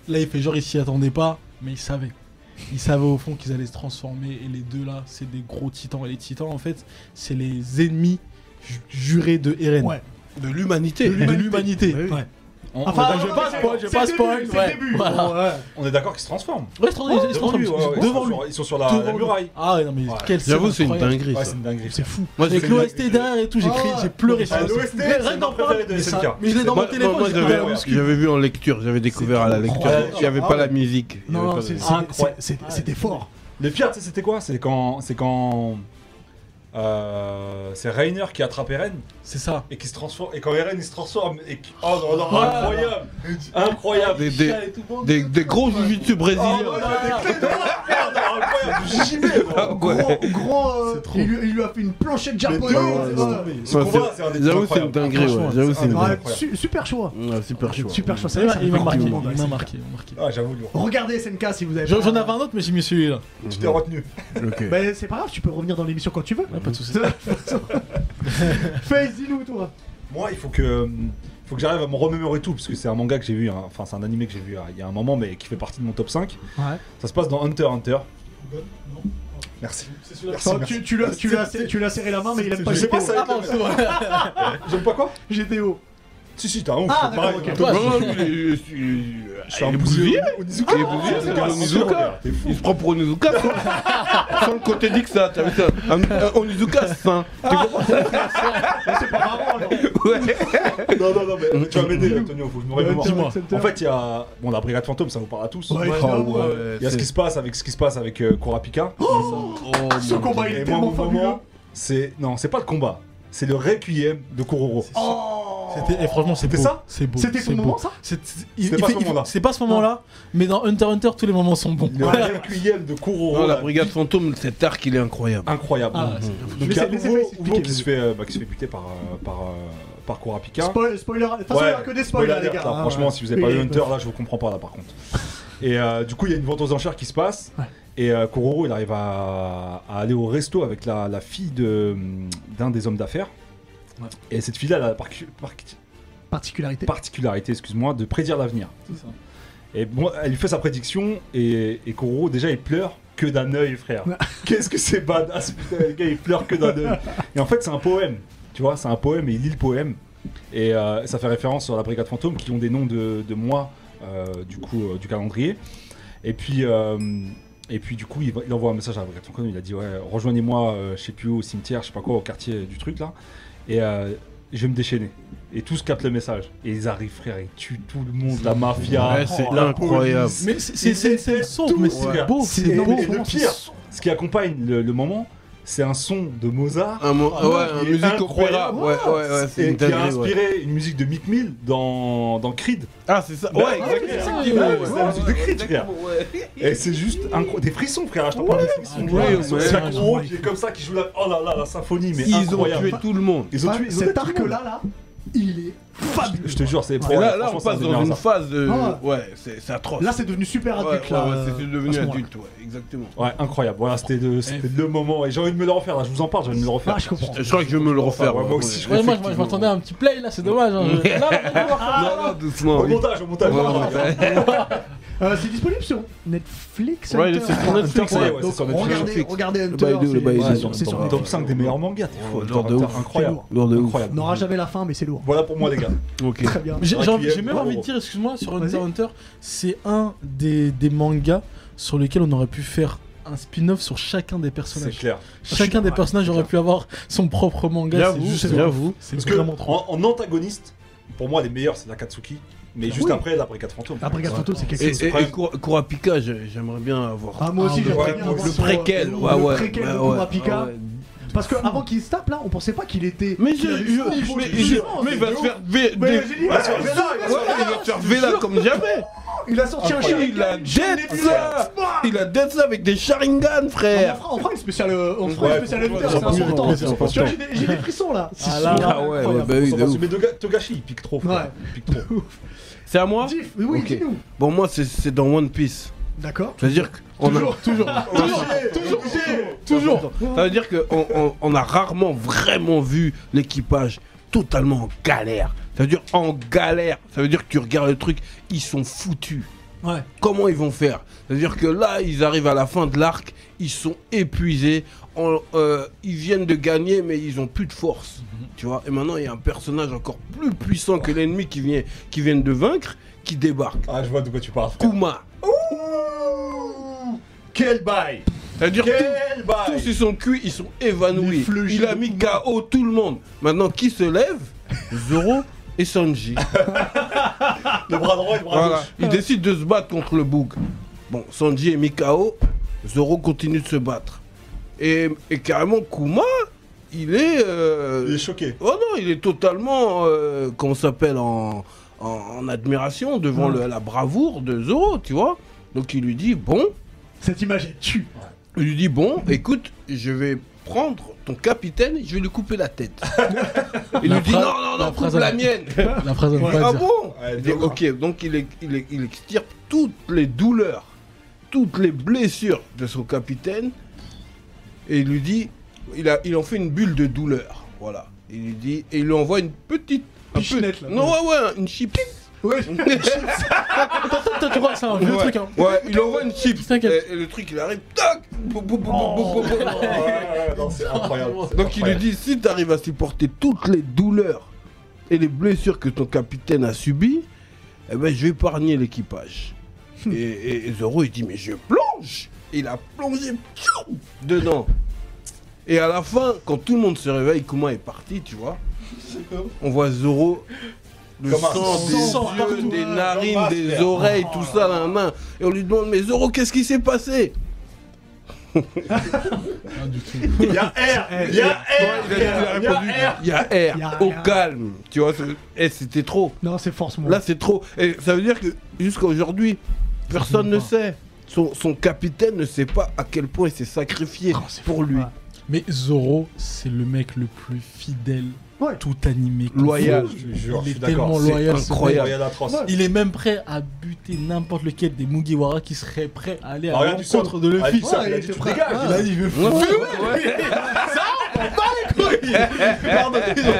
[SPEAKER 4] là, il fait genre, il s'y attendait pas, mais il savait. Il savait au fond qu'ils allaient se transformer. Et les deux là, c'est des gros titans. Et les titans, en fait, c'est les ennemis ju- jurés de Eren.
[SPEAKER 1] Ouais.
[SPEAKER 3] De l'humanité.
[SPEAKER 4] De l'humanité.
[SPEAKER 3] Ouais.
[SPEAKER 1] Ouais.
[SPEAKER 2] on-
[SPEAKER 4] Enfin,
[SPEAKER 1] non,
[SPEAKER 4] je
[SPEAKER 1] non,
[SPEAKER 4] passe,
[SPEAKER 1] mais
[SPEAKER 4] quoi,
[SPEAKER 1] c'est
[SPEAKER 4] je
[SPEAKER 1] bon,
[SPEAKER 4] passe
[SPEAKER 1] c'est
[SPEAKER 4] pas,
[SPEAKER 1] le début,
[SPEAKER 4] ouais.
[SPEAKER 1] c'est le début.
[SPEAKER 4] Voilà.
[SPEAKER 1] Bon, ouais.
[SPEAKER 2] on est d'accord qu'il se transforme.
[SPEAKER 4] Ouais, ils se transforment, Ah, ils se
[SPEAKER 2] Devant lui,
[SPEAKER 4] transforment,
[SPEAKER 2] ouais, ouais,
[SPEAKER 4] devant
[SPEAKER 2] ils
[SPEAKER 4] lui.
[SPEAKER 2] sont sur- Ils sont sur la,
[SPEAKER 4] Devant
[SPEAKER 2] la
[SPEAKER 4] lui.
[SPEAKER 2] muraille.
[SPEAKER 4] Ah non, mais
[SPEAKER 2] Ouais.
[SPEAKER 4] quelle scène
[SPEAKER 3] J'avoue, c'est une
[SPEAKER 4] incroyable.
[SPEAKER 3] dinguerie
[SPEAKER 2] Ouais,
[SPEAKER 3] ça.
[SPEAKER 2] c'est une dinguerie.
[SPEAKER 1] C'est fou.
[SPEAKER 3] Moi,
[SPEAKER 4] Avec
[SPEAKER 2] C'est
[SPEAKER 4] l'OST
[SPEAKER 2] dingue.
[SPEAKER 4] derrière et tout, j'ai
[SPEAKER 1] Ah
[SPEAKER 4] crié,
[SPEAKER 1] ouais.
[SPEAKER 4] j'ai pleuré. sur
[SPEAKER 2] Ah,
[SPEAKER 4] ça.
[SPEAKER 2] l'OST,
[SPEAKER 4] Rien
[SPEAKER 2] c'est
[SPEAKER 4] que
[SPEAKER 2] mon
[SPEAKER 4] d'en
[SPEAKER 2] préféré de
[SPEAKER 4] parler,
[SPEAKER 2] SNK.
[SPEAKER 4] ça- Mais je l'ai
[SPEAKER 3] Moi-
[SPEAKER 4] dans mon
[SPEAKER 3] moi-
[SPEAKER 4] téléphone,
[SPEAKER 3] moi,
[SPEAKER 4] j'ai regardé la
[SPEAKER 3] j'avais,
[SPEAKER 4] muscu.
[SPEAKER 3] j'avais vu en lecture, j'avais découvert à la lecture.
[SPEAKER 2] incroyable.
[SPEAKER 3] Il n'y avait
[SPEAKER 2] Ah
[SPEAKER 3] pas la
[SPEAKER 2] ouais.
[SPEAKER 3] musique. Il y
[SPEAKER 1] Non,
[SPEAKER 3] avait
[SPEAKER 1] non,
[SPEAKER 3] pas de-
[SPEAKER 1] c'est- c'est-
[SPEAKER 2] Incroyable.
[SPEAKER 1] c'est- c'est- c'était fort.
[SPEAKER 2] Le pire, tu sais, c'était quoi C'est quand. C'est quand. euh, c'est Rainer qui attrape Eren
[SPEAKER 4] C'est ça.
[SPEAKER 2] et qui se transforme. Et quand Eren il se transforme et qui- Oh non, non, incroyable Incroyable
[SPEAKER 3] Des, des, des, des gros jujitsu brésiliens.
[SPEAKER 2] Oh, là, des clés de bras, merde, incroyable J'y vais, moi.
[SPEAKER 3] Ouais.
[SPEAKER 1] Gros, gros, euh,
[SPEAKER 4] C'est trop.
[SPEAKER 1] il, lui, il lui a fait une planchette japonaise.
[SPEAKER 2] deux,
[SPEAKER 1] Ouais.
[SPEAKER 2] ouais,
[SPEAKER 3] Ouais,
[SPEAKER 2] Ce combat,
[SPEAKER 3] c'est-
[SPEAKER 2] c'est un des plus
[SPEAKER 3] J'avoue, c'est une
[SPEAKER 2] incroyables.
[SPEAKER 3] dinguerie. ouais.
[SPEAKER 4] Franchement,
[SPEAKER 3] J'avoue, c'est une
[SPEAKER 1] Ouais,
[SPEAKER 3] dinguerie.
[SPEAKER 2] incroyable.
[SPEAKER 1] su- super choix.
[SPEAKER 3] Ouais, Super chaud.
[SPEAKER 1] Super choix.
[SPEAKER 4] Ça, il m'a marqué,
[SPEAKER 1] Ouais,
[SPEAKER 4] il m'a
[SPEAKER 1] c'est
[SPEAKER 4] marqué, il m'a marqué.
[SPEAKER 2] Ah, j'avoue, lui.
[SPEAKER 1] Regardez SNK si vous avez.
[SPEAKER 4] J'en
[SPEAKER 1] pas-
[SPEAKER 4] j'en avais un autre, mais j'ai mis celui-là.
[SPEAKER 2] Tu t'es retenu.
[SPEAKER 3] Ok.
[SPEAKER 1] Bah, c'est pas grave, tu peux revenir dans l'émission quand tu veux.
[SPEAKER 4] Ouais, Pas de soucis.
[SPEAKER 1] [laughs] Fais, dis-nous, toi.
[SPEAKER 2] Moi, il faut que, faut que j'arrive à me remémorer tout, parce que c'est un manga que j'ai vu, hein, enfin c'est un animé que j'ai vu hein, il y a un moment, mais qui fait partie de mon top 5.
[SPEAKER 1] Ouais.
[SPEAKER 2] Ça se passe dans Hunter x Hunter. Merci. Merci,
[SPEAKER 1] Attends,
[SPEAKER 2] merci.
[SPEAKER 1] tu, tu l'as- tu l'as tu l'as serré la main, mais il aime pas
[SPEAKER 2] Je sais pas,
[SPEAKER 1] GTO.
[SPEAKER 2] ça va être la J'aime pas quoi
[SPEAKER 1] GTO.
[SPEAKER 2] Si, si, t'as un ouf.
[SPEAKER 1] Ah,
[SPEAKER 2] c'est
[SPEAKER 1] d'accord,
[SPEAKER 2] pareil.
[SPEAKER 1] ok.
[SPEAKER 3] Ouais,
[SPEAKER 2] Toi,
[SPEAKER 3] non, lui, il est- il est-
[SPEAKER 2] Je suis un
[SPEAKER 3] il est
[SPEAKER 2] bousillé.
[SPEAKER 3] bousillé.
[SPEAKER 2] Onizuka.
[SPEAKER 3] Il est bousillé,
[SPEAKER 2] Ah,
[SPEAKER 3] c'est
[SPEAKER 2] c'est
[SPEAKER 3] un
[SPEAKER 2] un
[SPEAKER 3] Onizuka.
[SPEAKER 2] T'es fou.
[SPEAKER 3] Il se prend pour Onizuka. sans- Sans le côté dit que ça. T'as vu ça Un un Onizuka sain. Tu
[SPEAKER 2] Ah.
[SPEAKER 3] comprends
[SPEAKER 1] C'est pas marrant, alors.
[SPEAKER 3] Ouais.
[SPEAKER 2] Non, non, non, mais tu vas m'aider, Antonio, faut que je me remémore.
[SPEAKER 1] Hunter x Hunter.
[SPEAKER 2] En fait, il y a. Bon, la Brigade Fantôme, ça vous parle à tous.
[SPEAKER 1] Ouais,
[SPEAKER 3] Oh,
[SPEAKER 1] non,
[SPEAKER 3] ouais,
[SPEAKER 1] ouais.
[SPEAKER 2] Il y a ce qui se passe avec ce qui se passe avec euh, Kurapika.
[SPEAKER 1] Ce combat, il est
[SPEAKER 2] Et moi, mon
[SPEAKER 1] tellement fabuleux.
[SPEAKER 2] moment, c'est. Non, c'est pas le combat. C'est le requiem de Kuroro.
[SPEAKER 4] C'était- et franchement, c'est
[SPEAKER 2] C'était
[SPEAKER 4] beau.
[SPEAKER 2] ça
[SPEAKER 4] C'est beau.
[SPEAKER 1] C'était
[SPEAKER 4] c'est
[SPEAKER 1] ton
[SPEAKER 4] beau.
[SPEAKER 1] moment, ça
[SPEAKER 4] C'est il-
[SPEAKER 2] C'était
[SPEAKER 4] il
[SPEAKER 2] pas
[SPEAKER 4] fait-
[SPEAKER 2] ce
[SPEAKER 4] il-
[SPEAKER 2] moment-là.
[SPEAKER 4] c'est pas ce moment-là, mais dans Hunter x Hunter, tous les moments sont bons.
[SPEAKER 2] Le requiem de Kuroro.
[SPEAKER 3] Non, la
[SPEAKER 2] là,
[SPEAKER 3] brigade fantôme, cet arc, il est incroyable.
[SPEAKER 2] incroyable. Mmh.
[SPEAKER 1] Ah, c'est-
[SPEAKER 2] Donc il y
[SPEAKER 1] Laissez-
[SPEAKER 2] a
[SPEAKER 1] laissez-le
[SPEAKER 2] Uvo,
[SPEAKER 1] s'expliquer,
[SPEAKER 2] Uvo qui, se
[SPEAKER 1] vas-y.
[SPEAKER 2] fait, euh, bah, qui se fait buter par, euh, par, euh, par Kurapika.
[SPEAKER 1] Spoil- spoiler, de toute façon, il y a que des spoilers, les
[SPEAKER 2] alert,
[SPEAKER 1] gars.
[SPEAKER 2] là.
[SPEAKER 1] hein,
[SPEAKER 2] franchement,
[SPEAKER 1] ouais.
[SPEAKER 2] si vous n'avez pas
[SPEAKER 1] Oui,
[SPEAKER 2] vu
[SPEAKER 1] oui,
[SPEAKER 2] Hunter,
[SPEAKER 1] oui.
[SPEAKER 2] là, je vous comprends pas, là, par contre. Et euh, du coup, il y a une vente aux enchères qui se passe.
[SPEAKER 1] Ouais.
[SPEAKER 2] Et euh, Kororo, il arrive à, à aller au resto avec la, la fille de- hum, d'un des hommes d'affaires.
[SPEAKER 4] Ouais.
[SPEAKER 2] Et cette fille-là, elle a la parcu- parc-
[SPEAKER 1] Particularité.
[SPEAKER 2] particularité, excuse-moi, de prédire l'avenir. Et bon, elle lui fait sa prédiction et, et Kororo, déjà, il pleure que d'un œil, frère.
[SPEAKER 1] Ouais.
[SPEAKER 2] [laughs] Qu'est-ce que c'est badass, putain, le gars, il pleure que d'un œil. Et en fait, c'est un poème, tu vois, c'est un poème et il lit le poème. Et euh, ça fait référence sur la brigade fantôme qui ont des noms de, de mois, euh, du coup, euh, du calendrier. Et puis, euh, et puis du coup, il, va- il envoie un message à la brigade fantôme, il a dit, ouais, rejoignez-moi, euh, je sais plus où, au cimetière, je sais pas quoi, au quartier du truc, là. Et euh, je vais me déchaîner. Et tous captent le message. Et ils arrivent, frère, ils tuent tout le monde, la mafia.
[SPEAKER 3] Ouais, c'est
[SPEAKER 2] oh, la
[SPEAKER 3] incroyable.
[SPEAKER 2] police.
[SPEAKER 4] Mais c'est- c'est c'est- c'est le son, mais c'est
[SPEAKER 2] Ouais.
[SPEAKER 4] beau,
[SPEAKER 2] Et,
[SPEAKER 4] c'est beau.
[SPEAKER 2] et le pire, ce qui accompagne le, le moment, c'est un son de Mozart.
[SPEAKER 3] Un, mo- ouais,
[SPEAKER 2] Ah, il est
[SPEAKER 3] un musique opéra.
[SPEAKER 2] incroyable.
[SPEAKER 3] Ouais, ouais, ouais, c'est
[SPEAKER 2] et
[SPEAKER 3] une
[SPEAKER 2] qui a
[SPEAKER 3] dinguerie. ouais.
[SPEAKER 2] inspiré une musique de Mick Mill dans, dans Creed.
[SPEAKER 3] Ah, c'est ça.
[SPEAKER 2] Bah,
[SPEAKER 3] Ouais,
[SPEAKER 2] ouais,
[SPEAKER 3] exactement.
[SPEAKER 2] c'est
[SPEAKER 4] ça.
[SPEAKER 3] Ouais,
[SPEAKER 2] Ouais,
[SPEAKER 3] ouais,
[SPEAKER 2] c'est
[SPEAKER 3] ouais,
[SPEAKER 2] la musique de Creed, frère.
[SPEAKER 3] exactement, ouais.
[SPEAKER 2] Et c'est juste incroyable. Des frissons, frère. Je t'en parle des frissons.
[SPEAKER 4] Ouais,
[SPEAKER 2] frère.
[SPEAKER 4] ouais,
[SPEAKER 2] C'est un
[SPEAKER 4] ouais.
[SPEAKER 2] gros qui est comme ça, qui joue la, oh là là, la symphonie, mais
[SPEAKER 3] Ils ont
[SPEAKER 2] incroyable.
[SPEAKER 3] tué tout le monde.
[SPEAKER 2] Ils ont tué, ils ont tué
[SPEAKER 1] cet
[SPEAKER 2] tout le monde. Ah,
[SPEAKER 1] arc-là, là, il est fabuleux.
[SPEAKER 2] Je te jure, c'est
[SPEAKER 3] Et là,
[SPEAKER 2] ouais,
[SPEAKER 3] là,
[SPEAKER 2] franchement,
[SPEAKER 3] on
[SPEAKER 2] ça
[SPEAKER 3] passe
[SPEAKER 2] faisait
[SPEAKER 3] dans
[SPEAKER 2] bien,
[SPEAKER 3] une
[SPEAKER 2] ça.
[SPEAKER 3] phase de.
[SPEAKER 1] Ah
[SPEAKER 3] Ouais, c'est c'est atroce.
[SPEAKER 1] Là, c'est devenu super
[SPEAKER 3] Ouais,
[SPEAKER 1] adulte,
[SPEAKER 3] ouais,
[SPEAKER 1] là.
[SPEAKER 3] ouais,
[SPEAKER 1] euh,
[SPEAKER 3] c'est devenu
[SPEAKER 1] à ce moment-là.
[SPEAKER 3] adulte, ouais, exactement.
[SPEAKER 2] hein. Ouais, incroyable. Voilà, c'était de- c'était le moment. Et j'ai envie de me le refaire. Là, je vous en parle, j'ai envie de me le refaire.
[SPEAKER 1] Ah, je comprends.
[SPEAKER 3] Je crois que je vais me le refaire.
[SPEAKER 2] Ouais, moi aussi,
[SPEAKER 4] Ouais, moi, je- je m'attendais à un petit play là, c'est dommage. hein. Je- Non, non, non, non, non.
[SPEAKER 3] Non, non, doucement.
[SPEAKER 2] Au
[SPEAKER 3] Ah, oui.
[SPEAKER 2] montage, au montage.
[SPEAKER 3] Ouais,
[SPEAKER 2] au montage.
[SPEAKER 3] ouais, ouais.
[SPEAKER 1] Euh, c'est disponible sur Netflix.
[SPEAKER 3] Ouais,
[SPEAKER 1] Hunter.
[SPEAKER 3] c'est sur Netflix,
[SPEAKER 2] ouais,
[SPEAKER 1] ouais,
[SPEAKER 2] ouais,
[SPEAKER 1] donc
[SPEAKER 2] c'est sur Netflix.
[SPEAKER 1] regardez,
[SPEAKER 3] Netflix.
[SPEAKER 1] regardez Hunter.
[SPEAKER 3] Baidu, le
[SPEAKER 1] c'est-
[SPEAKER 3] Baidu,
[SPEAKER 1] ouais,
[SPEAKER 3] ils ont
[SPEAKER 1] c'est sur
[SPEAKER 3] tombé.
[SPEAKER 1] Netflix.
[SPEAKER 2] Top 5 des meilleurs mangas, t'es fou.
[SPEAKER 3] Ouais,
[SPEAKER 2] Doctor
[SPEAKER 3] de ouf.
[SPEAKER 2] Hunter, Incroyable.
[SPEAKER 1] C'est
[SPEAKER 3] Non, de ouf.
[SPEAKER 1] On
[SPEAKER 2] Incroyable.
[SPEAKER 1] n'aura jamais la fin, mais c'est lourd.
[SPEAKER 2] [laughs] Voilà pour moi, les gars.
[SPEAKER 3] Ok.
[SPEAKER 1] Très bien.
[SPEAKER 4] J'ai
[SPEAKER 2] Ouais,
[SPEAKER 4] j'ai-
[SPEAKER 2] qu'il y a-
[SPEAKER 4] j'ai même
[SPEAKER 2] bravo.
[SPEAKER 4] envie de dire, excuse-moi, sur Hunter x
[SPEAKER 1] Vas-y.
[SPEAKER 4] Hunter, c'est un des, des mangas sur lesquels on aurait pu faire un spin-off sur chacun des
[SPEAKER 2] C'est
[SPEAKER 4] personnages.
[SPEAKER 2] clair. Ah,
[SPEAKER 4] Chacun des
[SPEAKER 1] Ouais,
[SPEAKER 4] personnages aurait pu avoir son propre manga. C'est
[SPEAKER 3] J'avoue,
[SPEAKER 4] juste,
[SPEAKER 3] j'avoue.
[SPEAKER 4] c'est
[SPEAKER 2] Parce que
[SPEAKER 4] vraiment trop.
[SPEAKER 2] en, en antagoniste, pour moi, les meilleurs, c'est Nakatsuki. Mais
[SPEAKER 3] Ah
[SPEAKER 2] juste
[SPEAKER 1] Oui.
[SPEAKER 2] après, la Brigade Fantôme.
[SPEAKER 1] La Brigade
[SPEAKER 2] Ouais.
[SPEAKER 1] Fantôme, c'est quelque
[SPEAKER 3] Et,
[SPEAKER 1] chose.
[SPEAKER 3] et, et Kura- Kurapika, j'ai- j'aimerais bien avoir.
[SPEAKER 1] Ah, moi aussi,
[SPEAKER 4] Ah,
[SPEAKER 1] j'aimerais
[SPEAKER 2] ouais,
[SPEAKER 1] bien
[SPEAKER 2] le
[SPEAKER 1] avoir
[SPEAKER 3] le
[SPEAKER 1] sur-
[SPEAKER 3] préquel,
[SPEAKER 1] le-
[SPEAKER 3] ouais, ouais.
[SPEAKER 1] Le préquel
[SPEAKER 3] ouais,
[SPEAKER 1] de
[SPEAKER 3] ouais, Ah,
[SPEAKER 1] Kurapika.
[SPEAKER 3] ouais.
[SPEAKER 1] Parce que avant qu'il se tape, là, on pensait pas qu'il était.
[SPEAKER 3] Mais je,
[SPEAKER 1] qu'il avait son
[SPEAKER 3] je-
[SPEAKER 1] niveau,
[SPEAKER 3] mais,
[SPEAKER 1] je te
[SPEAKER 3] je-
[SPEAKER 1] jure,
[SPEAKER 3] mais il va
[SPEAKER 1] c'est
[SPEAKER 3] se
[SPEAKER 1] de
[SPEAKER 3] faire V.
[SPEAKER 1] Mais
[SPEAKER 3] des-
[SPEAKER 1] j'ai dit, il va se faire Vela, il va se
[SPEAKER 3] Ouais,
[SPEAKER 1] faire
[SPEAKER 3] il va se faire V là comme jamais.
[SPEAKER 1] ouf. Il a sorti un chien.
[SPEAKER 3] Il a dead ça. Il a dead ça avec des Sharingan,
[SPEAKER 1] On
[SPEAKER 3] frère.
[SPEAKER 1] fera, on fera une spéciale, euh, on fera
[SPEAKER 2] Ouais,
[SPEAKER 1] une spéciale
[SPEAKER 2] pour-
[SPEAKER 1] Hunter,
[SPEAKER 2] pour-
[SPEAKER 1] c'est important.
[SPEAKER 2] pour-
[SPEAKER 1] Tu
[SPEAKER 2] pour-
[SPEAKER 1] vois,
[SPEAKER 2] pour-
[SPEAKER 1] j'ai des- j'ai des frissons là. C'est
[SPEAKER 4] Ah là,
[SPEAKER 1] sûr.
[SPEAKER 3] Ah ouais, ouais, bah oui, de
[SPEAKER 2] Sans-
[SPEAKER 3] ouf.
[SPEAKER 2] Mais Doga- Togashi, il pique trop. frère.
[SPEAKER 1] Ouais.
[SPEAKER 2] Il pique trop.
[SPEAKER 3] C'est à moi
[SPEAKER 1] Diff, mais oui,
[SPEAKER 3] Ok.
[SPEAKER 1] dis-nous.
[SPEAKER 3] Bon, moi, c'est- c'est dans One Piece.
[SPEAKER 1] D'accord.
[SPEAKER 3] C'est-à-dire qu'on a.
[SPEAKER 1] toujours.
[SPEAKER 3] Toujours, toujours, toujours. Ça veut dire qu'on on, on a rarement vraiment vu l'équipage totalement en galère. Ça veut dire en galère. Ça veut dire que tu regardes le truc, ils sont foutus.
[SPEAKER 1] Ouais.
[SPEAKER 3] Comment ils vont faire C'est-à-dire que là, ils arrivent à la fin de l'arc, ils sont épuisés. en- euh, ils viennent de gagner, mais ils ont plus de force. Tu vois Et maintenant, il y a un personnage encore plus puissant que l'ennemi qui vient, qui vient de vaincre, qui débarque.
[SPEAKER 2] Ah, je vois de quoi tu parles. frère.
[SPEAKER 3] Kuma.
[SPEAKER 2] Quel bail
[SPEAKER 3] C'est-à-dire que
[SPEAKER 2] Quel
[SPEAKER 3] tous
[SPEAKER 2] bail
[SPEAKER 3] ils sont cuits, ils sont évanouis. Il a mis KO tout le monde. Maintenant, qui se lève Zoro et Sanji.
[SPEAKER 2] Le bras droit et le bras
[SPEAKER 3] Voilà.
[SPEAKER 2] gauche.
[SPEAKER 3] Ils décident de se battre contre le Boog. Bon, Sanji est mis KO. Zoro continue de se battre. Et, et carrément, Kuma, il est. euh,
[SPEAKER 2] Il est choqué.
[SPEAKER 3] Oh non, il est totalement, euh, comment ça s'appelle, en, en- en admiration devant le- la bravoure de Zoro, tu vois. Donc il lui dit Bon,
[SPEAKER 1] Cette image elle tue.
[SPEAKER 3] il lui dit bon, écoute, je vais prendre ton capitaine, et je vais lui couper
[SPEAKER 1] [laughs]
[SPEAKER 3] la tête. il
[SPEAKER 4] La
[SPEAKER 3] lui dit
[SPEAKER 4] phrase-
[SPEAKER 3] non, non, non,
[SPEAKER 4] la
[SPEAKER 3] coupe
[SPEAKER 4] phrase
[SPEAKER 3] la
[SPEAKER 4] à-
[SPEAKER 3] mienne.
[SPEAKER 4] La phrase à ne pas
[SPEAKER 3] ah
[SPEAKER 4] dire.
[SPEAKER 3] bon
[SPEAKER 2] Ouais,
[SPEAKER 3] Il dit,
[SPEAKER 2] d'accord.
[SPEAKER 3] Ok, donc il, est- il, est- il extirpe toutes les douleurs, toutes les blessures de son capitaine, et il lui dit, il, a, il en fait une bulle de douleur, voilà. Il lui dit, et il lui envoie une petite, un
[SPEAKER 1] Pichenette, là.
[SPEAKER 3] non ouais ouais, une chipette. [laughs]
[SPEAKER 1] Ouais.
[SPEAKER 4] Attends, attends, tu vois, [laughs] c'est un vieux
[SPEAKER 3] Ouais.
[SPEAKER 4] truc. Hein.
[SPEAKER 3] Ouais, il envoie une chip. Et,
[SPEAKER 4] T'inquiète. Oh.
[SPEAKER 3] et le truc, il arrive. Tac Bou, bou, bou, bou, bou, bou, bou.
[SPEAKER 2] Ouais, ouais, ouais, non, c'est [laughs] incroyable. c'est
[SPEAKER 3] Donc il lui
[SPEAKER 2] incroyable.
[SPEAKER 3] dit si t'arrives à supporter toutes les douleurs et les blessures que ton capitaine a subies, eh ben je vais épargner l'équipage.
[SPEAKER 2] Hmm.
[SPEAKER 3] et, et- et Zoro il dit mais je plonge. Et il a plongé tchou, dedans. Et à la fin, quand tout le monde se réveille, Kuma est parti, tu vois. On voit Zoro. Le
[SPEAKER 2] Comme un
[SPEAKER 3] sang des
[SPEAKER 2] sang
[SPEAKER 3] yeux,
[SPEAKER 2] partout.
[SPEAKER 3] des
[SPEAKER 2] Ouais,
[SPEAKER 3] narines,
[SPEAKER 2] comme un
[SPEAKER 3] des
[SPEAKER 2] fer.
[SPEAKER 3] oreilles, tout ça, là, là. Et on lui demande, mais Zoro, qu'est-ce qui s'est passé
[SPEAKER 4] Ah, du tout.
[SPEAKER 2] Il y a
[SPEAKER 1] Eh,
[SPEAKER 2] R Il y a R
[SPEAKER 3] Il a- il a
[SPEAKER 2] Il y a
[SPEAKER 3] répondu,
[SPEAKER 2] R
[SPEAKER 3] Il y a
[SPEAKER 1] Il y
[SPEAKER 3] air,
[SPEAKER 1] a
[SPEAKER 3] au
[SPEAKER 1] air.
[SPEAKER 3] calme. Tu vois, c'est- eh, c'était trop.
[SPEAKER 1] Non, c'est force moi.
[SPEAKER 3] Là, c'est trop. Et ça veut dire que jusqu'à aujourd'hui, personne ne
[SPEAKER 4] pas.
[SPEAKER 3] sait. Son, son capitaine ne sait pas à quel point il s'est sacrifié
[SPEAKER 1] Oh, c'est
[SPEAKER 3] pour lui.
[SPEAKER 1] ouais.
[SPEAKER 4] Mais Zoro, c'est le mec le plus fidèle,
[SPEAKER 1] Ouais.
[SPEAKER 4] tout animé. qu'on
[SPEAKER 3] Loyal.
[SPEAKER 4] voit.
[SPEAKER 2] Je te jure,
[SPEAKER 4] Il
[SPEAKER 2] je
[SPEAKER 4] est
[SPEAKER 2] suis
[SPEAKER 4] tellement
[SPEAKER 2] d'accord.
[SPEAKER 4] loyal. ce mec.
[SPEAKER 3] incroyable.
[SPEAKER 2] Royal atroce.
[SPEAKER 1] Ouais.
[SPEAKER 4] Il est même prêt à buter n'importe lequel des Mugiwara qui serait prêt à aller à
[SPEAKER 2] Ah, regarde du
[SPEAKER 4] l'encontre
[SPEAKER 2] son.
[SPEAKER 4] de
[SPEAKER 2] Ah,
[SPEAKER 4] Luffy.
[SPEAKER 2] il dit ça,
[SPEAKER 1] Ouais,
[SPEAKER 2] il a Ah.
[SPEAKER 1] il
[SPEAKER 2] dit,
[SPEAKER 1] était
[SPEAKER 2] tu
[SPEAKER 1] prêt.
[SPEAKER 2] dégages, il a dit, je veux fou.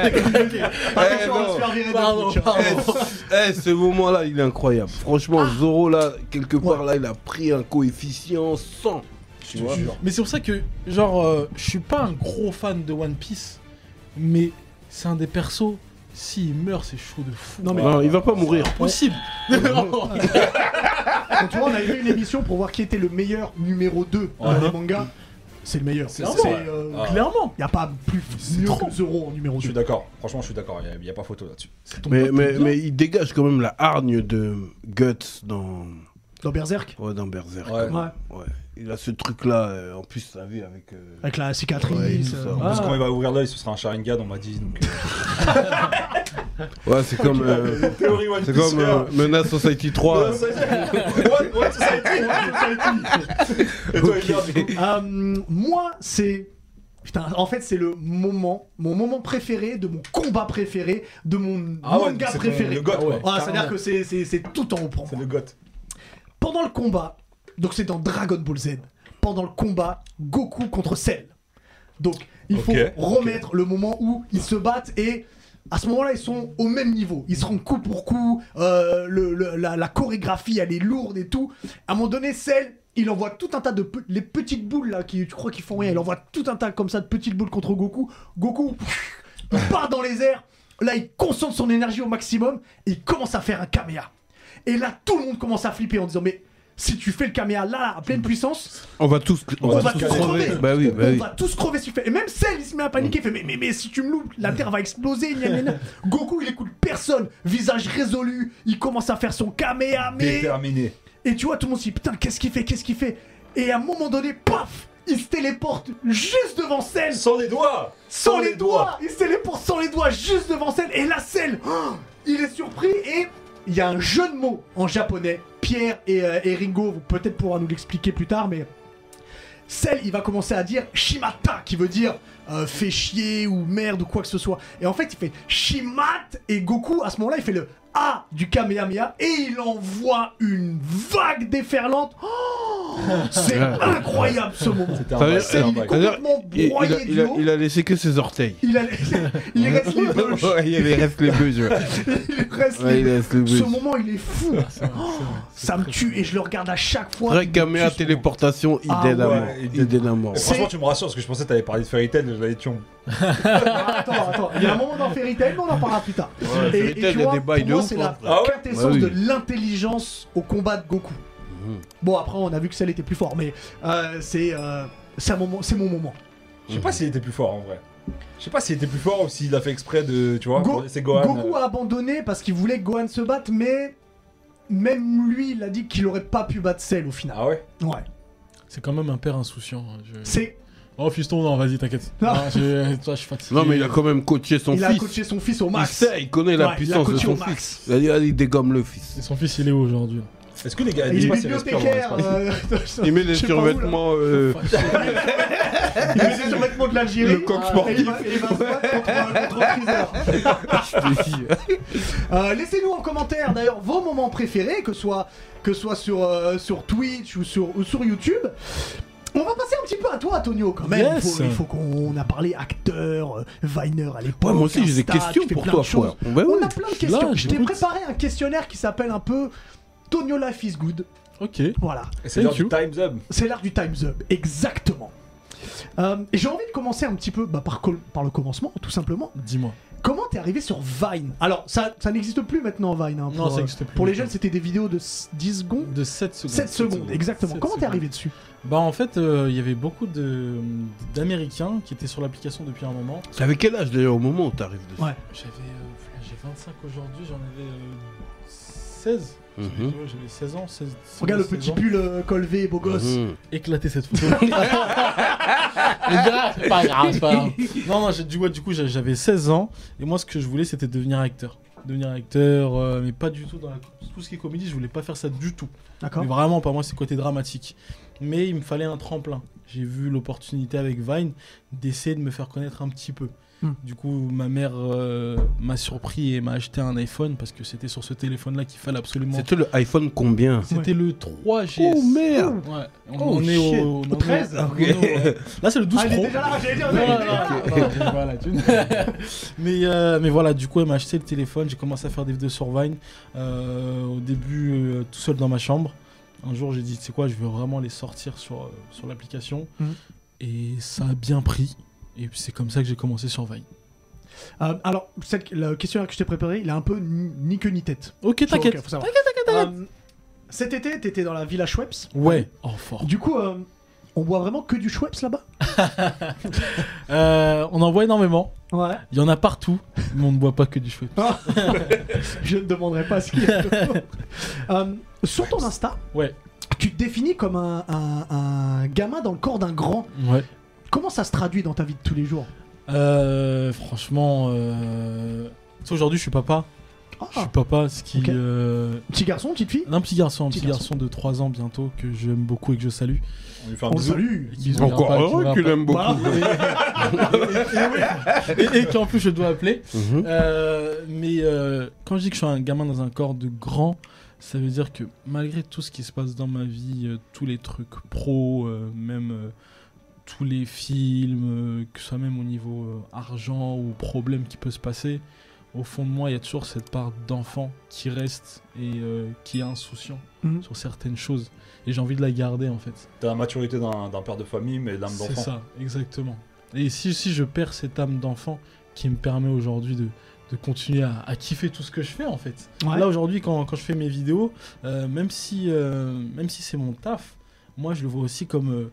[SPEAKER 1] Attention, on va
[SPEAKER 3] Eh, non.
[SPEAKER 1] se faire virer de
[SPEAKER 4] Pardon,
[SPEAKER 1] Twitch.
[SPEAKER 4] pardon.
[SPEAKER 3] Eh, ce moment-là, il est incroyable. Franchement, Zoro, là, quelque part, là, il a pris un coefficient 100. Tu vois
[SPEAKER 4] Mais c'est pour ça que, genre, euh, je suis pas un gros fan de One Piece, mais c'est un des persos. S'il meurt, c'est chaud de fou.
[SPEAKER 1] Non, mais-
[SPEAKER 3] Non, il va pas mourir.
[SPEAKER 4] Possible. [laughs]
[SPEAKER 1] Quand tu vois, on a eu une émission pour voir qui était le meilleur numéro 2 dans
[SPEAKER 2] Ouais.
[SPEAKER 1] les mangas. C'est le meilleur.
[SPEAKER 2] C'est-
[SPEAKER 1] Il
[SPEAKER 2] c'est- Ah.
[SPEAKER 4] Clairement.
[SPEAKER 1] n'y a pas plus mieux
[SPEAKER 4] trop.
[SPEAKER 1] que Zoro en numéro
[SPEAKER 2] Je suis
[SPEAKER 1] 2.
[SPEAKER 2] d'accord. Franchement, je suis d'accord. Il n'y a, pas photo là-dessus.
[SPEAKER 4] C'est ton
[SPEAKER 3] Mais,
[SPEAKER 4] pote,
[SPEAKER 3] mais,
[SPEAKER 4] bien.
[SPEAKER 3] mais il dégage quand même la hargne de Guts dans,
[SPEAKER 1] Dans Berserk,
[SPEAKER 3] ouais, dans Berserk.
[SPEAKER 2] Ouais.
[SPEAKER 3] quand même. Ouais. Il a ce truc-là, euh, en plus, sa vie avec. euh,
[SPEAKER 1] avec la cicatrice.
[SPEAKER 3] Ouais, il nous
[SPEAKER 1] euh,
[SPEAKER 3] sort.
[SPEAKER 1] voilà.
[SPEAKER 2] Parce que quand il va ouvrir l'œil, ce sera un Sharingan, on m'a dit. Donc, euh.
[SPEAKER 3] Ouais, c'est comme. euh,
[SPEAKER 1] [laughs]
[SPEAKER 2] [laughs] Théorie One
[SPEAKER 3] C'est comme euh, Menace Society 3.
[SPEAKER 2] Et toi,
[SPEAKER 3] [laughs]
[SPEAKER 2] Edgar, du coup
[SPEAKER 1] Euh, moi, c'est. Putain, en fait, c'est le moment, mon moment préféré, de mon combat préféré, de mon
[SPEAKER 2] Ah ouais,
[SPEAKER 1] manga
[SPEAKER 2] c'est ton-
[SPEAKER 1] préféré.
[SPEAKER 2] le goth,
[SPEAKER 1] Ah ouais,
[SPEAKER 2] quoi.
[SPEAKER 1] ouais, c'est-à-dire que c'est- c'est c'est tout en haut pour
[SPEAKER 2] C'est
[SPEAKER 1] moi.
[SPEAKER 2] le goth.
[SPEAKER 1] Pendant le combat, donc c'est dans Dragon Ball Z, pendant le combat, Goku contre Cell. Donc, il
[SPEAKER 2] Ok,
[SPEAKER 1] faut remettre le moment où ils se battent et. À ce moment-là, ils sont au même niveau. Ils se rendent coup pour coup. euh, le- le- la, la chorégraphie, elle est lourde et tout. À un moment donné, Cell, il envoie tout un tas de pe- les petites boules là qui, tu crois qu'ils font rien. Il envoie tout un tas comme ça de petites boules contre Goku. Goku il part dans les airs. Là, il concentre son énergie au maximum. Et il commence à faire un caméa. Et là, tout le monde commence à flipper en disant mais si tu fais le caméa là, là, à
[SPEAKER 2] Mm.
[SPEAKER 1] pleine puissance,
[SPEAKER 3] On va tous, on
[SPEAKER 1] on,
[SPEAKER 3] va
[SPEAKER 1] va
[SPEAKER 3] tous
[SPEAKER 1] tous
[SPEAKER 3] crever.
[SPEAKER 1] crever.
[SPEAKER 3] Bah oui, bah
[SPEAKER 1] on
[SPEAKER 3] oui.
[SPEAKER 1] va tous crever si tu fais. Et même Cell, il se met à paniquer. Il fait mais, mais, mais si tu me loupes, la terre va exploser. gna,
[SPEAKER 3] [laughs]
[SPEAKER 1] gna, gna. Goku, il écoute personne. Visage résolu. Il commence à faire son caméa. Mais
[SPEAKER 2] Déterminé.
[SPEAKER 1] et tu vois, tout le monde se dit putain, qu'est-ce qu'il fait, qu'est-ce qu'il fait Et à un moment donné, paf Il se téléporte juste devant Cell,
[SPEAKER 2] Sans les doigts
[SPEAKER 1] sans les doigts Il se téléporte sans les doigts, juste devant Cell, et là, [gasps] Cell, oh, il est surpris et. Il y a un jeu de mots en japonais. Pierre et, euh, et Ringo, vous peut-être pourra nous l'expliquer plus tard, mais. Cell, il va commencer à dire Shimata, qui veut dire euh, fait chier ou merde ou quoi que ce soit. Et en fait, il fait Shimat et Goku, à ce moment-là, il fait le A du Kamehameha et il envoie une vague [gasps] déferlante. Oh, c'est incroyable ce moment.
[SPEAKER 2] C'était
[SPEAKER 3] Ça veut
[SPEAKER 2] un
[SPEAKER 3] dire-
[SPEAKER 2] c'est un
[SPEAKER 1] il est
[SPEAKER 2] bail.
[SPEAKER 3] C'est-à-dire,
[SPEAKER 1] complètement
[SPEAKER 3] Il, il
[SPEAKER 1] broyé
[SPEAKER 3] a, il
[SPEAKER 1] du
[SPEAKER 3] a-
[SPEAKER 1] haut.
[SPEAKER 3] il a laissé que ses orteils.
[SPEAKER 1] Il, a- [laughs] il reste les deux.
[SPEAKER 3] [laughs] Ouais, il reste les bûches.
[SPEAKER 1] [laughs]
[SPEAKER 3] ouais.
[SPEAKER 1] Il reste
[SPEAKER 3] Ouais,
[SPEAKER 1] les
[SPEAKER 3] il
[SPEAKER 1] deux.
[SPEAKER 3] reste les
[SPEAKER 1] Ce
[SPEAKER 3] bûches.
[SPEAKER 1] moment, il est fou.
[SPEAKER 2] Ah,
[SPEAKER 1] Oh, ça me tue et je le regarde à chaque fois.
[SPEAKER 3] Vrai
[SPEAKER 1] Il me
[SPEAKER 3] caméra
[SPEAKER 1] tue ce moment.
[SPEAKER 3] téléportation,
[SPEAKER 1] Ah
[SPEAKER 3] idée d'amour.
[SPEAKER 2] ouais, idée
[SPEAKER 3] Idée d'amour.
[SPEAKER 2] Et Franchement, tu me rassures parce que je pensais que t'avais parlé de Fairy Tail, je l'avais tué.
[SPEAKER 1] Ah, attends, attends. Il y a un moment dans Fairy Tail, mais on en parlera plus tard.
[SPEAKER 3] Fairy Tail, il y a des bails
[SPEAKER 1] pour
[SPEAKER 3] de
[SPEAKER 1] moi,
[SPEAKER 3] ouf,
[SPEAKER 1] c'est
[SPEAKER 3] hein.
[SPEAKER 1] la
[SPEAKER 2] Ah ouais
[SPEAKER 1] quintessence
[SPEAKER 3] Bah oui.
[SPEAKER 1] de l'intelligence au combat de Goku. Bon, après, on a vu que celle était plus fort, mais euh, c'est euh, c'est un moment, c'est mon moment.
[SPEAKER 2] Je
[SPEAKER 4] Mm.
[SPEAKER 2] sais pas s'il était plus fort en vrai. Je sais pas s'il était plus fort ou s'il a fait exprès de. Tu vois,
[SPEAKER 1] Go-
[SPEAKER 2] pour- c'est Gohan.
[SPEAKER 1] Goku a abandonné parce qu'il voulait que Gohan se batte, mais même lui, il a dit qu'il aurait pas pu battre Cell au final.
[SPEAKER 2] Ah ouais
[SPEAKER 1] Ouais.
[SPEAKER 4] C'est quand même un père insouciant. hein, je-
[SPEAKER 1] C'est
[SPEAKER 4] Oh fiston, non, vas-y, t'inquiète.
[SPEAKER 1] Non.
[SPEAKER 4] Non, je... toi, je suis fatigué.
[SPEAKER 3] Non, mais il a quand même coaché son
[SPEAKER 1] il a
[SPEAKER 3] fils.
[SPEAKER 1] coaché son fils au
[SPEAKER 3] Il
[SPEAKER 1] max.
[SPEAKER 3] sait, il connaît la
[SPEAKER 1] Ouais,
[SPEAKER 3] puissance
[SPEAKER 1] il a
[SPEAKER 3] de
[SPEAKER 1] coaché
[SPEAKER 3] son
[SPEAKER 1] au max.
[SPEAKER 3] fils. Il a dit, allez, dégomme le fils.
[SPEAKER 4] Et son fils, il est où aujourd'hui
[SPEAKER 2] Est-ce que les gars.
[SPEAKER 1] Il
[SPEAKER 2] dis-moi
[SPEAKER 1] est
[SPEAKER 2] s'il respire dans
[SPEAKER 1] bibliothécaire.
[SPEAKER 2] l'espace.
[SPEAKER 1] euh,
[SPEAKER 3] Il met
[SPEAKER 1] [laughs] [laughs]
[SPEAKER 3] les
[SPEAKER 1] je sais pas où, là.
[SPEAKER 3] survêtements. euh,
[SPEAKER 1] Il met les survêtements de l'Algérie.
[SPEAKER 3] Le coq
[SPEAKER 1] euh,
[SPEAKER 3] sportif.
[SPEAKER 1] et il va- et il va se battre contre,
[SPEAKER 3] [laughs]
[SPEAKER 1] euh, contre Freezer. [laughs] Euh, Laissez-nous en commentaire d'ailleurs vos moments préférés, que ce soit, que soit sur, euh, sur Twitch ou sur, ou sur YouTube. On va passer un petit peu à toi, Antonio, quand même.
[SPEAKER 4] Yes.
[SPEAKER 1] Il faut, il faut qu'on on a parlé acteur, euh, Viner à l'époque.
[SPEAKER 3] Ouais, moi aussi, j'ai des
[SPEAKER 1] Insta, tu
[SPEAKER 3] questions
[SPEAKER 1] fais
[SPEAKER 3] pour
[SPEAKER 1] plein
[SPEAKER 3] toi,
[SPEAKER 1] de choses.
[SPEAKER 3] frère. Ouais,
[SPEAKER 1] On
[SPEAKER 3] ouais.
[SPEAKER 1] a plein de
[SPEAKER 4] suis là,
[SPEAKER 1] questions. Je t'ai
[SPEAKER 4] j'écoute.
[SPEAKER 1] préparé un questionnaire qui s'appelle un peu Tonio Life is Good.
[SPEAKER 4] Ok.
[SPEAKER 1] Voilà.
[SPEAKER 2] Et C'est
[SPEAKER 4] Thank
[SPEAKER 2] l'heure du
[SPEAKER 4] you.
[SPEAKER 2] Time's Up.
[SPEAKER 1] C'est l'art du Time's Up, exactement. Euh, et j'ai envie de commencer un petit peu bah, par, col- par le commencement, tout simplement.
[SPEAKER 4] Dis-moi.
[SPEAKER 1] Comment t'es arrivé sur Vine Alors, ça, ça n'existe plus maintenant, Vine. hein, pour,
[SPEAKER 4] Non, ça
[SPEAKER 1] euh,
[SPEAKER 4] existe plus
[SPEAKER 1] Pour les
[SPEAKER 4] maintenant.
[SPEAKER 1] jeunes, c'était des vidéos de s- 10 secondes.
[SPEAKER 4] De 7 secondes.
[SPEAKER 1] 7 secondes, exactement.
[SPEAKER 4] 7
[SPEAKER 1] Comment t'es
[SPEAKER 4] secondes.
[SPEAKER 1] arrivé dessus
[SPEAKER 4] Bah, en fait, euh, il y avait beaucoup de- d'Américains qui étaient sur l'application depuis un moment.
[SPEAKER 3] T'avais quel âge d'ailleurs au moment où t'arrives dessus
[SPEAKER 1] Ouais.
[SPEAKER 4] J'avais. euh, j'ai 25 aujourd'hui, j'en avais euh, 16. J'avais-
[SPEAKER 3] Mhm.
[SPEAKER 4] ouais, J'avais 16 ans. 16, 16,
[SPEAKER 1] Regarde le petit pull euh, colvé, beau gosse.
[SPEAKER 3] Mhm.
[SPEAKER 4] Éclater cette photo. Les [laughs] gars, c'est
[SPEAKER 7] [laughs]
[SPEAKER 4] pas grave, Ah, c'est pas grave. [laughs] Non, non, j'ai- du, ouais, du coup, j'ai- j'avais 16 ans. Et moi, ce que je voulais, c'était devenir acteur. Devenir acteur, euh, mais pas du tout dans la- tout ce qui est comédie. Je voulais pas faire ça du tout.
[SPEAKER 1] D'accord
[SPEAKER 4] Mais vraiment, pas moi, c'est le côté dramatique. Mais il me fallait un tremplin. j'ai vu l'opportunité avec Vine d'essayer de me faire connaître un petit peu.
[SPEAKER 1] Hmm.
[SPEAKER 4] Du coup, ma mère euh, m'a surpris et m'a acheté un iPhone parce que c'était sur ce téléphone-là qu'il fallait absolument.
[SPEAKER 3] C'était le iPhone combien
[SPEAKER 4] C'était le 3GS.
[SPEAKER 3] Oh, merde
[SPEAKER 4] Ouais. On,
[SPEAKER 3] Oh,
[SPEAKER 4] on est au,
[SPEAKER 3] shit.
[SPEAKER 4] on en est au-
[SPEAKER 1] 13,
[SPEAKER 4] on en est au- [laughs] ouais. Là, c'est le 12
[SPEAKER 1] Ah, il est
[SPEAKER 4] Pro.
[SPEAKER 1] déjà là, j'allais dire,
[SPEAKER 4] Non, non,
[SPEAKER 1] ouais.
[SPEAKER 4] non, non, non, voilà, tu- [laughs] mais, euh, mais voilà, du coup, elle m'a acheté le téléphone. J'ai commencé à faire des vidéos sur Vine. Euh, au début, euh, tout seul dans ma chambre. Un jour, j'ai dit, tu sais quoi, je veux vraiment les sortir sur, euh, sur l'application.
[SPEAKER 1] Mhm.
[SPEAKER 4] Et ça a bien pris. Et puis, c'est comme ça que j'ai commencé sur Vine.
[SPEAKER 1] Euh, alors, cette, le questionnaire que je t'ai préparé, il a un peu ni, ni queue ni tête.
[SPEAKER 4] Ok, t'inquiète.
[SPEAKER 1] Ok, faut savoir. Euh, cet été, t'étais dans la villa Schweppes.
[SPEAKER 4] Ouais, oh fort.
[SPEAKER 1] Du coup, euh, on boit vraiment que du Schweppes là-bas
[SPEAKER 4] Euh, on en voit énormément.
[SPEAKER 1] Ouais.
[SPEAKER 4] Il y en a partout. [laughs] Mais on ne boit pas que du chouette.
[SPEAKER 1] Ah. [laughs] Je ne demanderai pas ce qu'il y a. dedans. Euh, sur ton Insta,
[SPEAKER 4] Ouais.
[SPEAKER 1] tu te définis comme un, un- un gamin dans le corps d'un grand.
[SPEAKER 4] Ouais.
[SPEAKER 1] Comment ça se traduit dans ta vie de tous les jours
[SPEAKER 4] Euh, franchement, euh... tu sais, aujourd'hui je suis papa. Je suis
[SPEAKER 1] Ah,
[SPEAKER 4] papa, ce qui.
[SPEAKER 1] Ok.
[SPEAKER 4] euh,
[SPEAKER 1] Petit garçon, petite fille
[SPEAKER 4] Un petit garçon, un
[SPEAKER 1] Petit Ah,
[SPEAKER 4] petit, garçon. de 3 ans bientôt que j'aime beaucoup et que je salue.
[SPEAKER 2] On lui fait un
[SPEAKER 1] On le
[SPEAKER 2] bisou.
[SPEAKER 1] salue.
[SPEAKER 4] Et qui me regarde
[SPEAKER 3] Encore
[SPEAKER 4] pas, qui me
[SPEAKER 3] heureux
[SPEAKER 4] regarde
[SPEAKER 3] qu'il
[SPEAKER 4] pas.
[SPEAKER 3] aime beaucoup.
[SPEAKER 4] [laughs] Et, et qu'en plus je dois appeler.
[SPEAKER 3] Mhm.
[SPEAKER 4] Euh, mais euh, quand je dis que je suis un gamin dans un corps de grand, ça veut dire que malgré tout ce qui se passe dans ma vie, euh, tous les trucs pro, euh, même euh, tous les films, euh, que ce soit même au niveau euh, argent ou problème qui peut se passer, au fond de moi, il y a toujours cette part d'enfant qui reste et euh, qui est insouciant
[SPEAKER 1] Mhm.
[SPEAKER 4] sur certaines choses. Et j'ai envie de la garder en fait.
[SPEAKER 2] T'as la maturité d'un d'un père de famille, mais l'âme
[SPEAKER 4] C'est
[SPEAKER 2] d'enfant.
[SPEAKER 4] ça, exactement. Et si, si je perds cette âme d'enfant qui me permet aujourd'hui de, de continuer à, à kiffer tout ce que je fais en fait.
[SPEAKER 1] Ouais.
[SPEAKER 4] Là aujourd'hui quand, quand je fais mes vidéos, euh, même si, euh, même si c'est mon taf, moi je le vois aussi comme, euh,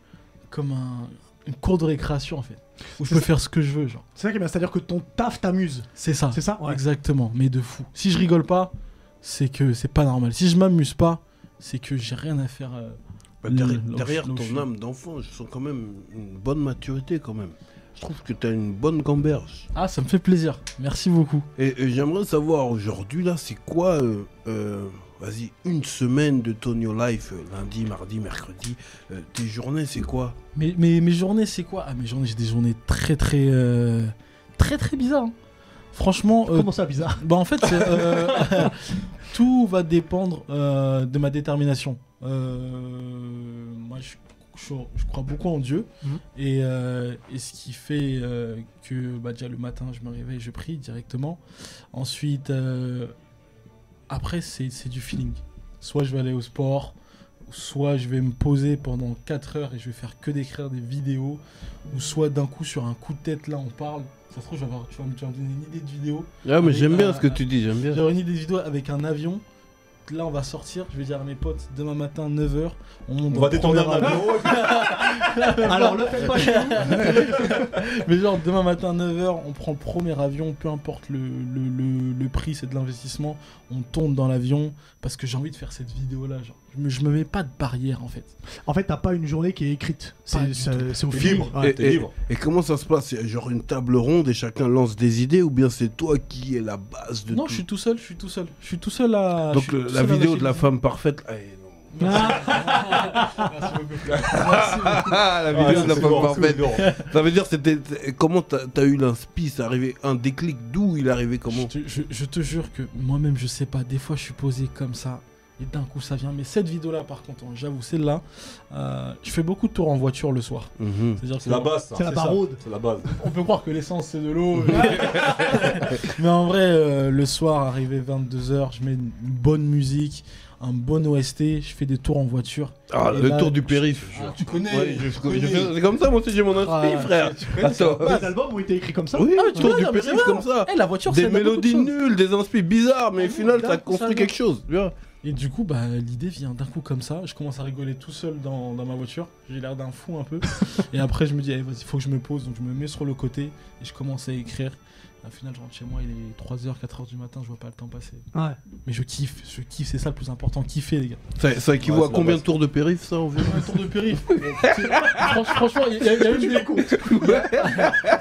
[SPEAKER 4] comme un, une cour de récréation en fait. Où je
[SPEAKER 1] C'est
[SPEAKER 4] peux
[SPEAKER 1] ça.
[SPEAKER 4] faire ce que je veux genre.
[SPEAKER 1] C'est ça qui est bien, c'est-à-dire que ton taf t'amuse.
[SPEAKER 4] C'est ça.
[SPEAKER 1] C'est ça Ouais.
[SPEAKER 4] Exactement, mais de fou. Si je rigole pas, c'est que c'est pas normal. Si je m'amuse pas, c'est que j'ai rien à faire. euh,
[SPEAKER 3] Bah, derrière,
[SPEAKER 4] Le-
[SPEAKER 3] derrière
[SPEAKER 4] le-
[SPEAKER 3] ton
[SPEAKER 4] le-
[SPEAKER 3] âme d'enfant, je sens quand même une bonne maturité quand même. Je trouve que tu as une bonne gamberge.
[SPEAKER 4] Ah, ça me fait plaisir. Merci beaucoup.
[SPEAKER 3] Et, et j'aimerais savoir aujourd'hui là, c'est quoi, euh, euh, vas-y, une semaine de Tonio Life, euh, lundi, mardi, mercredi. euh, tes journées, c'est quoi
[SPEAKER 4] Mais, mais- mes journées, c'est quoi Ah, mes journées, j'ai des journées très très euh, très très bizarres. hein. Franchement, euh,
[SPEAKER 1] Comment ça, bizarre
[SPEAKER 4] bah en fait, euh, [laughs] tout va dépendre euh, de ma détermination. Euh, moi, je, je- je crois beaucoup en Dieu
[SPEAKER 1] Mhm.
[SPEAKER 4] et, euh, et ce qui fait euh, que bah, déjà le matin, je me réveille, je prie directement. Ensuite, euh, après, c'est c'est du feeling. Soit je vais aller au sport. Soit je vais me poser pendant 4 heures et je vais faire que d'écrire des vidéos, ou soit d'un coup sur un coup de tête là on parle, ça se trouve je vais avoir- tu vas me tu vas me donner une idée de vidéo,
[SPEAKER 3] Ah,
[SPEAKER 4] mais j'aime bien ce que tu
[SPEAKER 3] dis, j'aime
[SPEAKER 4] j'ai réuni des vidéos avec un avion. Là, on va sortir. Je vais dire à mes potes, demain matin, 9h, on monte.
[SPEAKER 2] On
[SPEAKER 4] dans
[SPEAKER 2] va
[SPEAKER 4] le
[SPEAKER 2] détendre un
[SPEAKER 4] premier avion.
[SPEAKER 2] avion.
[SPEAKER 1] Alors, le faites pas chez nous.
[SPEAKER 4] Mais genre, demain matin, 9h, on prend le premier avion, peu importe le, le- le- le prix, c'est de l'investissement. On tombe dans l'avion parce que j'ai envie de faire cette vidéo-là. genre. Je, me, je me mets pas de barrière en fait.
[SPEAKER 1] En fait, t'as pas une journée qui est écrite.
[SPEAKER 4] Pas
[SPEAKER 1] C'est
[SPEAKER 4] du
[SPEAKER 1] c'est-
[SPEAKER 4] tout.
[SPEAKER 1] c'est au
[SPEAKER 2] T'es
[SPEAKER 1] film.
[SPEAKER 2] libre.
[SPEAKER 1] Ouais.
[SPEAKER 2] T'es libre.
[SPEAKER 3] Et comment ça se passe C'est Genre une table ronde et chacun lance des idées ou bien c'est toi qui es la base de
[SPEAKER 4] non,
[SPEAKER 3] tout
[SPEAKER 4] je suis tout seul, je suis tout seul. Je suis tout seul à. je
[SPEAKER 3] Donc
[SPEAKER 4] suis
[SPEAKER 3] le-
[SPEAKER 4] tout
[SPEAKER 3] la
[SPEAKER 4] seul à
[SPEAKER 3] vidéo
[SPEAKER 4] lâcher
[SPEAKER 3] de la
[SPEAKER 4] des-
[SPEAKER 3] femme parfaite. ah, et non.
[SPEAKER 4] Ah, Merci beaucoup.
[SPEAKER 3] Ah, la
[SPEAKER 2] Ah,
[SPEAKER 3] vidéo de la
[SPEAKER 2] c'est
[SPEAKER 3] femme
[SPEAKER 2] lourd,
[SPEAKER 3] parfaite.
[SPEAKER 2] c'est lourd.
[SPEAKER 3] Ça veut dire, c'était comment t'as t'as eu l'inspi C'est arrivé un déclic D'où il est arrivé
[SPEAKER 4] Je
[SPEAKER 3] Comment
[SPEAKER 4] te, je- je te jure que moi-même, je sais pas. Des fois, je suis posé comme ça et d'un coup, ça vient. Mais cette vidéo-là, par contre, hein, j'avoue, celle-là, euh, je fais beaucoup de tours en voiture le soir.
[SPEAKER 3] Mhm.
[SPEAKER 4] C'est-à-dire
[SPEAKER 2] C'est
[SPEAKER 4] que-
[SPEAKER 2] la base, ça.
[SPEAKER 1] C'est la
[SPEAKER 4] c'est ça.
[SPEAKER 1] barode.
[SPEAKER 2] C'est la base.
[SPEAKER 4] On peut croire que l'essence, c'est de l'eau. Mais en vrai, euh, le soir, arrivé 22h, je mets une bonne musique, un bon OST, je fais des tours en voiture.
[SPEAKER 3] Ah,
[SPEAKER 4] Et
[SPEAKER 3] le
[SPEAKER 4] là-
[SPEAKER 3] tour du périph.
[SPEAKER 4] tu connais
[SPEAKER 3] Ouais, je- je- je- c'est comme ça, moi aussi j'ai mon inspi,
[SPEAKER 4] Ah,
[SPEAKER 3] frère. Attends.
[SPEAKER 1] Les albums ont été écrits comme ça.
[SPEAKER 3] Oui,
[SPEAKER 4] Ah, mais tu
[SPEAKER 3] tour
[SPEAKER 4] vois,
[SPEAKER 3] du
[SPEAKER 4] non, mais c'est
[SPEAKER 3] périph
[SPEAKER 4] vrai. Eh,
[SPEAKER 3] comme ça.
[SPEAKER 4] la voiture,
[SPEAKER 3] Des
[SPEAKER 4] ça aide à beaucoup de
[SPEAKER 3] mélodies
[SPEAKER 4] choses.
[SPEAKER 3] nulles, des inspi bizarres, mais
[SPEAKER 4] Ah
[SPEAKER 3] au
[SPEAKER 4] oui,
[SPEAKER 3] final, ça
[SPEAKER 4] d'accord,
[SPEAKER 3] construit
[SPEAKER 4] ça,
[SPEAKER 3] quelque chose. tu vois.
[SPEAKER 4] Et du coup, bah, l'idée vient d'un coup comme ça. Je commence à rigoler tout seul dans, dans ma voiture. J'ai l'air d'un fou un peu. et après, je me dis, allez, vas-y, faut que je me pose. Donc, je me mets sur le côté et je commence à écrire. Au final, je rentre chez moi, il est 3h, 4h du matin, je vois pas le temps passer.
[SPEAKER 1] Ouais.
[SPEAKER 4] Mais je kiffe, je kiffe, c'est ça le plus important, kiffer les gars.
[SPEAKER 3] Ça, ça équivaut
[SPEAKER 2] Ouais,
[SPEAKER 3] à
[SPEAKER 2] c'est
[SPEAKER 3] combien
[SPEAKER 2] la
[SPEAKER 3] de tours de périph', ça, en
[SPEAKER 4] Un tour de périph'. Franch- Franchement, il y a, il y a eu des Il y a-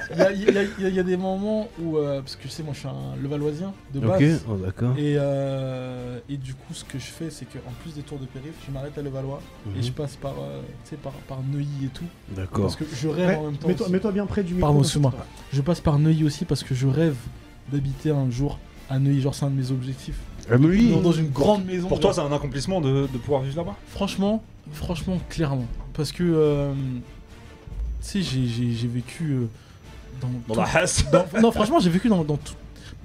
[SPEAKER 4] il y a- il y a- il y a des moments où, euh, parce que tu sais, moi je suis un Levalloisien de base.
[SPEAKER 3] Ok, oh, d'accord.
[SPEAKER 4] Et, euh, et du coup, ce que je fais, c'est qu'en plus des tours de périph', je m'arrête à Levallois et
[SPEAKER 3] Mhm.
[SPEAKER 4] je passe par, euh, tu sais, par, par Neuilly et tout.
[SPEAKER 3] D'accord.
[SPEAKER 4] Parce que je rêve en même temps.
[SPEAKER 1] Mets-toi
[SPEAKER 4] aussi.
[SPEAKER 1] mets-toi bien près du micro.
[SPEAKER 4] Pardon, excuse-moi. Je passe par Neuilly aussi parce que je rêve d'habiter un jour à Neuilly. Genre, c'est un de mes objectifs.
[SPEAKER 3] Ah, mais oui.
[SPEAKER 4] Dans- Dans une grande maison.
[SPEAKER 2] Pour toi,
[SPEAKER 4] genre.
[SPEAKER 2] c'est un accomplissement de, de pouvoir vivre là-bas
[SPEAKER 4] Franchement, franchement, clairement. Parce que, euh, tu sais, j'ai- j'ai j'ai vécu euh, dans.
[SPEAKER 2] Dans
[SPEAKER 3] bah,
[SPEAKER 4] tout-
[SPEAKER 2] la hasse [laughs]
[SPEAKER 4] dans- non, franchement, j'ai vécu dans, dans, tout-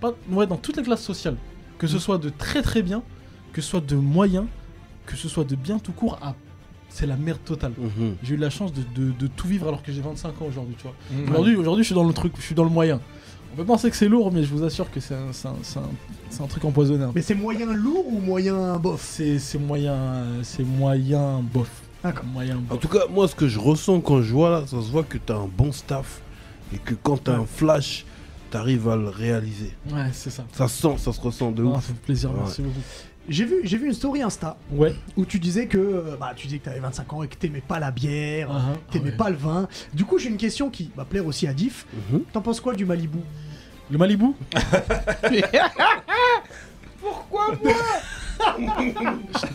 [SPEAKER 4] pas- ouais, dans toutes les classes sociales. Que ce soit de très très bien, que ce soit de moyen, que ce soit de bien tout court à. C'est la merde totale.
[SPEAKER 3] Mhm.
[SPEAKER 4] J'ai eu la chance de, de- de tout vivre alors que j'ai 25 ans aujourd'hui, tu vois. Aujourd'hui, aujourd'hui, je suis dans le truc, je suis dans le moyen. On peut penser que c'est lourd, mais je vous assure que c'est un, c'est un- c'est un- c'est un truc empoisonné. hein.
[SPEAKER 1] Mais c'est moyen lourd ou moyen bof
[SPEAKER 4] C'est c'est moyen, euh, c'est moyen bof.
[SPEAKER 1] D'accord.
[SPEAKER 4] Moyen
[SPEAKER 3] En
[SPEAKER 4] bof.
[SPEAKER 3] tout cas, moi, ce que je ressens quand je vois là, ça se voit que t'as un bon staff et que quand t'as un flash, t'arrives à le réaliser.
[SPEAKER 4] Ouais, c'est ça.
[SPEAKER 3] Ça se sent, ça se ressent de
[SPEAKER 4] Non,
[SPEAKER 3] ouf.
[SPEAKER 4] ça fait plaisir,
[SPEAKER 3] Ouais.
[SPEAKER 4] merci beaucoup.
[SPEAKER 1] J'ai vu, j'ai vu une story Insta
[SPEAKER 4] Ouais.
[SPEAKER 1] où tu disais que euh, bah, tu disais que t'avais 25 ans et que t'aimais pas la bière,
[SPEAKER 4] Ah, ah,
[SPEAKER 1] t'aimais
[SPEAKER 4] ouais.
[SPEAKER 1] pas le vin. Du coup, j'ai une question qui va plaire aussi à Diff.
[SPEAKER 3] Mhm.
[SPEAKER 1] T'en penses quoi du Malibu
[SPEAKER 4] Le Malibu
[SPEAKER 3] [laughs]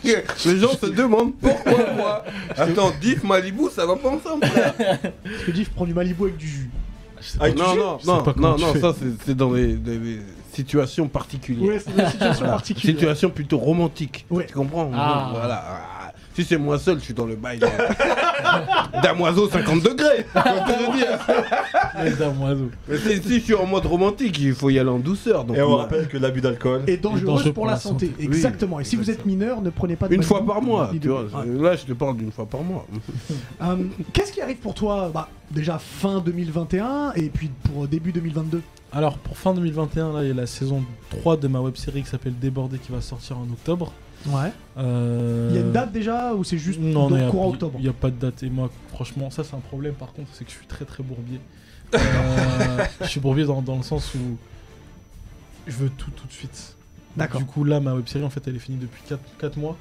[SPEAKER 3] Les gens se demandent
[SPEAKER 4] [laughs]
[SPEAKER 3] pourquoi moi. Attends, Diff Malibu, ça va pas ensemble. frère.
[SPEAKER 1] Parce que Diff prend du Malibu avec du jus.
[SPEAKER 2] Ah, tu
[SPEAKER 3] non,
[SPEAKER 2] sais-
[SPEAKER 3] non,
[SPEAKER 4] sais
[SPEAKER 3] non,
[SPEAKER 4] pas comment
[SPEAKER 3] non,
[SPEAKER 4] tu
[SPEAKER 3] non,
[SPEAKER 4] fais.
[SPEAKER 3] ça c'est- c'est dans des, des- des situations particulières.
[SPEAKER 1] Ouais, c'est
[SPEAKER 4] [laughs]
[SPEAKER 1] une situation
[SPEAKER 3] Voilà.
[SPEAKER 1] particulière.
[SPEAKER 3] Situation plutôt romantique.
[SPEAKER 1] Ouais.
[SPEAKER 3] Tu comprends
[SPEAKER 4] Ah.
[SPEAKER 3] Voilà. Ah. Si c'est moi seul, je suis dans le
[SPEAKER 4] [laughs]
[SPEAKER 3] bail euh, d'amoiseau 50 degrés. tu vois ce que je veux dire
[SPEAKER 4] Les dames oiseaux.
[SPEAKER 3] Mais si, si je suis en mode romantique, il faut y aller en douceur. Donc
[SPEAKER 2] Et on
[SPEAKER 3] moi,
[SPEAKER 2] rappelle que l'abus d'alcool.
[SPEAKER 1] Et dangereuse
[SPEAKER 4] dangereux
[SPEAKER 1] pour la santé.
[SPEAKER 3] Oui,
[SPEAKER 1] Exactement. Et si vous êtes
[SPEAKER 4] exactement.
[SPEAKER 1] mineur, ne prenez pas de
[SPEAKER 3] Une
[SPEAKER 1] Malibu,
[SPEAKER 3] fois par mois,
[SPEAKER 1] ni de-
[SPEAKER 3] tu vois.
[SPEAKER 1] Ouais.
[SPEAKER 3] Là, je te parle d'une fois par mois.
[SPEAKER 2] Ah,
[SPEAKER 1] Euh, Qu'est-ce qui arrive pour toi bah, Déjà fin 2021 et puis pour début 2022
[SPEAKER 4] Alors, pour fin 2021, là, il y a la saison 3 de ma web série qui s'appelle Débordé qui va sortir en octobre.
[SPEAKER 1] Ouais.
[SPEAKER 4] Euh,
[SPEAKER 1] Il y a une date déjà ou c'est juste
[SPEAKER 4] non,
[SPEAKER 1] dans
[SPEAKER 4] non, il y a-
[SPEAKER 1] courant octobre
[SPEAKER 4] Il n'y a pas de date. Et moi, franchement, ça, c'est un problème par contre, c'est que je suis très très
[SPEAKER 1] [laughs]
[SPEAKER 4] bourbier. Euh, je suis bourbier dans, dans le sens où je veux tout tout de suite.
[SPEAKER 1] D'accord.
[SPEAKER 4] Du coup, là, ma web série, en fait, elle est finie depuis 4, mois.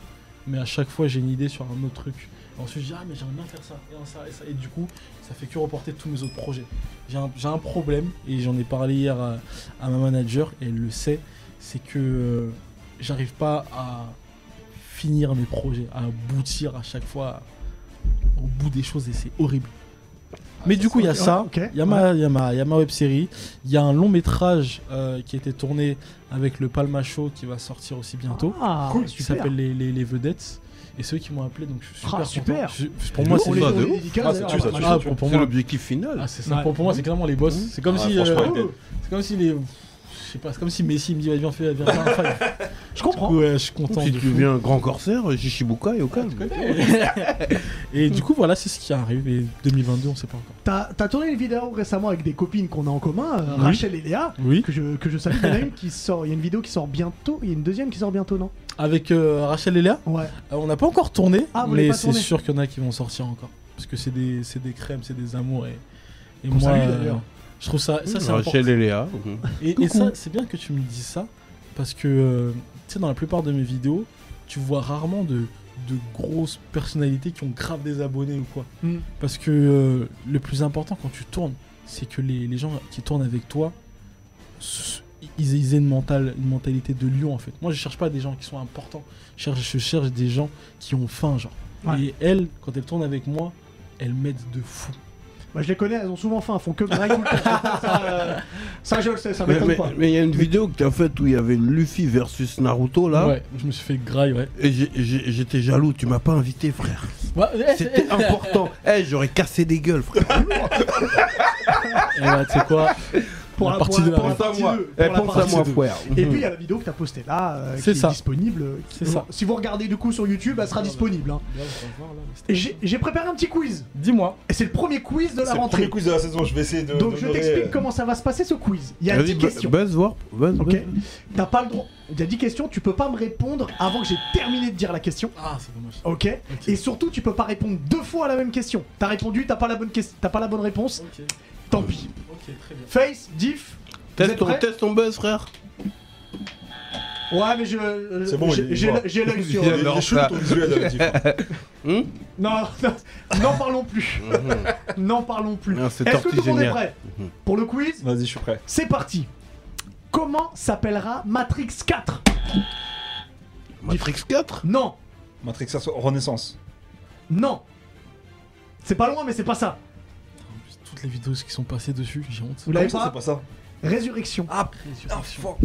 [SPEAKER 4] Mais à chaque fois, j'ai une idée sur un autre truc. Et ensuite, je dis, ah, mais j'aimerais bien faire ça, et ça, et ça. Et du coup, ça fait que reporter tous mes autres projets. J'ai un, j'ai un problème, et j'en ai parlé hier à, à ma manager, et elle le sait, c'est que euh, j'arrive pas à finir mes projets, à aboutir à chaque fois au bout des choses, et c'est horrible. Mais du coup, il y a ça.
[SPEAKER 1] Ok.
[SPEAKER 4] Il y, a ma, il y a ma- il y a ma web série, il y a un long métrage euh, qui a été tourné avec le Palma Show qui va sortir aussi bientôt,
[SPEAKER 1] Ah,
[SPEAKER 4] cool, qui
[SPEAKER 1] super.
[SPEAKER 4] s'appelle les, les- les Vedettes. Et ceux qui m'ont appelé, donc je suis super.
[SPEAKER 1] Ah, super.
[SPEAKER 4] content. Je- pour moi,
[SPEAKER 1] On
[SPEAKER 4] c'est
[SPEAKER 1] les-
[SPEAKER 4] ça.
[SPEAKER 1] on les
[SPEAKER 3] de ouf.
[SPEAKER 1] dédicace,
[SPEAKER 2] Ah,
[SPEAKER 1] d'ailleurs,
[SPEAKER 2] tu-
[SPEAKER 1] à
[SPEAKER 2] ça,
[SPEAKER 1] Palma
[SPEAKER 2] tu-
[SPEAKER 4] Ah,
[SPEAKER 1] Show.
[SPEAKER 4] pour, pour
[SPEAKER 3] C'est
[SPEAKER 4] moi,
[SPEAKER 3] l'objectif final.
[SPEAKER 4] ah, c'est ça.
[SPEAKER 1] Ouais.
[SPEAKER 4] Pour, pour moi, c'est clairement les boss.
[SPEAKER 1] Mmh.
[SPEAKER 4] C'est comme
[SPEAKER 2] Ah,
[SPEAKER 4] si,
[SPEAKER 2] franchement,
[SPEAKER 4] euh,
[SPEAKER 2] il était-
[SPEAKER 4] c'est comme si les, je sais pas, c'est comme si Messi me dit viens faire, viens faire un fight.
[SPEAKER 1] Je comprends.
[SPEAKER 4] Ouais, je suis content.
[SPEAKER 3] Si
[SPEAKER 4] de
[SPEAKER 3] tu
[SPEAKER 4] fou.
[SPEAKER 3] viens un grand corsaire, Shishibuka et au calme.
[SPEAKER 4] [laughs] Et du coup, voilà, c'est ce qui arrive. Et 2022, on sait pas encore.
[SPEAKER 1] T'as t'as tourné une vidéo récemment avec des copines qu'on a en commun, euh,
[SPEAKER 4] Oui.
[SPEAKER 1] Rachel et Léa,
[SPEAKER 4] Oui.
[SPEAKER 1] que je, que je salue. Il y en a une qui sort, il y a une vidéo qui sort bientôt, il y a une deuxième qui sort bientôt, non
[SPEAKER 4] Avec euh, Rachel et Léa.
[SPEAKER 1] Ouais.
[SPEAKER 4] Euh, On n'a pas encore tourné,
[SPEAKER 1] Ah, vous l'avez
[SPEAKER 4] mais
[SPEAKER 1] pas
[SPEAKER 4] c'est
[SPEAKER 1] tourné.
[SPEAKER 4] sûr qu'il y en a qui vont sortir encore. Parce que c'est des, c'est des crèmes, c'est des amours. Et, et
[SPEAKER 1] Qu'on
[SPEAKER 4] moi,
[SPEAKER 1] salue,
[SPEAKER 4] euh,
[SPEAKER 1] d'ailleurs.
[SPEAKER 4] je trouve ça, ça c'est important.
[SPEAKER 3] Rachel et Euh, Léa.
[SPEAKER 4] Et, et
[SPEAKER 1] Coucou.
[SPEAKER 4] ça, c'est bien que tu me dises ça, parce que, euh, tu sais, dans la plupart de mes vidéos, tu vois rarement de, de grosses personnalités qui ont grave des abonnés ou quoi.
[SPEAKER 1] Mm.
[SPEAKER 4] Parce que euh, le plus important quand tu tournes, c'est que les, les gens qui tournent avec toi, s- ils, ils aient une, mentale, une mentalité de lion, en fait. Moi, je cherche pas des gens qui sont importants. Je cherche, je cherche des gens qui ont faim, genre.
[SPEAKER 1] Ouais.
[SPEAKER 4] Et elle, quand elle tourne avec moi, elle m'aide de fou.
[SPEAKER 1] Bah, je les connais, elles ont souvent faim, elles font que grind tout le temps. ça, euh, ça, je le sais, ça
[SPEAKER 3] Mais
[SPEAKER 1] m'étonne
[SPEAKER 3] mais-
[SPEAKER 1] pas.
[SPEAKER 3] mais il y a une vidéo que tu as faite où il y avait Luffy versus Naruto là.
[SPEAKER 4] ouais, je me suis fait graille, ouais.
[SPEAKER 3] Et j'ai- j'ai- j'étais jaloux, tu m'as pas invité frère.
[SPEAKER 4] Ouais, eh, [laughs]
[SPEAKER 3] C'était important. Eh, j'aurais cassé des gueules frère.
[SPEAKER 4] eh, bah, tu sais [laughs] quoi
[SPEAKER 1] Pour
[SPEAKER 4] la
[SPEAKER 1] la-
[SPEAKER 4] partie
[SPEAKER 1] pour la-
[SPEAKER 4] de la
[SPEAKER 1] pour la- partie deux, pour
[SPEAKER 3] Eh,
[SPEAKER 1] la
[SPEAKER 3] pense à
[SPEAKER 1] partie
[SPEAKER 3] moi
[SPEAKER 1] deux.
[SPEAKER 3] frère.
[SPEAKER 1] Et puis il y a la vidéo que t'as postée là, euh, qui
[SPEAKER 4] C'est
[SPEAKER 1] est
[SPEAKER 4] ça.
[SPEAKER 1] disponible. euh, qui-
[SPEAKER 4] C'est ça.
[SPEAKER 1] Si vous regardez du coup sur YouTube, elle sera disponible. hein. Et J'ai j'ai préparé un petit quiz.
[SPEAKER 4] Dis-moi.
[SPEAKER 1] Et c'est le premier quiz de la
[SPEAKER 2] C'est le premier
[SPEAKER 1] rentrée.
[SPEAKER 2] quiz de la saison, je vais essayer de.
[SPEAKER 1] Donc je
[SPEAKER 2] d'honorer,
[SPEAKER 1] t'explique
[SPEAKER 2] euh,
[SPEAKER 1] comment ça va se passer ce quiz. Il y a
[SPEAKER 3] Vas-y, bah,
[SPEAKER 1] 10
[SPEAKER 3] bu-
[SPEAKER 1] questions.
[SPEAKER 3] Buzz warp. Buzz,
[SPEAKER 1] Ok.
[SPEAKER 3] buzz.
[SPEAKER 1] T'as pas le droit. Il y a 10 questions, tu peux pas me répondre avant que j'ai terminé de dire la question.
[SPEAKER 4] Ah, c'est dommage.
[SPEAKER 1] Ok.
[SPEAKER 4] Ok.
[SPEAKER 1] Et surtout, tu peux pas répondre deux fois à la même question. T'as répondu, t'as pas la bonne question, t'as pas la bonne réponse.
[SPEAKER 4] Ok,
[SPEAKER 1] Tant pis.
[SPEAKER 4] ok, très bien.
[SPEAKER 1] Face, diff, êtes
[SPEAKER 3] Teste ton,
[SPEAKER 1] prêts
[SPEAKER 3] teste ton buzz, frère.
[SPEAKER 1] Ouais, mais je. euh,
[SPEAKER 2] C'est bon,
[SPEAKER 1] j'ai-
[SPEAKER 2] il est
[SPEAKER 1] j'ai
[SPEAKER 2] mort.
[SPEAKER 1] l'œil- J'ai l'œil sur.
[SPEAKER 3] Il est
[SPEAKER 2] Il
[SPEAKER 3] Alors,
[SPEAKER 2] est chaud
[SPEAKER 3] ça-
[SPEAKER 2] ton visuel, euh, Tiff.
[SPEAKER 1] Non, non, [laughs] n'en parlons plus.
[SPEAKER 4] Mhm.
[SPEAKER 1] N'en parlons plus.
[SPEAKER 2] Ah,
[SPEAKER 3] Non, c'est
[SPEAKER 1] Est-ce que tout le monde est
[SPEAKER 3] tortigéniaire.
[SPEAKER 1] prêt
[SPEAKER 2] Mhm.
[SPEAKER 1] pour le quiz
[SPEAKER 2] Vas-y, je suis prêt.
[SPEAKER 1] C'est parti. Comment s'appellera Matrix 4
[SPEAKER 3] Matrix 4
[SPEAKER 1] Non,
[SPEAKER 2] Matrix Ascension- Renaissance.
[SPEAKER 1] non. C'est pas loin, mais c'est pas ça.
[SPEAKER 4] En plus, Toutes les vidéos qui sont passées dessus, j'ai honte.
[SPEAKER 1] Vous l'avez
[SPEAKER 2] Comment ça,
[SPEAKER 1] pas,
[SPEAKER 2] c'est pas ça
[SPEAKER 1] Résurrection.
[SPEAKER 2] Ah, fuck.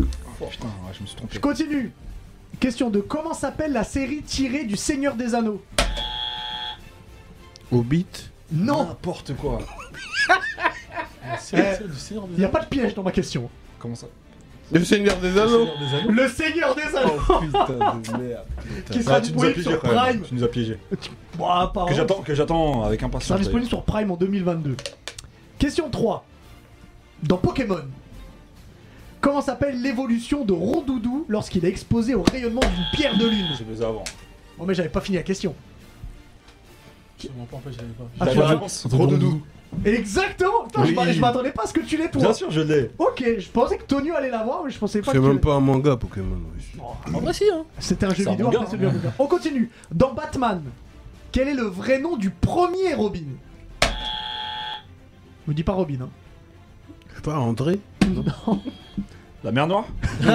[SPEAKER 2] Oh, putain, ouais, je me suis trompé.
[SPEAKER 1] Je continue. Question de comment s'appelle la série tirée du Seigneur des Anneaux
[SPEAKER 3] Hobbit
[SPEAKER 1] Non,
[SPEAKER 2] N'importe quoi.
[SPEAKER 4] C'est c'est du Seigneur
[SPEAKER 1] il
[SPEAKER 4] des
[SPEAKER 1] y a
[SPEAKER 4] Anneaux.
[SPEAKER 1] pas de piège dans ma question.
[SPEAKER 2] Comment ça
[SPEAKER 3] Le Seigneur des Anneaux
[SPEAKER 4] Seigneur des
[SPEAKER 1] [laughs]
[SPEAKER 4] Anneaux.
[SPEAKER 1] Le Seigneur des Anneaux
[SPEAKER 2] Oh putain de merde.
[SPEAKER 1] qui sera
[SPEAKER 2] Ah, tu nous as
[SPEAKER 1] disponible
[SPEAKER 2] piégé
[SPEAKER 1] sur
[SPEAKER 2] quand même.
[SPEAKER 1] Prime.
[SPEAKER 2] Tu nous as piégé.
[SPEAKER 1] Bah, apparemment,
[SPEAKER 2] Que j'attends, que j'attends avec
[SPEAKER 1] qui sera
[SPEAKER 2] impatience.
[SPEAKER 1] disponible sur Prime en 2022. Question 3. Dans Pokémon, comment s'appelle l'évolution de Rondoudou lorsqu'il est exposé au rayonnement d'une pierre de lune
[SPEAKER 2] J'ai besoin avant.
[SPEAKER 1] Bon, mais j'avais pas fini la question.
[SPEAKER 4] Je m'en prends pas, j'avais pas.
[SPEAKER 1] Ah,
[SPEAKER 2] La
[SPEAKER 1] tu l'as
[SPEAKER 2] réponse,
[SPEAKER 4] Trop
[SPEAKER 2] Gros
[SPEAKER 4] doudou.
[SPEAKER 2] doudou.
[SPEAKER 1] Exactement Putain, je
[SPEAKER 2] Oui.
[SPEAKER 1] m'a- Je m'attendais pas à ce que tu l'aies, toi
[SPEAKER 2] Bien sûr, je l'ai.
[SPEAKER 1] Ok, je pensais que Tonio allait l'avoir, mais je pensais pas
[SPEAKER 3] C'est
[SPEAKER 1] que
[SPEAKER 3] même
[SPEAKER 1] tu...
[SPEAKER 3] pas un manga Pokémon. wesh.
[SPEAKER 1] Oh.
[SPEAKER 4] En vrai, si, hein.
[SPEAKER 1] C'était un jeu
[SPEAKER 2] C'est un
[SPEAKER 1] vidéo,
[SPEAKER 2] manga,
[SPEAKER 1] après, c'est
[SPEAKER 2] hein.
[SPEAKER 1] devenu un manga. On continue. Dans Batman, quel est le vrai nom du premier Robin Je me dis pas Robin, hein.
[SPEAKER 3] Je sais pas, André
[SPEAKER 1] Non,
[SPEAKER 2] La mer noire [laughs]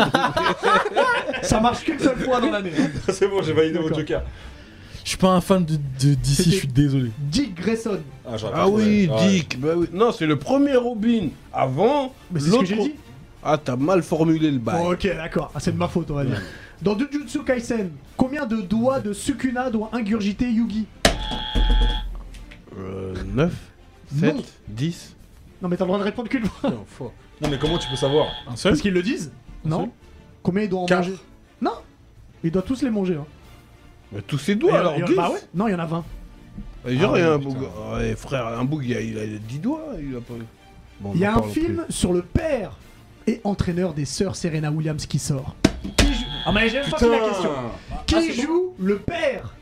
[SPEAKER 1] ça marche qu'une seule fois dans l'année. hein.
[SPEAKER 2] C'est bon, j'ai validé mon
[SPEAKER 1] D'accord.
[SPEAKER 2] joker.
[SPEAKER 4] Je suis pas un fan de, de DC, je suis désolé.
[SPEAKER 1] Dick Grayson.
[SPEAKER 2] Ah, j'aurais pas
[SPEAKER 3] Ah
[SPEAKER 2] trouvé.
[SPEAKER 3] oui,
[SPEAKER 2] Ouais.
[SPEAKER 3] Dick bah oui. Non, c'est le premier Robin. Avant,
[SPEAKER 1] Mais c'est ce que
[SPEAKER 3] l'autre-
[SPEAKER 1] j'ai dit.
[SPEAKER 3] Ah, t'as mal formulé le bail.
[SPEAKER 1] Oh, ok, d'accord. Ah, c'est de ma faute, on va dire. Dans Jujutsu Kaisen, combien de doigts de Sukuna doit ingurgiter Yugi
[SPEAKER 3] Euh, 9
[SPEAKER 1] Non.
[SPEAKER 3] 7 10
[SPEAKER 1] Non, mais t'as le droit de répondre qu'une fois.
[SPEAKER 2] Non, mais comment tu peux savoir
[SPEAKER 4] Un seul
[SPEAKER 1] Parce qu'ils le disent Non Combien il doit en
[SPEAKER 2] Quatre.
[SPEAKER 1] manger Non Il doit tous les manger. Hein.
[SPEAKER 3] Mais tous ses
[SPEAKER 1] Et il y
[SPEAKER 3] doigts
[SPEAKER 1] en-
[SPEAKER 3] alors,
[SPEAKER 1] il y en-
[SPEAKER 3] 10
[SPEAKER 1] Bah ouais Non, il y en a 20.
[SPEAKER 3] Et Genre,
[SPEAKER 2] Ah
[SPEAKER 3] il y a
[SPEAKER 2] oui,
[SPEAKER 3] un
[SPEAKER 2] putain.
[SPEAKER 3] boug. Ouais, frère, un boug, il a, il a 10 doigts, il a pas. Bon,
[SPEAKER 1] Il y
[SPEAKER 3] on
[SPEAKER 1] a
[SPEAKER 3] en
[SPEAKER 1] un
[SPEAKER 3] parle
[SPEAKER 1] film sur le père et entraîneur des sœurs Serena Williams qui sort. Qui joue... Ah, mais j'ai même pas fini la question. Qui
[SPEAKER 2] Ah,
[SPEAKER 1] joue le père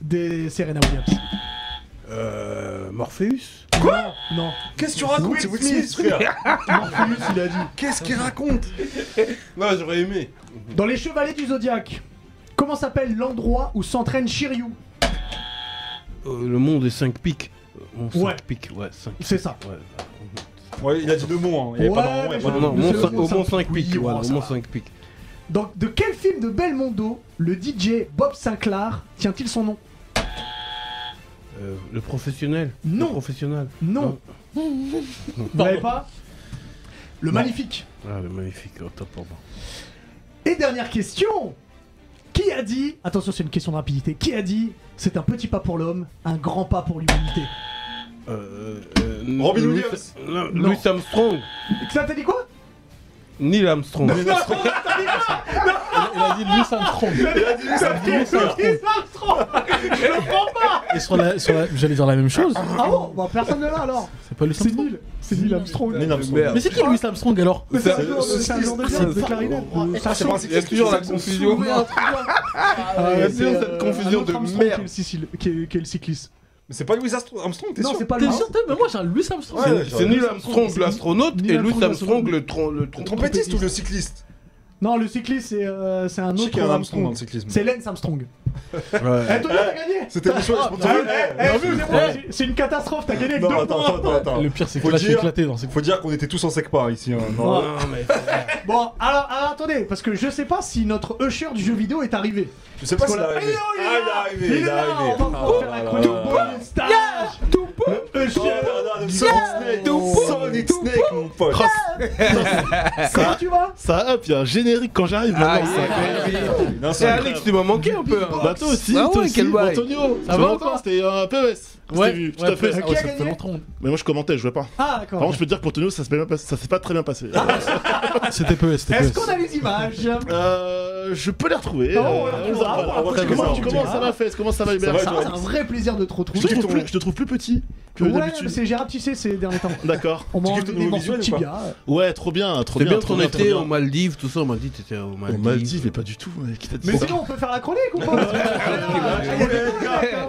[SPEAKER 1] des Serena Williams
[SPEAKER 3] plus. Euh. Morpheus
[SPEAKER 1] Quoi Non.
[SPEAKER 2] Qu'est-ce que tu racontes C'est Will Smith, frère
[SPEAKER 1] Morpheus, il a dit.
[SPEAKER 2] Qu'est-ce qu'il raconte
[SPEAKER 3] Non, j'aurais aimé.
[SPEAKER 1] Dans Les Chevaliers du Zodiaque, comment s'appelle l'endroit où s'entraîne Shiryu
[SPEAKER 3] Euh, le monde est 5 pics. Euh,
[SPEAKER 1] Ouais.
[SPEAKER 3] 5 pics, ouais, 5
[SPEAKER 1] C'est ça.
[SPEAKER 3] Ouais.
[SPEAKER 2] Ouais, il a dit deux mots, hein. Il y avait
[SPEAKER 1] Ouais,
[SPEAKER 2] pas d'en- il y avait
[SPEAKER 1] mais
[SPEAKER 2] pas
[SPEAKER 1] je-
[SPEAKER 2] de
[SPEAKER 3] Non,
[SPEAKER 1] mais
[SPEAKER 3] mon
[SPEAKER 1] c'est
[SPEAKER 3] cin-
[SPEAKER 1] le
[SPEAKER 3] au
[SPEAKER 1] monde
[SPEAKER 3] moins
[SPEAKER 1] cinq
[SPEAKER 3] 5
[SPEAKER 1] pics,
[SPEAKER 3] pics,
[SPEAKER 1] oui,
[SPEAKER 3] voilà,
[SPEAKER 1] bon,
[SPEAKER 3] au
[SPEAKER 1] ça
[SPEAKER 3] moins
[SPEAKER 1] va.
[SPEAKER 3] 5 pics.
[SPEAKER 1] Dans, de quel film de Belmondo le DJ Bob Sinclair tient-il son nom
[SPEAKER 3] Euh, le professionnel
[SPEAKER 1] Non.
[SPEAKER 3] Le professionnel
[SPEAKER 1] Non. Vous l'avez pas Le magnifique.
[SPEAKER 3] Ah, le magnifique, oh, top pour moi.
[SPEAKER 1] Et dernière question Qui a dit Attention, c'est une question de rapidité. Qui a dit C'est un petit pas pour l'homme, un grand pas pour l'humanité
[SPEAKER 3] Euh, euh,
[SPEAKER 2] Robin
[SPEAKER 3] Louis-
[SPEAKER 2] Williams.
[SPEAKER 3] Non,
[SPEAKER 1] Non.
[SPEAKER 3] Louis Armstrong
[SPEAKER 1] Ça t'a dit quoi
[SPEAKER 3] Neil Armstrong.
[SPEAKER 4] Il a dit Louis Armstrong.
[SPEAKER 1] Ça t'a dit Louis Armstrong Je le prends pas
[SPEAKER 4] Et sur la, sur la- j'allais dire la même chose.
[SPEAKER 1] Ah bon Bah personne ne l'a alors
[SPEAKER 4] C'est pas Louis
[SPEAKER 1] C'est
[SPEAKER 4] Armstrong.
[SPEAKER 1] nul C'est nul Armstrong
[SPEAKER 2] Mais non, mais
[SPEAKER 3] Merde.
[SPEAKER 4] Mais c'est qui Louis Armstrong alors
[SPEAKER 1] Mais c'est un
[SPEAKER 3] C'est-
[SPEAKER 1] genre de- c'est un genre de
[SPEAKER 3] c'est-
[SPEAKER 1] jazz, de
[SPEAKER 3] c'est-
[SPEAKER 1] clarinette.
[SPEAKER 2] Ça, c'est
[SPEAKER 3] Il y a toujours la confusion.
[SPEAKER 1] Ah,
[SPEAKER 3] Il y a
[SPEAKER 1] c'est,
[SPEAKER 3] toujours cette
[SPEAKER 1] euh,
[SPEAKER 3] confusion
[SPEAKER 1] un autre
[SPEAKER 3] de
[SPEAKER 1] Armstrong
[SPEAKER 3] merde.
[SPEAKER 1] Qui est le, cycliste- qui est- qui est le cycliste.
[SPEAKER 2] Mais c'est pas Louis Astro- Armstrong, t'es
[SPEAKER 1] Non,
[SPEAKER 2] sûr
[SPEAKER 1] c'est pas le
[SPEAKER 4] T'es sûr t'es- Mais moi j'ai un Louis Armstrong.
[SPEAKER 2] Ouais,
[SPEAKER 3] C'est Neil Armstrong
[SPEAKER 1] c'est-
[SPEAKER 3] l'astronaute
[SPEAKER 1] Neil
[SPEAKER 3] et Louis
[SPEAKER 1] Armstrong,
[SPEAKER 3] Armstrong
[SPEAKER 1] l'astronaute.
[SPEAKER 3] le, tron- le
[SPEAKER 2] Le
[SPEAKER 3] tron-
[SPEAKER 2] trompettiste
[SPEAKER 10] [laughs]
[SPEAKER 2] ou le cycliste
[SPEAKER 1] Non, le cycliste, c'est euh, c'est un
[SPEAKER 2] Je sais
[SPEAKER 1] autre
[SPEAKER 2] qu'il y a un Armstrong dans le
[SPEAKER 1] Armstrong.
[SPEAKER 2] cyclisme.
[SPEAKER 1] C'est Lance Armstrong. Eh,
[SPEAKER 3] Ouais.
[SPEAKER 1] Antonio, t'as gagné
[SPEAKER 2] C'était des choses,
[SPEAKER 1] Ah,
[SPEAKER 2] je m'en
[SPEAKER 1] ah,
[SPEAKER 2] souviens.
[SPEAKER 1] eh, eh, excusez-moi, c'est- C'est une catastrophe, t'as gagné avec
[SPEAKER 2] Non,
[SPEAKER 1] deux
[SPEAKER 2] attends,
[SPEAKER 1] points.
[SPEAKER 2] attends, attends.
[SPEAKER 4] Le pire c'est que
[SPEAKER 2] Faut
[SPEAKER 4] là je suis
[SPEAKER 2] dire-
[SPEAKER 4] éclaté dans ces
[SPEAKER 2] Faut dire qu'on était tous en secpa ici. hein. Non,
[SPEAKER 1] Ouais.
[SPEAKER 3] Non, mais-
[SPEAKER 1] Bon, alors, alors, attendez, parce que je sais pas si notre usher du jeu vidéo est arrivé.
[SPEAKER 2] Je sais pas
[SPEAKER 1] Parce
[SPEAKER 2] s'il est
[SPEAKER 1] qu'on l'a-
[SPEAKER 2] arrivé.
[SPEAKER 1] Eh non,
[SPEAKER 2] Ah, il est arrivé, il est
[SPEAKER 1] là,
[SPEAKER 2] arrivé. Ah,
[SPEAKER 1] on va pouvoir faire la chronique bonus stage. Le usher.
[SPEAKER 2] Oh là là, le Sonic Snake, Sonic Snake, mon pote.
[SPEAKER 1] Comment tu vas
[SPEAKER 10] Ça up, il y a un générique quand j'arrive
[SPEAKER 3] Ah,
[SPEAKER 10] maintenant. ça
[SPEAKER 3] yeah, baby.
[SPEAKER 2] Non,
[SPEAKER 3] C'est
[SPEAKER 2] c'est
[SPEAKER 3] Alex, tu m'as manqué un peu. hein.
[SPEAKER 10] Bah toi aussi,
[SPEAKER 3] Ah
[SPEAKER 10] toi
[SPEAKER 3] ouais,
[SPEAKER 10] aussi,
[SPEAKER 3] quel bail.
[SPEAKER 10] Antonio. Ça
[SPEAKER 4] va
[SPEAKER 10] fait
[SPEAKER 4] ou
[SPEAKER 10] longtemps,
[SPEAKER 4] pas
[SPEAKER 10] c'était euh, un PES. On s'était vu, tout à fait.
[SPEAKER 1] Qui
[SPEAKER 4] Ah ouais,
[SPEAKER 1] a
[SPEAKER 4] ça fait
[SPEAKER 1] gagné
[SPEAKER 4] longtemps.
[SPEAKER 10] Mais moi je commentais, je jouais pas.
[SPEAKER 1] Ah,
[SPEAKER 10] Par
[SPEAKER 1] d'accord.
[SPEAKER 10] contre, je peux te dire pour Antonio, ça s'est pas, passé- ça s'est pas très bien passé.
[SPEAKER 4] C'était peu, c'était E
[SPEAKER 1] Est-ce
[SPEAKER 4] peu.
[SPEAKER 1] qu'on a les images
[SPEAKER 10] Euh, je peux les retrouver.
[SPEAKER 1] Non, on
[SPEAKER 10] euh,
[SPEAKER 1] les
[SPEAKER 10] on les a-
[SPEAKER 1] retrouvera,
[SPEAKER 2] on les
[SPEAKER 10] Comment-
[SPEAKER 2] retrouvera.
[SPEAKER 10] Comment ça va, Fès Comment ça va, Hubert
[SPEAKER 2] va,
[SPEAKER 1] Ça, C'est Ah, un vrai plaisir de te
[SPEAKER 10] je te,
[SPEAKER 1] retrouver.
[SPEAKER 10] trouve plus, je te trouve plus petit. que
[SPEAKER 1] Ouais, mais
[SPEAKER 10] d'habitude.
[SPEAKER 1] c'est Gérard Tissé ces derniers temps.
[SPEAKER 10] D'accord.
[SPEAKER 1] On
[SPEAKER 2] Tu
[SPEAKER 1] mange
[SPEAKER 2] kiffes ton
[SPEAKER 1] des
[SPEAKER 2] nouveau
[SPEAKER 1] morceaux de
[SPEAKER 2] visuel ou
[SPEAKER 1] tibia.
[SPEAKER 10] Ouais, trop bien, trop
[SPEAKER 3] C'était
[SPEAKER 10] bien.
[SPEAKER 3] bien
[SPEAKER 10] trop
[SPEAKER 3] qu'on
[SPEAKER 10] bien, trop
[SPEAKER 3] était
[SPEAKER 10] bien.
[SPEAKER 3] aux Maldives, tout ça. On m'a dit t'étais aux
[SPEAKER 10] Aux
[SPEAKER 3] Maldives.
[SPEAKER 10] Maldives, mais pas du tout. Mais qui t'a dit
[SPEAKER 1] Mais
[SPEAKER 10] ça
[SPEAKER 1] sinon, on peut faire la chronique
[SPEAKER 2] Ah,
[SPEAKER 1] ou pas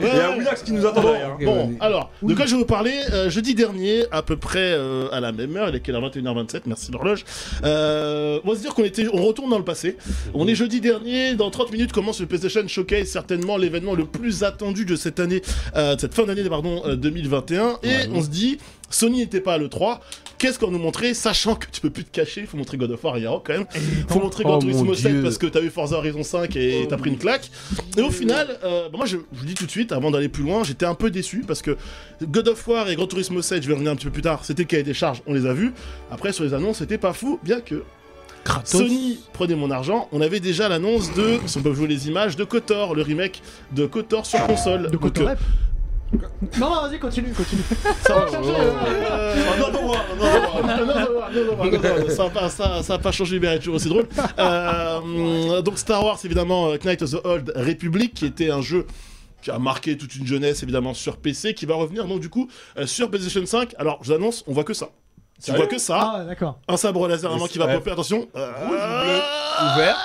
[SPEAKER 2] Il y a Willax qui nous attend derrière.
[SPEAKER 3] Ok,
[SPEAKER 10] Bon,
[SPEAKER 3] vas-y.
[SPEAKER 10] alors, de quoi je vais vous parler Euh, Jeudi dernier, à peu près euh, à la même heure, il est quelle heure 21h27, merci l'horloge. Euh, on va se dire qu'on était, on retourne dans le passé. On est jeudi dernier, dans 30 minutes commence le PlayStation Showcase, certainement l'événement le plus attendu de cette année, euh, de cette fin d'année, pardon, euh, 2021. Et on se dit, Sony n'était pas à l'E3, qu'est-ce qu'on nous montrait Sachant que tu peux plus te cacher, faut montrer God of War, Hero quand même. Faut montrer Gran
[SPEAKER 3] Oh,
[SPEAKER 10] Turismo
[SPEAKER 3] mon
[SPEAKER 10] 7
[SPEAKER 3] Dieu.
[SPEAKER 10] parce que t'as eu Forza Horizon 5 et t'as pris une claque. Et au final, euh, bah moi je, je vous dis tout de suite, avant d'aller plus loin, j'étais un peu déçu parce que God of War et Gran Turismo 7, je vais revenir un petit peu plus tard, c'était le cahier des charges, on les a vus. Après sur les annonces, c'était pas fou, bien que
[SPEAKER 3] Kratos.
[SPEAKER 10] Sony prenait mon argent, on avait déjà l'annonce de, si on peut jouer les images, de KOTOR, le remake de KOTOR sur console.
[SPEAKER 1] De
[SPEAKER 10] Donc,
[SPEAKER 1] côté
[SPEAKER 10] euh,
[SPEAKER 1] rep. Non, non, vas-y, continue, continue.
[SPEAKER 10] ça va changer. euh, Another one, another one, another one, another one, another one. Ça va pas- ça- ça va pas changer, mais elle est toujours aussi drôle. Euh, donc Star Wars, évidemment, euh, Knight of the Old Republic, qui était un jeu qui a marqué toute une jeunesse, évidemment, sur PC, qui va revenir, donc du coup, euh, sur PlayStation 5. Alors, je vous annonce, on voit que ça. Tu
[SPEAKER 2] Sérieux
[SPEAKER 10] vois que ça,
[SPEAKER 1] Ah, ouais, d'accord.
[SPEAKER 10] un sabre laser à main qui va
[SPEAKER 2] Ouais.
[SPEAKER 10] popper, attention. Euh,
[SPEAKER 3] bleu, ouvert.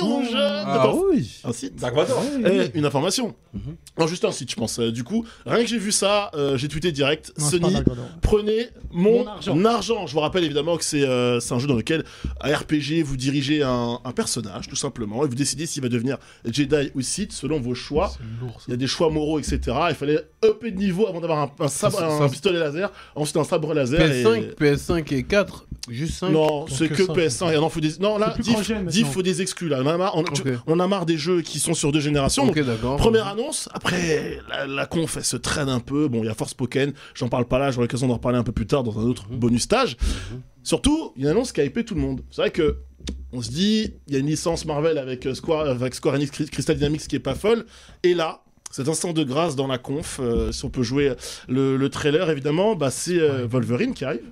[SPEAKER 10] et rouge.
[SPEAKER 3] Ah
[SPEAKER 10] Attends,
[SPEAKER 3] oui.
[SPEAKER 10] un site.
[SPEAKER 2] Dark Vador.
[SPEAKER 10] Eh, une information.
[SPEAKER 3] Mhm.
[SPEAKER 10] Non, juste un site, je pense. Euh, du coup, rien que j'ai vu ça, euh, j'ai tweeté direct.
[SPEAKER 1] Non, c'est pas
[SPEAKER 10] Sony,
[SPEAKER 1] Dark Vador.
[SPEAKER 10] prenez mon,
[SPEAKER 1] Mon
[SPEAKER 10] argent.
[SPEAKER 1] argent.
[SPEAKER 10] Je vous rappelle évidemment que c'est euh, c'est un jeu dans lequel, à RPG, vous dirigez un, un personnage, tout simplement, et vous décidez s'il va devenir Jedi ou Sith selon vos choix.
[SPEAKER 4] C'est lourd. ça.
[SPEAKER 10] Il y a des choix moraux, etc. Il fallait upper de niveau avant d'avoir un, un sabre-
[SPEAKER 3] Ça, ça,
[SPEAKER 10] un
[SPEAKER 3] ça-
[SPEAKER 10] pistolet laser, ensuite un sabre laser.
[SPEAKER 3] PS5,
[SPEAKER 10] et-
[SPEAKER 3] PS5 et 4. Juste 5.
[SPEAKER 10] Non, c'est
[SPEAKER 4] que
[SPEAKER 10] que
[SPEAKER 4] ça.
[SPEAKER 10] PS1. Et non, faut des... non là,
[SPEAKER 1] C'est plus
[SPEAKER 10] Diff,
[SPEAKER 1] prochaine,
[SPEAKER 10] Diff,
[SPEAKER 1] maintenant.
[SPEAKER 10] faut des exclus. Là. On, en a marre, on- tu-
[SPEAKER 3] Ok.
[SPEAKER 10] on a marre des jeux qui sont sur deux générations. donc
[SPEAKER 3] Ok, d'accord.
[SPEAKER 10] Première annonce, après la, la conf elle se traîne un peu, bon il y a Force Pokémon, j'en parle pas là, j'aurai l'occasion d'en reparler un peu plus tard dans un autre bonus stage. Surtout, il y a une annonce qui a hypé tout le monde. C'est vrai que on se dit, il y a une licence Marvel avec euh, Square, avec Square Enix Cry- Crystal Dynamics qui est pas folle, et là, cet instant de grâce dans la conf, euh, si on peut jouer le, le trailer évidemment, bah, c'est euh, Wolverine qui arrive.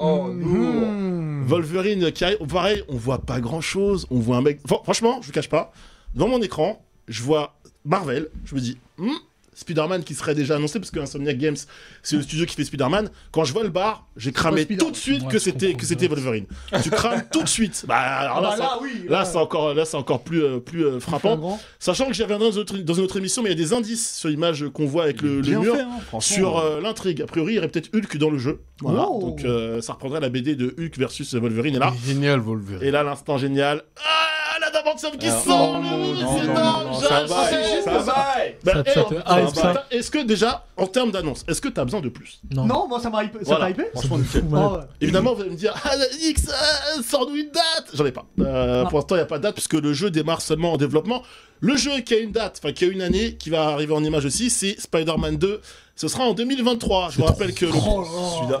[SPEAKER 1] Mhm.
[SPEAKER 10] Wolverine qui arrive, pareil, on voit pas grand chose, on voit un mec. Fran- franchement, je vous cache pas, dans mon écran, je vois Marvel, je me dis, hmm, Spider-Man qui serait déjà annoncé, parce que Insomniac Games, c'est le studio qui fait Spider-Man. Quand je vois le bar, j'ai cramé
[SPEAKER 1] Spider-Man.
[SPEAKER 10] tout de suite
[SPEAKER 4] Moi,
[SPEAKER 10] que
[SPEAKER 4] je
[SPEAKER 10] c'était
[SPEAKER 4] comprends
[SPEAKER 10] que c'était
[SPEAKER 4] bien.
[SPEAKER 10] Wolverine. tu crames tout de suite.
[SPEAKER 1] [laughs]
[SPEAKER 10] Bah, alors
[SPEAKER 1] Ah
[SPEAKER 10] là,
[SPEAKER 1] bah
[SPEAKER 10] c'est-
[SPEAKER 1] là, oui.
[SPEAKER 10] là,
[SPEAKER 1] ouais.
[SPEAKER 10] c'est encore, là, c'est encore plus, euh, plus euh, frappant.
[SPEAKER 1] Flagrant.
[SPEAKER 10] Sachant que j'y reviendrai dans une autre, dans une autre émission, mais il y a des indices sur l'image qu'on voit avec le, le
[SPEAKER 2] Bien
[SPEAKER 10] mur
[SPEAKER 2] fait, hein, franchement.
[SPEAKER 10] sur euh, l'intrigue. A priori, il y aurait peut-être Hulk dans le jeu. Voilà.
[SPEAKER 1] Oh.
[SPEAKER 10] Donc euh, ça reprendrait la BD de Hulk versus Wolverine. Et là,
[SPEAKER 3] Ah. Génial, Wolverine.
[SPEAKER 10] et là l'instant génial. Ah, la Damantium qui
[SPEAKER 2] Alors,
[SPEAKER 10] sort
[SPEAKER 2] non,
[SPEAKER 10] le
[SPEAKER 2] non,
[SPEAKER 10] c'est
[SPEAKER 2] non, non,
[SPEAKER 10] énorme,
[SPEAKER 2] non, ça
[SPEAKER 10] j'achète.
[SPEAKER 2] vaille, ça vaille.
[SPEAKER 10] Bah,
[SPEAKER 4] Ça te-
[SPEAKER 10] eh,
[SPEAKER 4] ça te
[SPEAKER 10] en-
[SPEAKER 4] hype,
[SPEAKER 10] est-ce que
[SPEAKER 4] ça.
[SPEAKER 10] t'as- Est-ce que déjà, en termes d'annonce, est-ce que t'as besoin de plus
[SPEAKER 4] Non.
[SPEAKER 1] Non, moi ça m'a hypé. Ça
[SPEAKER 10] Voilà.
[SPEAKER 1] t'a hypé
[SPEAKER 2] Franchement,
[SPEAKER 4] C'est
[SPEAKER 2] nickel.
[SPEAKER 4] fou, malade.
[SPEAKER 1] Ah ouais.
[SPEAKER 10] Évidemment, vous allez me dire, ah, la X, ah, sors-nous une date J'en ai pas. Euh,
[SPEAKER 6] Non.
[SPEAKER 10] pour l'instant, il n'y a pas de date, puisque le jeu démarre seulement en développement. Le jeu qui a une date, enfin, qui a une année, qui va arriver en image aussi, c'est Spider-Man 2. Ce sera en 2023. Je vous rappelle que.
[SPEAKER 1] Oh,
[SPEAKER 2] Celui-là-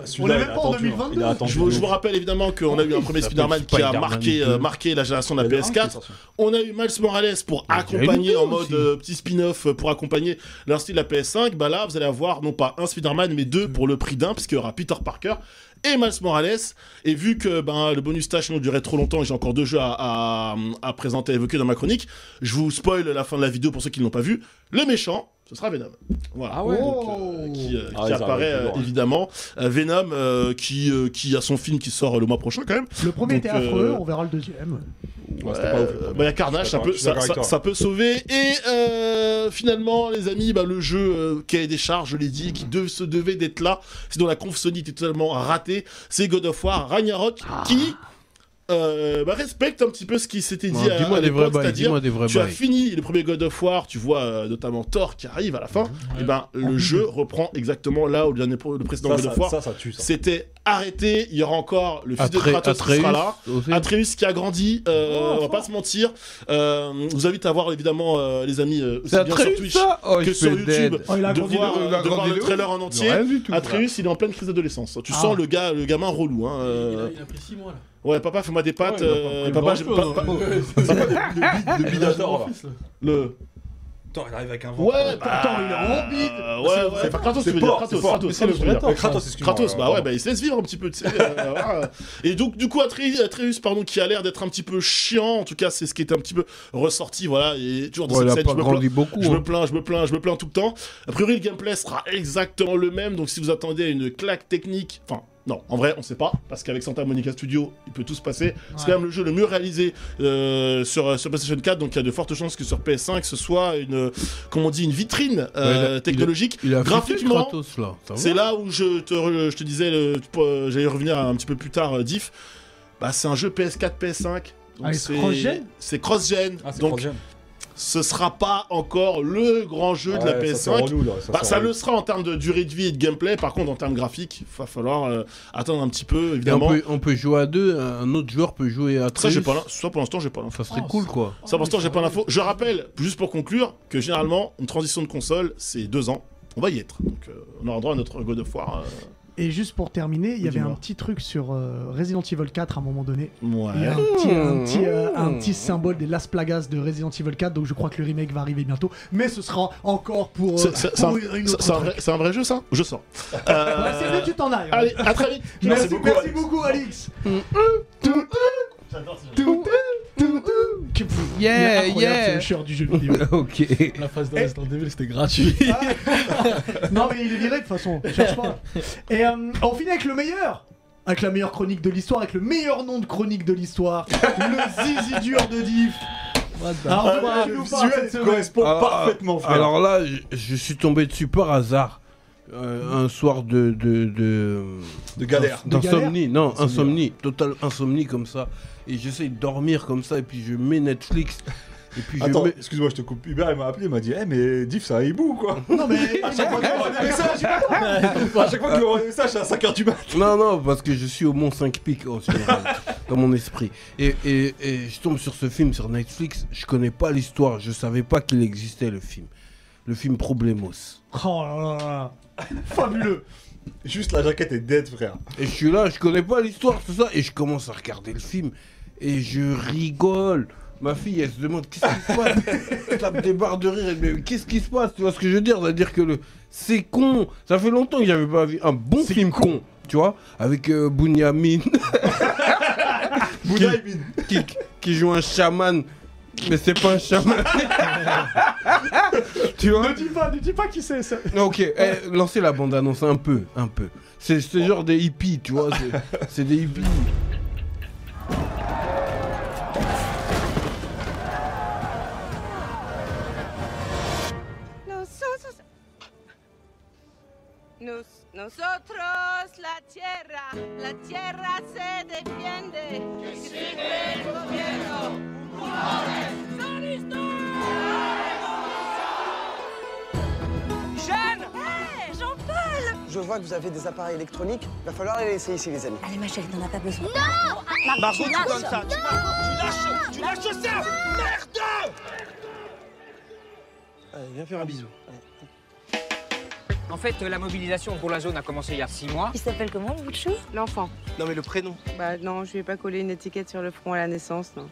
[SPEAKER 1] oh.
[SPEAKER 2] celui-là,
[SPEAKER 1] On
[SPEAKER 2] il
[SPEAKER 1] est
[SPEAKER 2] a
[SPEAKER 1] même pas en
[SPEAKER 2] attendu, hein.
[SPEAKER 1] 2022.
[SPEAKER 2] Il a attendu.
[SPEAKER 10] Je vous, je vous rappelle évidemment qu'on a eu un
[SPEAKER 3] s'appelle
[SPEAKER 10] premier Spider-Man qui a
[SPEAKER 3] Spider-Man
[SPEAKER 10] marqué, euh,
[SPEAKER 3] 2.
[SPEAKER 10] marqué la génération de la
[SPEAKER 2] Il y en a un qui est
[SPEAKER 10] PS4.
[SPEAKER 2] sorti.
[SPEAKER 10] On a eu Miles Morales pour
[SPEAKER 3] y a eu
[SPEAKER 10] accompagner
[SPEAKER 3] le
[SPEAKER 10] en
[SPEAKER 3] deux
[SPEAKER 10] mode
[SPEAKER 3] aussi.
[SPEAKER 10] euh, petit spin-off euh, pour accompagner l'instit de la PS5. Bah là, vous allez avoir non pas un Spider-Man mais deux pour le prix d'un, puisqu'il y aura Peter Parker et Miles Morales. Et vu que ben, le bonus tâche nous durait trop longtemps et j'ai encore deux jeux à, à- à présenter, à évoquer dans ma chronique, je vous spoil la fin de la vidéo pour ceux qui ne l'ont pas vu. Le méchant, ce sera Venom. Voilà.
[SPEAKER 2] Ah ouais.
[SPEAKER 10] Donc, euh, qui, euh,
[SPEAKER 2] Ah,
[SPEAKER 10] qui
[SPEAKER 2] ils
[SPEAKER 10] apparaît
[SPEAKER 2] arrivent
[SPEAKER 10] euh,
[SPEAKER 2] toujours, hein.
[SPEAKER 10] évidemment. Euh, Venom euh, qui, euh, qui a son film qui sort euh, le mois prochain quand même.
[SPEAKER 1] Le premier
[SPEAKER 10] Donc,
[SPEAKER 1] était
[SPEAKER 10] euh,
[SPEAKER 1] affreux, on verra le deuxième.
[SPEAKER 2] Ouais, c'était pas ouf,
[SPEAKER 10] Euh,
[SPEAKER 2] le
[SPEAKER 10] bah, Il
[SPEAKER 2] premier.
[SPEAKER 10] y a Carnage, ça
[SPEAKER 2] D'accord,
[SPEAKER 10] peut,
[SPEAKER 2] je suis
[SPEAKER 10] ça,
[SPEAKER 2] d'accord
[SPEAKER 10] ça-
[SPEAKER 2] avec toi.
[SPEAKER 10] ça peut sauver. Et euh, finalement, les amis, bah, le jeu euh, cahier des charges, je l'ai dit, qui de- se devait d'être là, sinon la conf Sony était totalement ratée, c'est God of War Ragnarok qui euh, bah, respecte un petit peu ce qui s'était dit à, à
[SPEAKER 3] Dis-moi des vrais
[SPEAKER 10] l'époque,
[SPEAKER 3] bails.
[SPEAKER 10] c'est-à-dire
[SPEAKER 3] Dis-moi des vrais
[SPEAKER 10] tu as
[SPEAKER 3] bails.
[SPEAKER 10] fini le premier God of War, tu vois euh, notamment Thor qui arrive à la fin, et ben le jeu reprend exactement là où le, dernier, le précédent
[SPEAKER 2] Ça,
[SPEAKER 10] God
[SPEAKER 2] ça,
[SPEAKER 10] of War
[SPEAKER 2] ça, ça tue. ça.
[SPEAKER 10] s'était arrêté, il y aura encore le fils de
[SPEAKER 3] Atre-
[SPEAKER 10] Kratos qui sera là. Ah,
[SPEAKER 3] Atreus aussi.
[SPEAKER 10] Atreus qui a grandi, euh, on va pas se mentir. Euh, je vous invite à voir évidemment euh, les amis euh, aussi
[SPEAKER 3] C'est
[SPEAKER 10] bien sur
[SPEAKER 3] Atreus
[SPEAKER 10] Twitch
[SPEAKER 3] ça Oh,
[SPEAKER 10] que
[SPEAKER 3] je
[SPEAKER 10] sur
[SPEAKER 3] suis
[SPEAKER 10] YouTube.
[SPEAKER 3] dead.
[SPEAKER 1] Oh, il a
[SPEAKER 10] de
[SPEAKER 1] grandi.
[SPEAKER 10] voir,
[SPEAKER 3] de- il a
[SPEAKER 10] de voir
[SPEAKER 3] grandi
[SPEAKER 10] le
[SPEAKER 3] de ouf.
[SPEAKER 10] trailer en entier.
[SPEAKER 3] Rien du tout.
[SPEAKER 10] Atreus, il est en pleine crise d'adolescence. Tu
[SPEAKER 1] Ah.
[SPEAKER 10] sens le gars, le gamin relou. Hein.
[SPEAKER 4] Il a-
[SPEAKER 1] Oh,
[SPEAKER 10] euh.
[SPEAKER 4] il a pris 6 mois là.
[SPEAKER 10] Ouais, papa, fais-moi des pâtes.
[SPEAKER 4] Ouais, il a pas
[SPEAKER 10] euh,
[SPEAKER 4] pris
[SPEAKER 10] papa, j'ai
[SPEAKER 4] grand-chose,
[SPEAKER 10] pas-
[SPEAKER 4] hein.
[SPEAKER 10] pas-
[SPEAKER 2] Le bid- le bidator, là.
[SPEAKER 10] le.
[SPEAKER 2] Thor, il arrive avec un ventre.
[SPEAKER 10] Ouais,
[SPEAKER 1] Attends, il est en bide.
[SPEAKER 10] Euh,
[SPEAKER 2] C'est-
[SPEAKER 10] ouais, ouais.
[SPEAKER 2] c'est-
[SPEAKER 10] Enfin, Kratos,
[SPEAKER 2] c'est
[SPEAKER 10] tu veux dire.
[SPEAKER 2] fort,
[SPEAKER 10] Kratos,
[SPEAKER 2] c'est fort.
[SPEAKER 10] Kratos,
[SPEAKER 4] C'est le
[SPEAKER 10] tu veux dire.
[SPEAKER 4] vrai Thor.
[SPEAKER 2] Kratos, excuse-moi.
[SPEAKER 10] Kratos, bah
[SPEAKER 2] Euh,
[SPEAKER 10] ouais, bah il se laisse vivre un petit peu, tu sais. euh, [laughs] voilà. Et donc, du coup, Atre- Atreus, pardon, qui a l'air d'être un petit peu chiant, en tout cas, c'est ce qui est un petit peu ressorti, voilà, et toujours dans
[SPEAKER 3] Ouais, Oh, il
[SPEAKER 10] cette
[SPEAKER 3] a
[SPEAKER 10] scène,
[SPEAKER 3] pas
[SPEAKER 10] je me plains.
[SPEAKER 3] grandi beaucoup.
[SPEAKER 10] Je
[SPEAKER 3] hein.
[SPEAKER 10] me plains, je me plains, je me plains tout le temps. A priori, le gameplay sera exactement le même, donc si vous attendez à une claque technique, enfin, non, en vrai, on sait pas, parce qu'avec Santa Monica Studio, il peut tout se passer. C'est quand même le jeu le mieux réalisé euh, sur, sur PlayStation 4, donc il y a de fortes chances que sur PS5, ce soit une, comment on dit, une vitrine euh,
[SPEAKER 3] Ouais, il a- Ah
[SPEAKER 10] technologique.
[SPEAKER 3] Il a
[SPEAKER 10] Graphiquement,
[SPEAKER 3] graphiquement Kratos là. Ça va
[SPEAKER 10] C'est là où je te, re- je te disais, le- euh, j'allais revenir un petit peu plus tard, euh, Diff. Bah, c'est un jeu PS4, PS5. donc
[SPEAKER 1] Ah, et
[SPEAKER 10] c'est-
[SPEAKER 1] cross-gen
[SPEAKER 10] C'est cross-gen.
[SPEAKER 2] Ah, c'est
[SPEAKER 10] donc,
[SPEAKER 2] Cross-Gen.
[SPEAKER 10] ce sera pas encore le grand jeu de la
[SPEAKER 2] Ouais, ça sort
[SPEAKER 10] PS5.
[SPEAKER 2] relou, là, ça
[SPEAKER 10] Bah,
[SPEAKER 2] sort
[SPEAKER 10] ça
[SPEAKER 2] relou.
[SPEAKER 10] le sera en termes de durée de vie et de gameplay. Par contre, en termes graphiques, il va falloir euh, attendre un petit peu,
[SPEAKER 3] Et on
[SPEAKER 10] évidemment.
[SPEAKER 3] peut, on peut jouer à deux, un autre joueur peut jouer à
[SPEAKER 10] Ça,
[SPEAKER 3] trois.
[SPEAKER 10] j'ai pas l'in- ça, pour l'instant, j'ai pas l'info.
[SPEAKER 3] Ça serait
[SPEAKER 4] Oh,
[SPEAKER 3] cool
[SPEAKER 10] [laughs]
[SPEAKER 3] quoi.
[SPEAKER 10] Ça, pour l'instant, j'ai pas l'info. Je rappelle, juste pour conclure, que généralement, une transition de console, c'est deux ans. On va y être. Donc, euh, on aura droit à notre God of War. euh,
[SPEAKER 1] Et juste pour terminer, il y avait un
[SPEAKER 10] Dis-moi. Bah,
[SPEAKER 1] petit truc sur euh, Resident Evil 4 à un moment donné.
[SPEAKER 10] Ouais.
[SPEAKER 1] Il y a un petit, un,
[SPEAKER 3] Mmh.
[SPEAKER 1] petit, euh, un petit symbole des Las Plagas de Resident Evil 4, donc je crois que le remake va arriver bientôt, mais ce sera encore pour, euh,
[SPEAKER 10] C'est- c'est- c'est
[SPEAKER 1] pour
[SPEAKER 10] un-
[SPEAKER 1] une
[SPEAKER 10] c'est-
[SPEAKER 1] autre.
[SPEAKER 10] c'est un vrai- c'est un vrai jeu, ça euh, Je sors.
[SPEAKER 1] Ouais,
[SPEAKER 10] Euh,
[SPEAKER 1] c'est mieux que tu t'en ailles. ouais.
[SPEAKER 10] Allez, à très vite.
[SPEAKER 1] merci,
[SPEAKER 2] beaucoup,
[SPEAKER 1] merci
[SPEAKER 2] Alex.
[SPEAKER 1] beaucoup, Alix.
[SPEAKER 10] J'adore ce jeu.
[SPEAKER 1] Tout, tout, tout. Qui- pff, il est
[SPEAKER 3] Yeah,
[SPEAKER 1] incroyable,
[SPEAKER 3] yeah.
[SPEAKER 1] ce lusher du jeu vidéo.
[SPEAKER 3] ok.
[SPEAKER 4] La phase de Resident Evil, c'était gratuit.
[SPEAKER 1] non, mais il est viré de toute façon, cherche pas. Et euh, on finit avec le meilleur. Avec la meilleure chronique de l'histoire, avec le meilleur nom de chronique de l'histoire, le zizi dur de Diff. Alors,
[SPEAKER 2] Ah,
[SPEAKER 1] de quoi
[SPEAKER 2] ouais,
[SPEAKER 1] tu
[SPEAKER 2] le
[SPEAKER 1] nous parles
[SPEAKER 2] visuel
[SPEAKER 1] cette semaine
[SPEAKER 2] correspond
[SPEAKER 3] Alors,
[SPEAKER 2] Oh, parfaitement, frère.
[SPEAKER 3] Euh, Alors là, je, je suis tombé dessus par hasard. Euh, un soir de. de, de-
[SPEAKER 2] de galère. hein.
[SPEAKER 1] De galère
[SPEAKER 3] D'insomnie, non, insomnie, total insomnie comme ça. Et j'essaie de dormir comme ça, et puis je mets Netflix. Et puis je
[SPEAKER 2] Attends,
[SPEAKER 3] mets.
[SPEAKER 2] excuse-moi, je te coupe. Hubert, il m'a appelé, il m'a dit Eh, mais Diff, ça a hibou, quoi.
[SPEAKER 1] Non, mais.
[SPEAKER 2] À chaque fois qu'il envoie des messages, à chaque fois qu'il envoie des messages, c'est à 5h du matin.
[SPEAKER 3] Non, non, parce que je suis au Mont 5 Pics en général, [laughs] dans mon esprit. Et, et- et je tombe sur ce film sur Netflix, je connais pas l'histoire, je savais pas qu'il existait le film. Le film Problemos.
[SPEAKER 1] Oh là là là. Fabuleux.
[SPEAKER 2] Juste la jaquette est dead, frère.
[SPEAKER 3] Et je suis là, je connais pas l'histoire, tout ça, et je commence à regarder le film, et je rigole. Ma fille, elle se demande qu'est-ce qui se passe. Elle tape des barres de rire, elle me dit, mais qu'est-ce qui se passe Tu vois ce que je veux dire C'est-à-dire que le... c'est con. Ça fait longtemps que j'avais pas vu un bon film con. tu vois, avec euh, Bunyamin
[SPEAKER 2] Bouddha, il mine.
[SPEAKER 3] qui, qui joue un chaman, mais c'est pas un chaman. tu vois
[SPEAKER 1] Ne dis pas, ne dis pas qui c'est ça.
[SPEAKER 3] Ok, eh, lancez la bande-annonce un peu, un peu. C'est ce genre des hippies, tu vois, c'est- c'est des hippies.
[SPEAKER 9] Nosotros. Nos- nosotros, la tierra, la tierra se defiende. Que sigue el gobierno. Jeanne Hé, Jean-Paul
[SPEAKER 11] Je vois que vous avez des appareils électroniques. Il va falloir les laisser ici, les amis.
[SPEAKER 9] Allez, ma chérie, t'en as pas besoin.
[SPEAKER 5] Margot, tu donnes ça Tu, lâches Tu lâches ça
[SPEAKER 11] Allez, viens faire un bisou. Allez.
[SPEAKER 9] En fait, la mobilisation pour la zone a commencé il y a six mois.
[SPEAKER 8] Il s'appelle comment, le bout de chou
[SPEAKER 9] L'enfant.
[SPEAKER 11] Non, mais le prénom.
[SPEAKER 9] Bah non, je lui ai pas collé une étiquette sur le front à la naissance, non.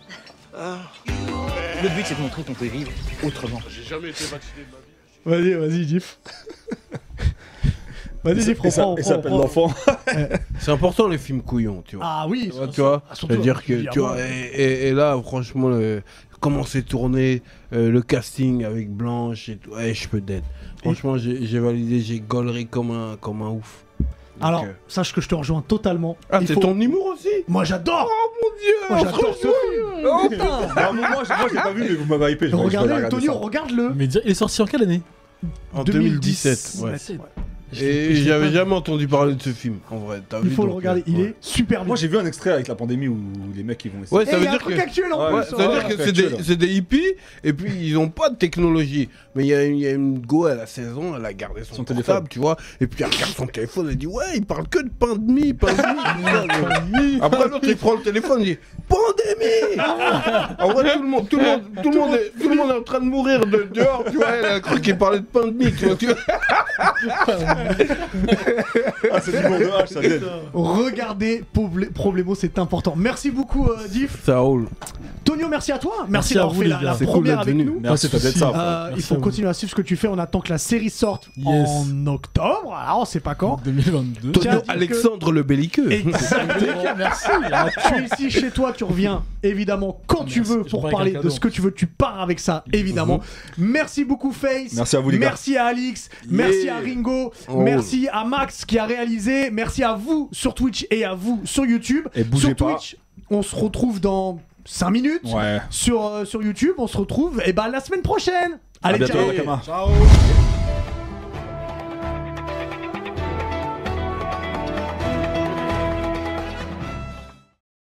[SPEAKER 11] Ah.
[SPEAKER 5] Le but, c'est de montrer qu'on peut vivre autrement.
[SPEAKER 10] J'ai jamais été vacciné de ma
[SPEAKER 1] Vas-y,
[SPEAKER 10] vie.
[SPEAKER 1] vas-y, Diff. vas-y, Diff,
[SPEAKER 2] Il s'a-
[SPEAKER 1] reprends,
[SPEAKER 2] il
[SPEAKER 1] reprends,
[SPEAKER 2] s'appelle
[SPEAKER 1] reprends.
[SPEAKER 2] l'enfant.
[SPEAKER 3] C'est important les films couillons, tu vois.
[SPEAKER 1] Ah oui,
[SPEAKER 3] Tu vois, tu vois,
[SPEAKER 1] Ah, surtout,
[SPEAKER 3] c'est-à-dire que tu
[SPEAKER 1] évidemment.
[SPEAKER 3] vois, et, et- et là, franchement, le- comment c'est tourné, euh, le casting avec Blanche et tout, ouais, je peux d'être. Franchement, j'ai j'ai validé, j'ai gollerie comme un, comme un ouf. Donc,
[SPEAKER 1] Alors,
[SPEAKER 3] euh,
[SPEAKER 1] sache que je te rejoins totalement.
[SPEAKER 3] Ah,
[SPEAKER 1] Il
[SPEAKER 3] c'est
[SPEAKER 1] faut-
[SPEAKER 3] ton humour aussi
[SPEAKER 1] Moi j'adore
[SPEAKER 3] Oh, Mon dieu
[SPEAKER 1] Moi j'adore ce film
[SPEAKER 3] Oh,
[SPEAKER 2] Non, mais moi, je moi, je l'ai pas vu, mais vous m'avez hypé. je vais- je vais
[SPEAKER 1] Regardez,
[SPEAKER 2] regarder
[SPEAKER 1] Antonio,
[SPEAKER 2] ça.
[SPEAKER 1] regarde-le
[SPEAKER 4] Mais dire- il est sorti en quelle année
[SPEAKER 3] En
[SPEAKER 1] 2017,
[SPEAKER 3] 2017, ouais.
[SPEAKER 1] ouais.
[SPEAKER 4] Je l'ai-
[SPEAKER 3] Et
[SPEAKER 4] je l'ai
[SPEAKER 3] j'avais
[SPEAKER 4] pas-
[SPEAKER 3] jamais entendu parler de ce film, en vrai. T'as
[SPEAKER 1] Il
[SPEAKER 3] vu,
[SPEAKER 1] faut le
[SPEAKER 3] donc,
[SPEAKER 1] regarder,
[SPEAKER 3] euh,
[SPEAKER 1] il
[SPEAKER 3] ouais.
[SPEAKER 1] est super bien.
[SPEAKER 2] Moi, j'ai vu un extrait avec la pandémie où les mecs, ils vont essayer.
[SPEAKER 3] Ouais,
[SPEAKER 1] Et
[SPEAKER 3] ça
[SPEAKER 1] Eh, il y
[SPEAKER 3] veut
[SPEAKER 1] a un
[SPEAKER 3] dire
[SPEAKER 1] truc
[SPEAKER 3] que.
[SPEAKER 1] actuel en
[SPEAKER 2] Ouais,
[SPEAKER 1] plus.
[SPEAKER 3] ça
[SPEAKER 1] ouais.
[SPEAKER 3] veut dire
[SPEAKER 2] ouais,
[SPEAKER 3] que
[SPEAKER 2] ouais,
[SPEAKER 3] c'est des,
[SPEAKER 2] actuel.
[SPEAKER 3] c'est des hippies et puis ils ont pas de technologie. Mais il y, a une- il y a une go, elle a 16 ans, elle a gardé son,
[SPEAKER 2] Son téléphone.
[SPEAKER 3] téléphone, tu vois. Et puis elle regarde son téléphone, elle dit Ouais, il parle que de pain de mie, pain de mie. pain de mie. Après l'autre, il prend le téléphone, il dit Pandémie En vrai, tout le monde, tout le monde, tout le monde, est, tout le monde est en train de mourir de dehors, tu vois. Elle a cru qu'il parlait de pain de mie, tu vois. Tu vois.
[SPEAKER 2] Ah, c'est du bon de hache, ça dead.
[SPEAKER 1] Regardez Poble- Problemo, c'est important. Merci beaucoup, euh, Diff.
[SPEAKER 3] Ça roule.
[SPEAKER 1] Tonio, merci à toi. Merci,
[SPEAKER 4] Merci à
[SPEAKER 1] d'avoir
[SPEAKER 4] vous,
[SPEAKER 1] fait
[SPEAKER 4] les
[SPEAKER 1] la,
[SPEAKER 4] gars.
[SPEAKER 1] la
[SPEAKER 4] C'est cool
[SPEAKER 1] première
[SPEAKER 4] d'être
[SPEAKER 1] avec
[SPEAKER 4] venus.
[SPEAKER 1] nous.
[SPEAKER 4] Merci,
[SPEAKER 1] Pas de
[SPEAKER 4] Sophie.
[SPEAKER 1] souci.
[SPEAKER 4] Ah,
[SPEAKER 1] Euh,
[SPEAKER 4] merci
[SPEAKER 1] il faut
[SPEAKER 4] à vous.
[SPEAKER 1] continuer à suivre ce que tu fais. On attend que la série sorte
[SPEAKER 4] Yes.
[SPEAKER 1] en octobre. Alors, on sait pas quand.
[SPEAKER 4] 2022.
[SPEAKER 1] Tiens,
[SPEAKER 3] Tonio
[SPEAKER 1] dis que-
[SPEAKER 3] Alexandre le belliqueux.
[SPEAKER 1] Exactement. [laughs]
[SPEAKER 4] Merci.
[SPEAKER 1] Tu es ici chez toi, tu reviens évidemment quand tu veux
[SPEAKER 4] je
[SPEAKER 1] pour
[SPEAKER 4] prends
[SPEAKER 1] parler
[SPEAKER 4] avec un
[SPEAKER 1] de
[SPEAKER 4] cadeau.
[SPEAKER 1] ce que tu veux. Tu pars avec ça évidemment. Merci beaucoup Face.
[SPEAKER 2] Merci à vous, les gars.
[SPEAKER 1] Merci à Alix. Merci à Ringo.
[SPEAKER 3] Oh.
[SPEAKER 1] Merci à Max qui a réalisé. Merci à vous sur Twitch et à vous sur YouTube.
[SPEAKER 2] Et bougez
[SPEAKER 1] sur
[SPEAKER 2] pas.
[SPEAKER 1] Twitch, on se retrouve dans 5 minutes.
[SPEAKER 2] Ouais.
[SPEAKER 1] eh Sur, euh, sur YouTube, on se retrouve et ben la semaine prochaine. Allez,
[SPEAKER 2] à bientôt,
[SPEAKER 1] ciao.
[SPEAKER 2] Nakama.
[SPEAKER 10] Ciao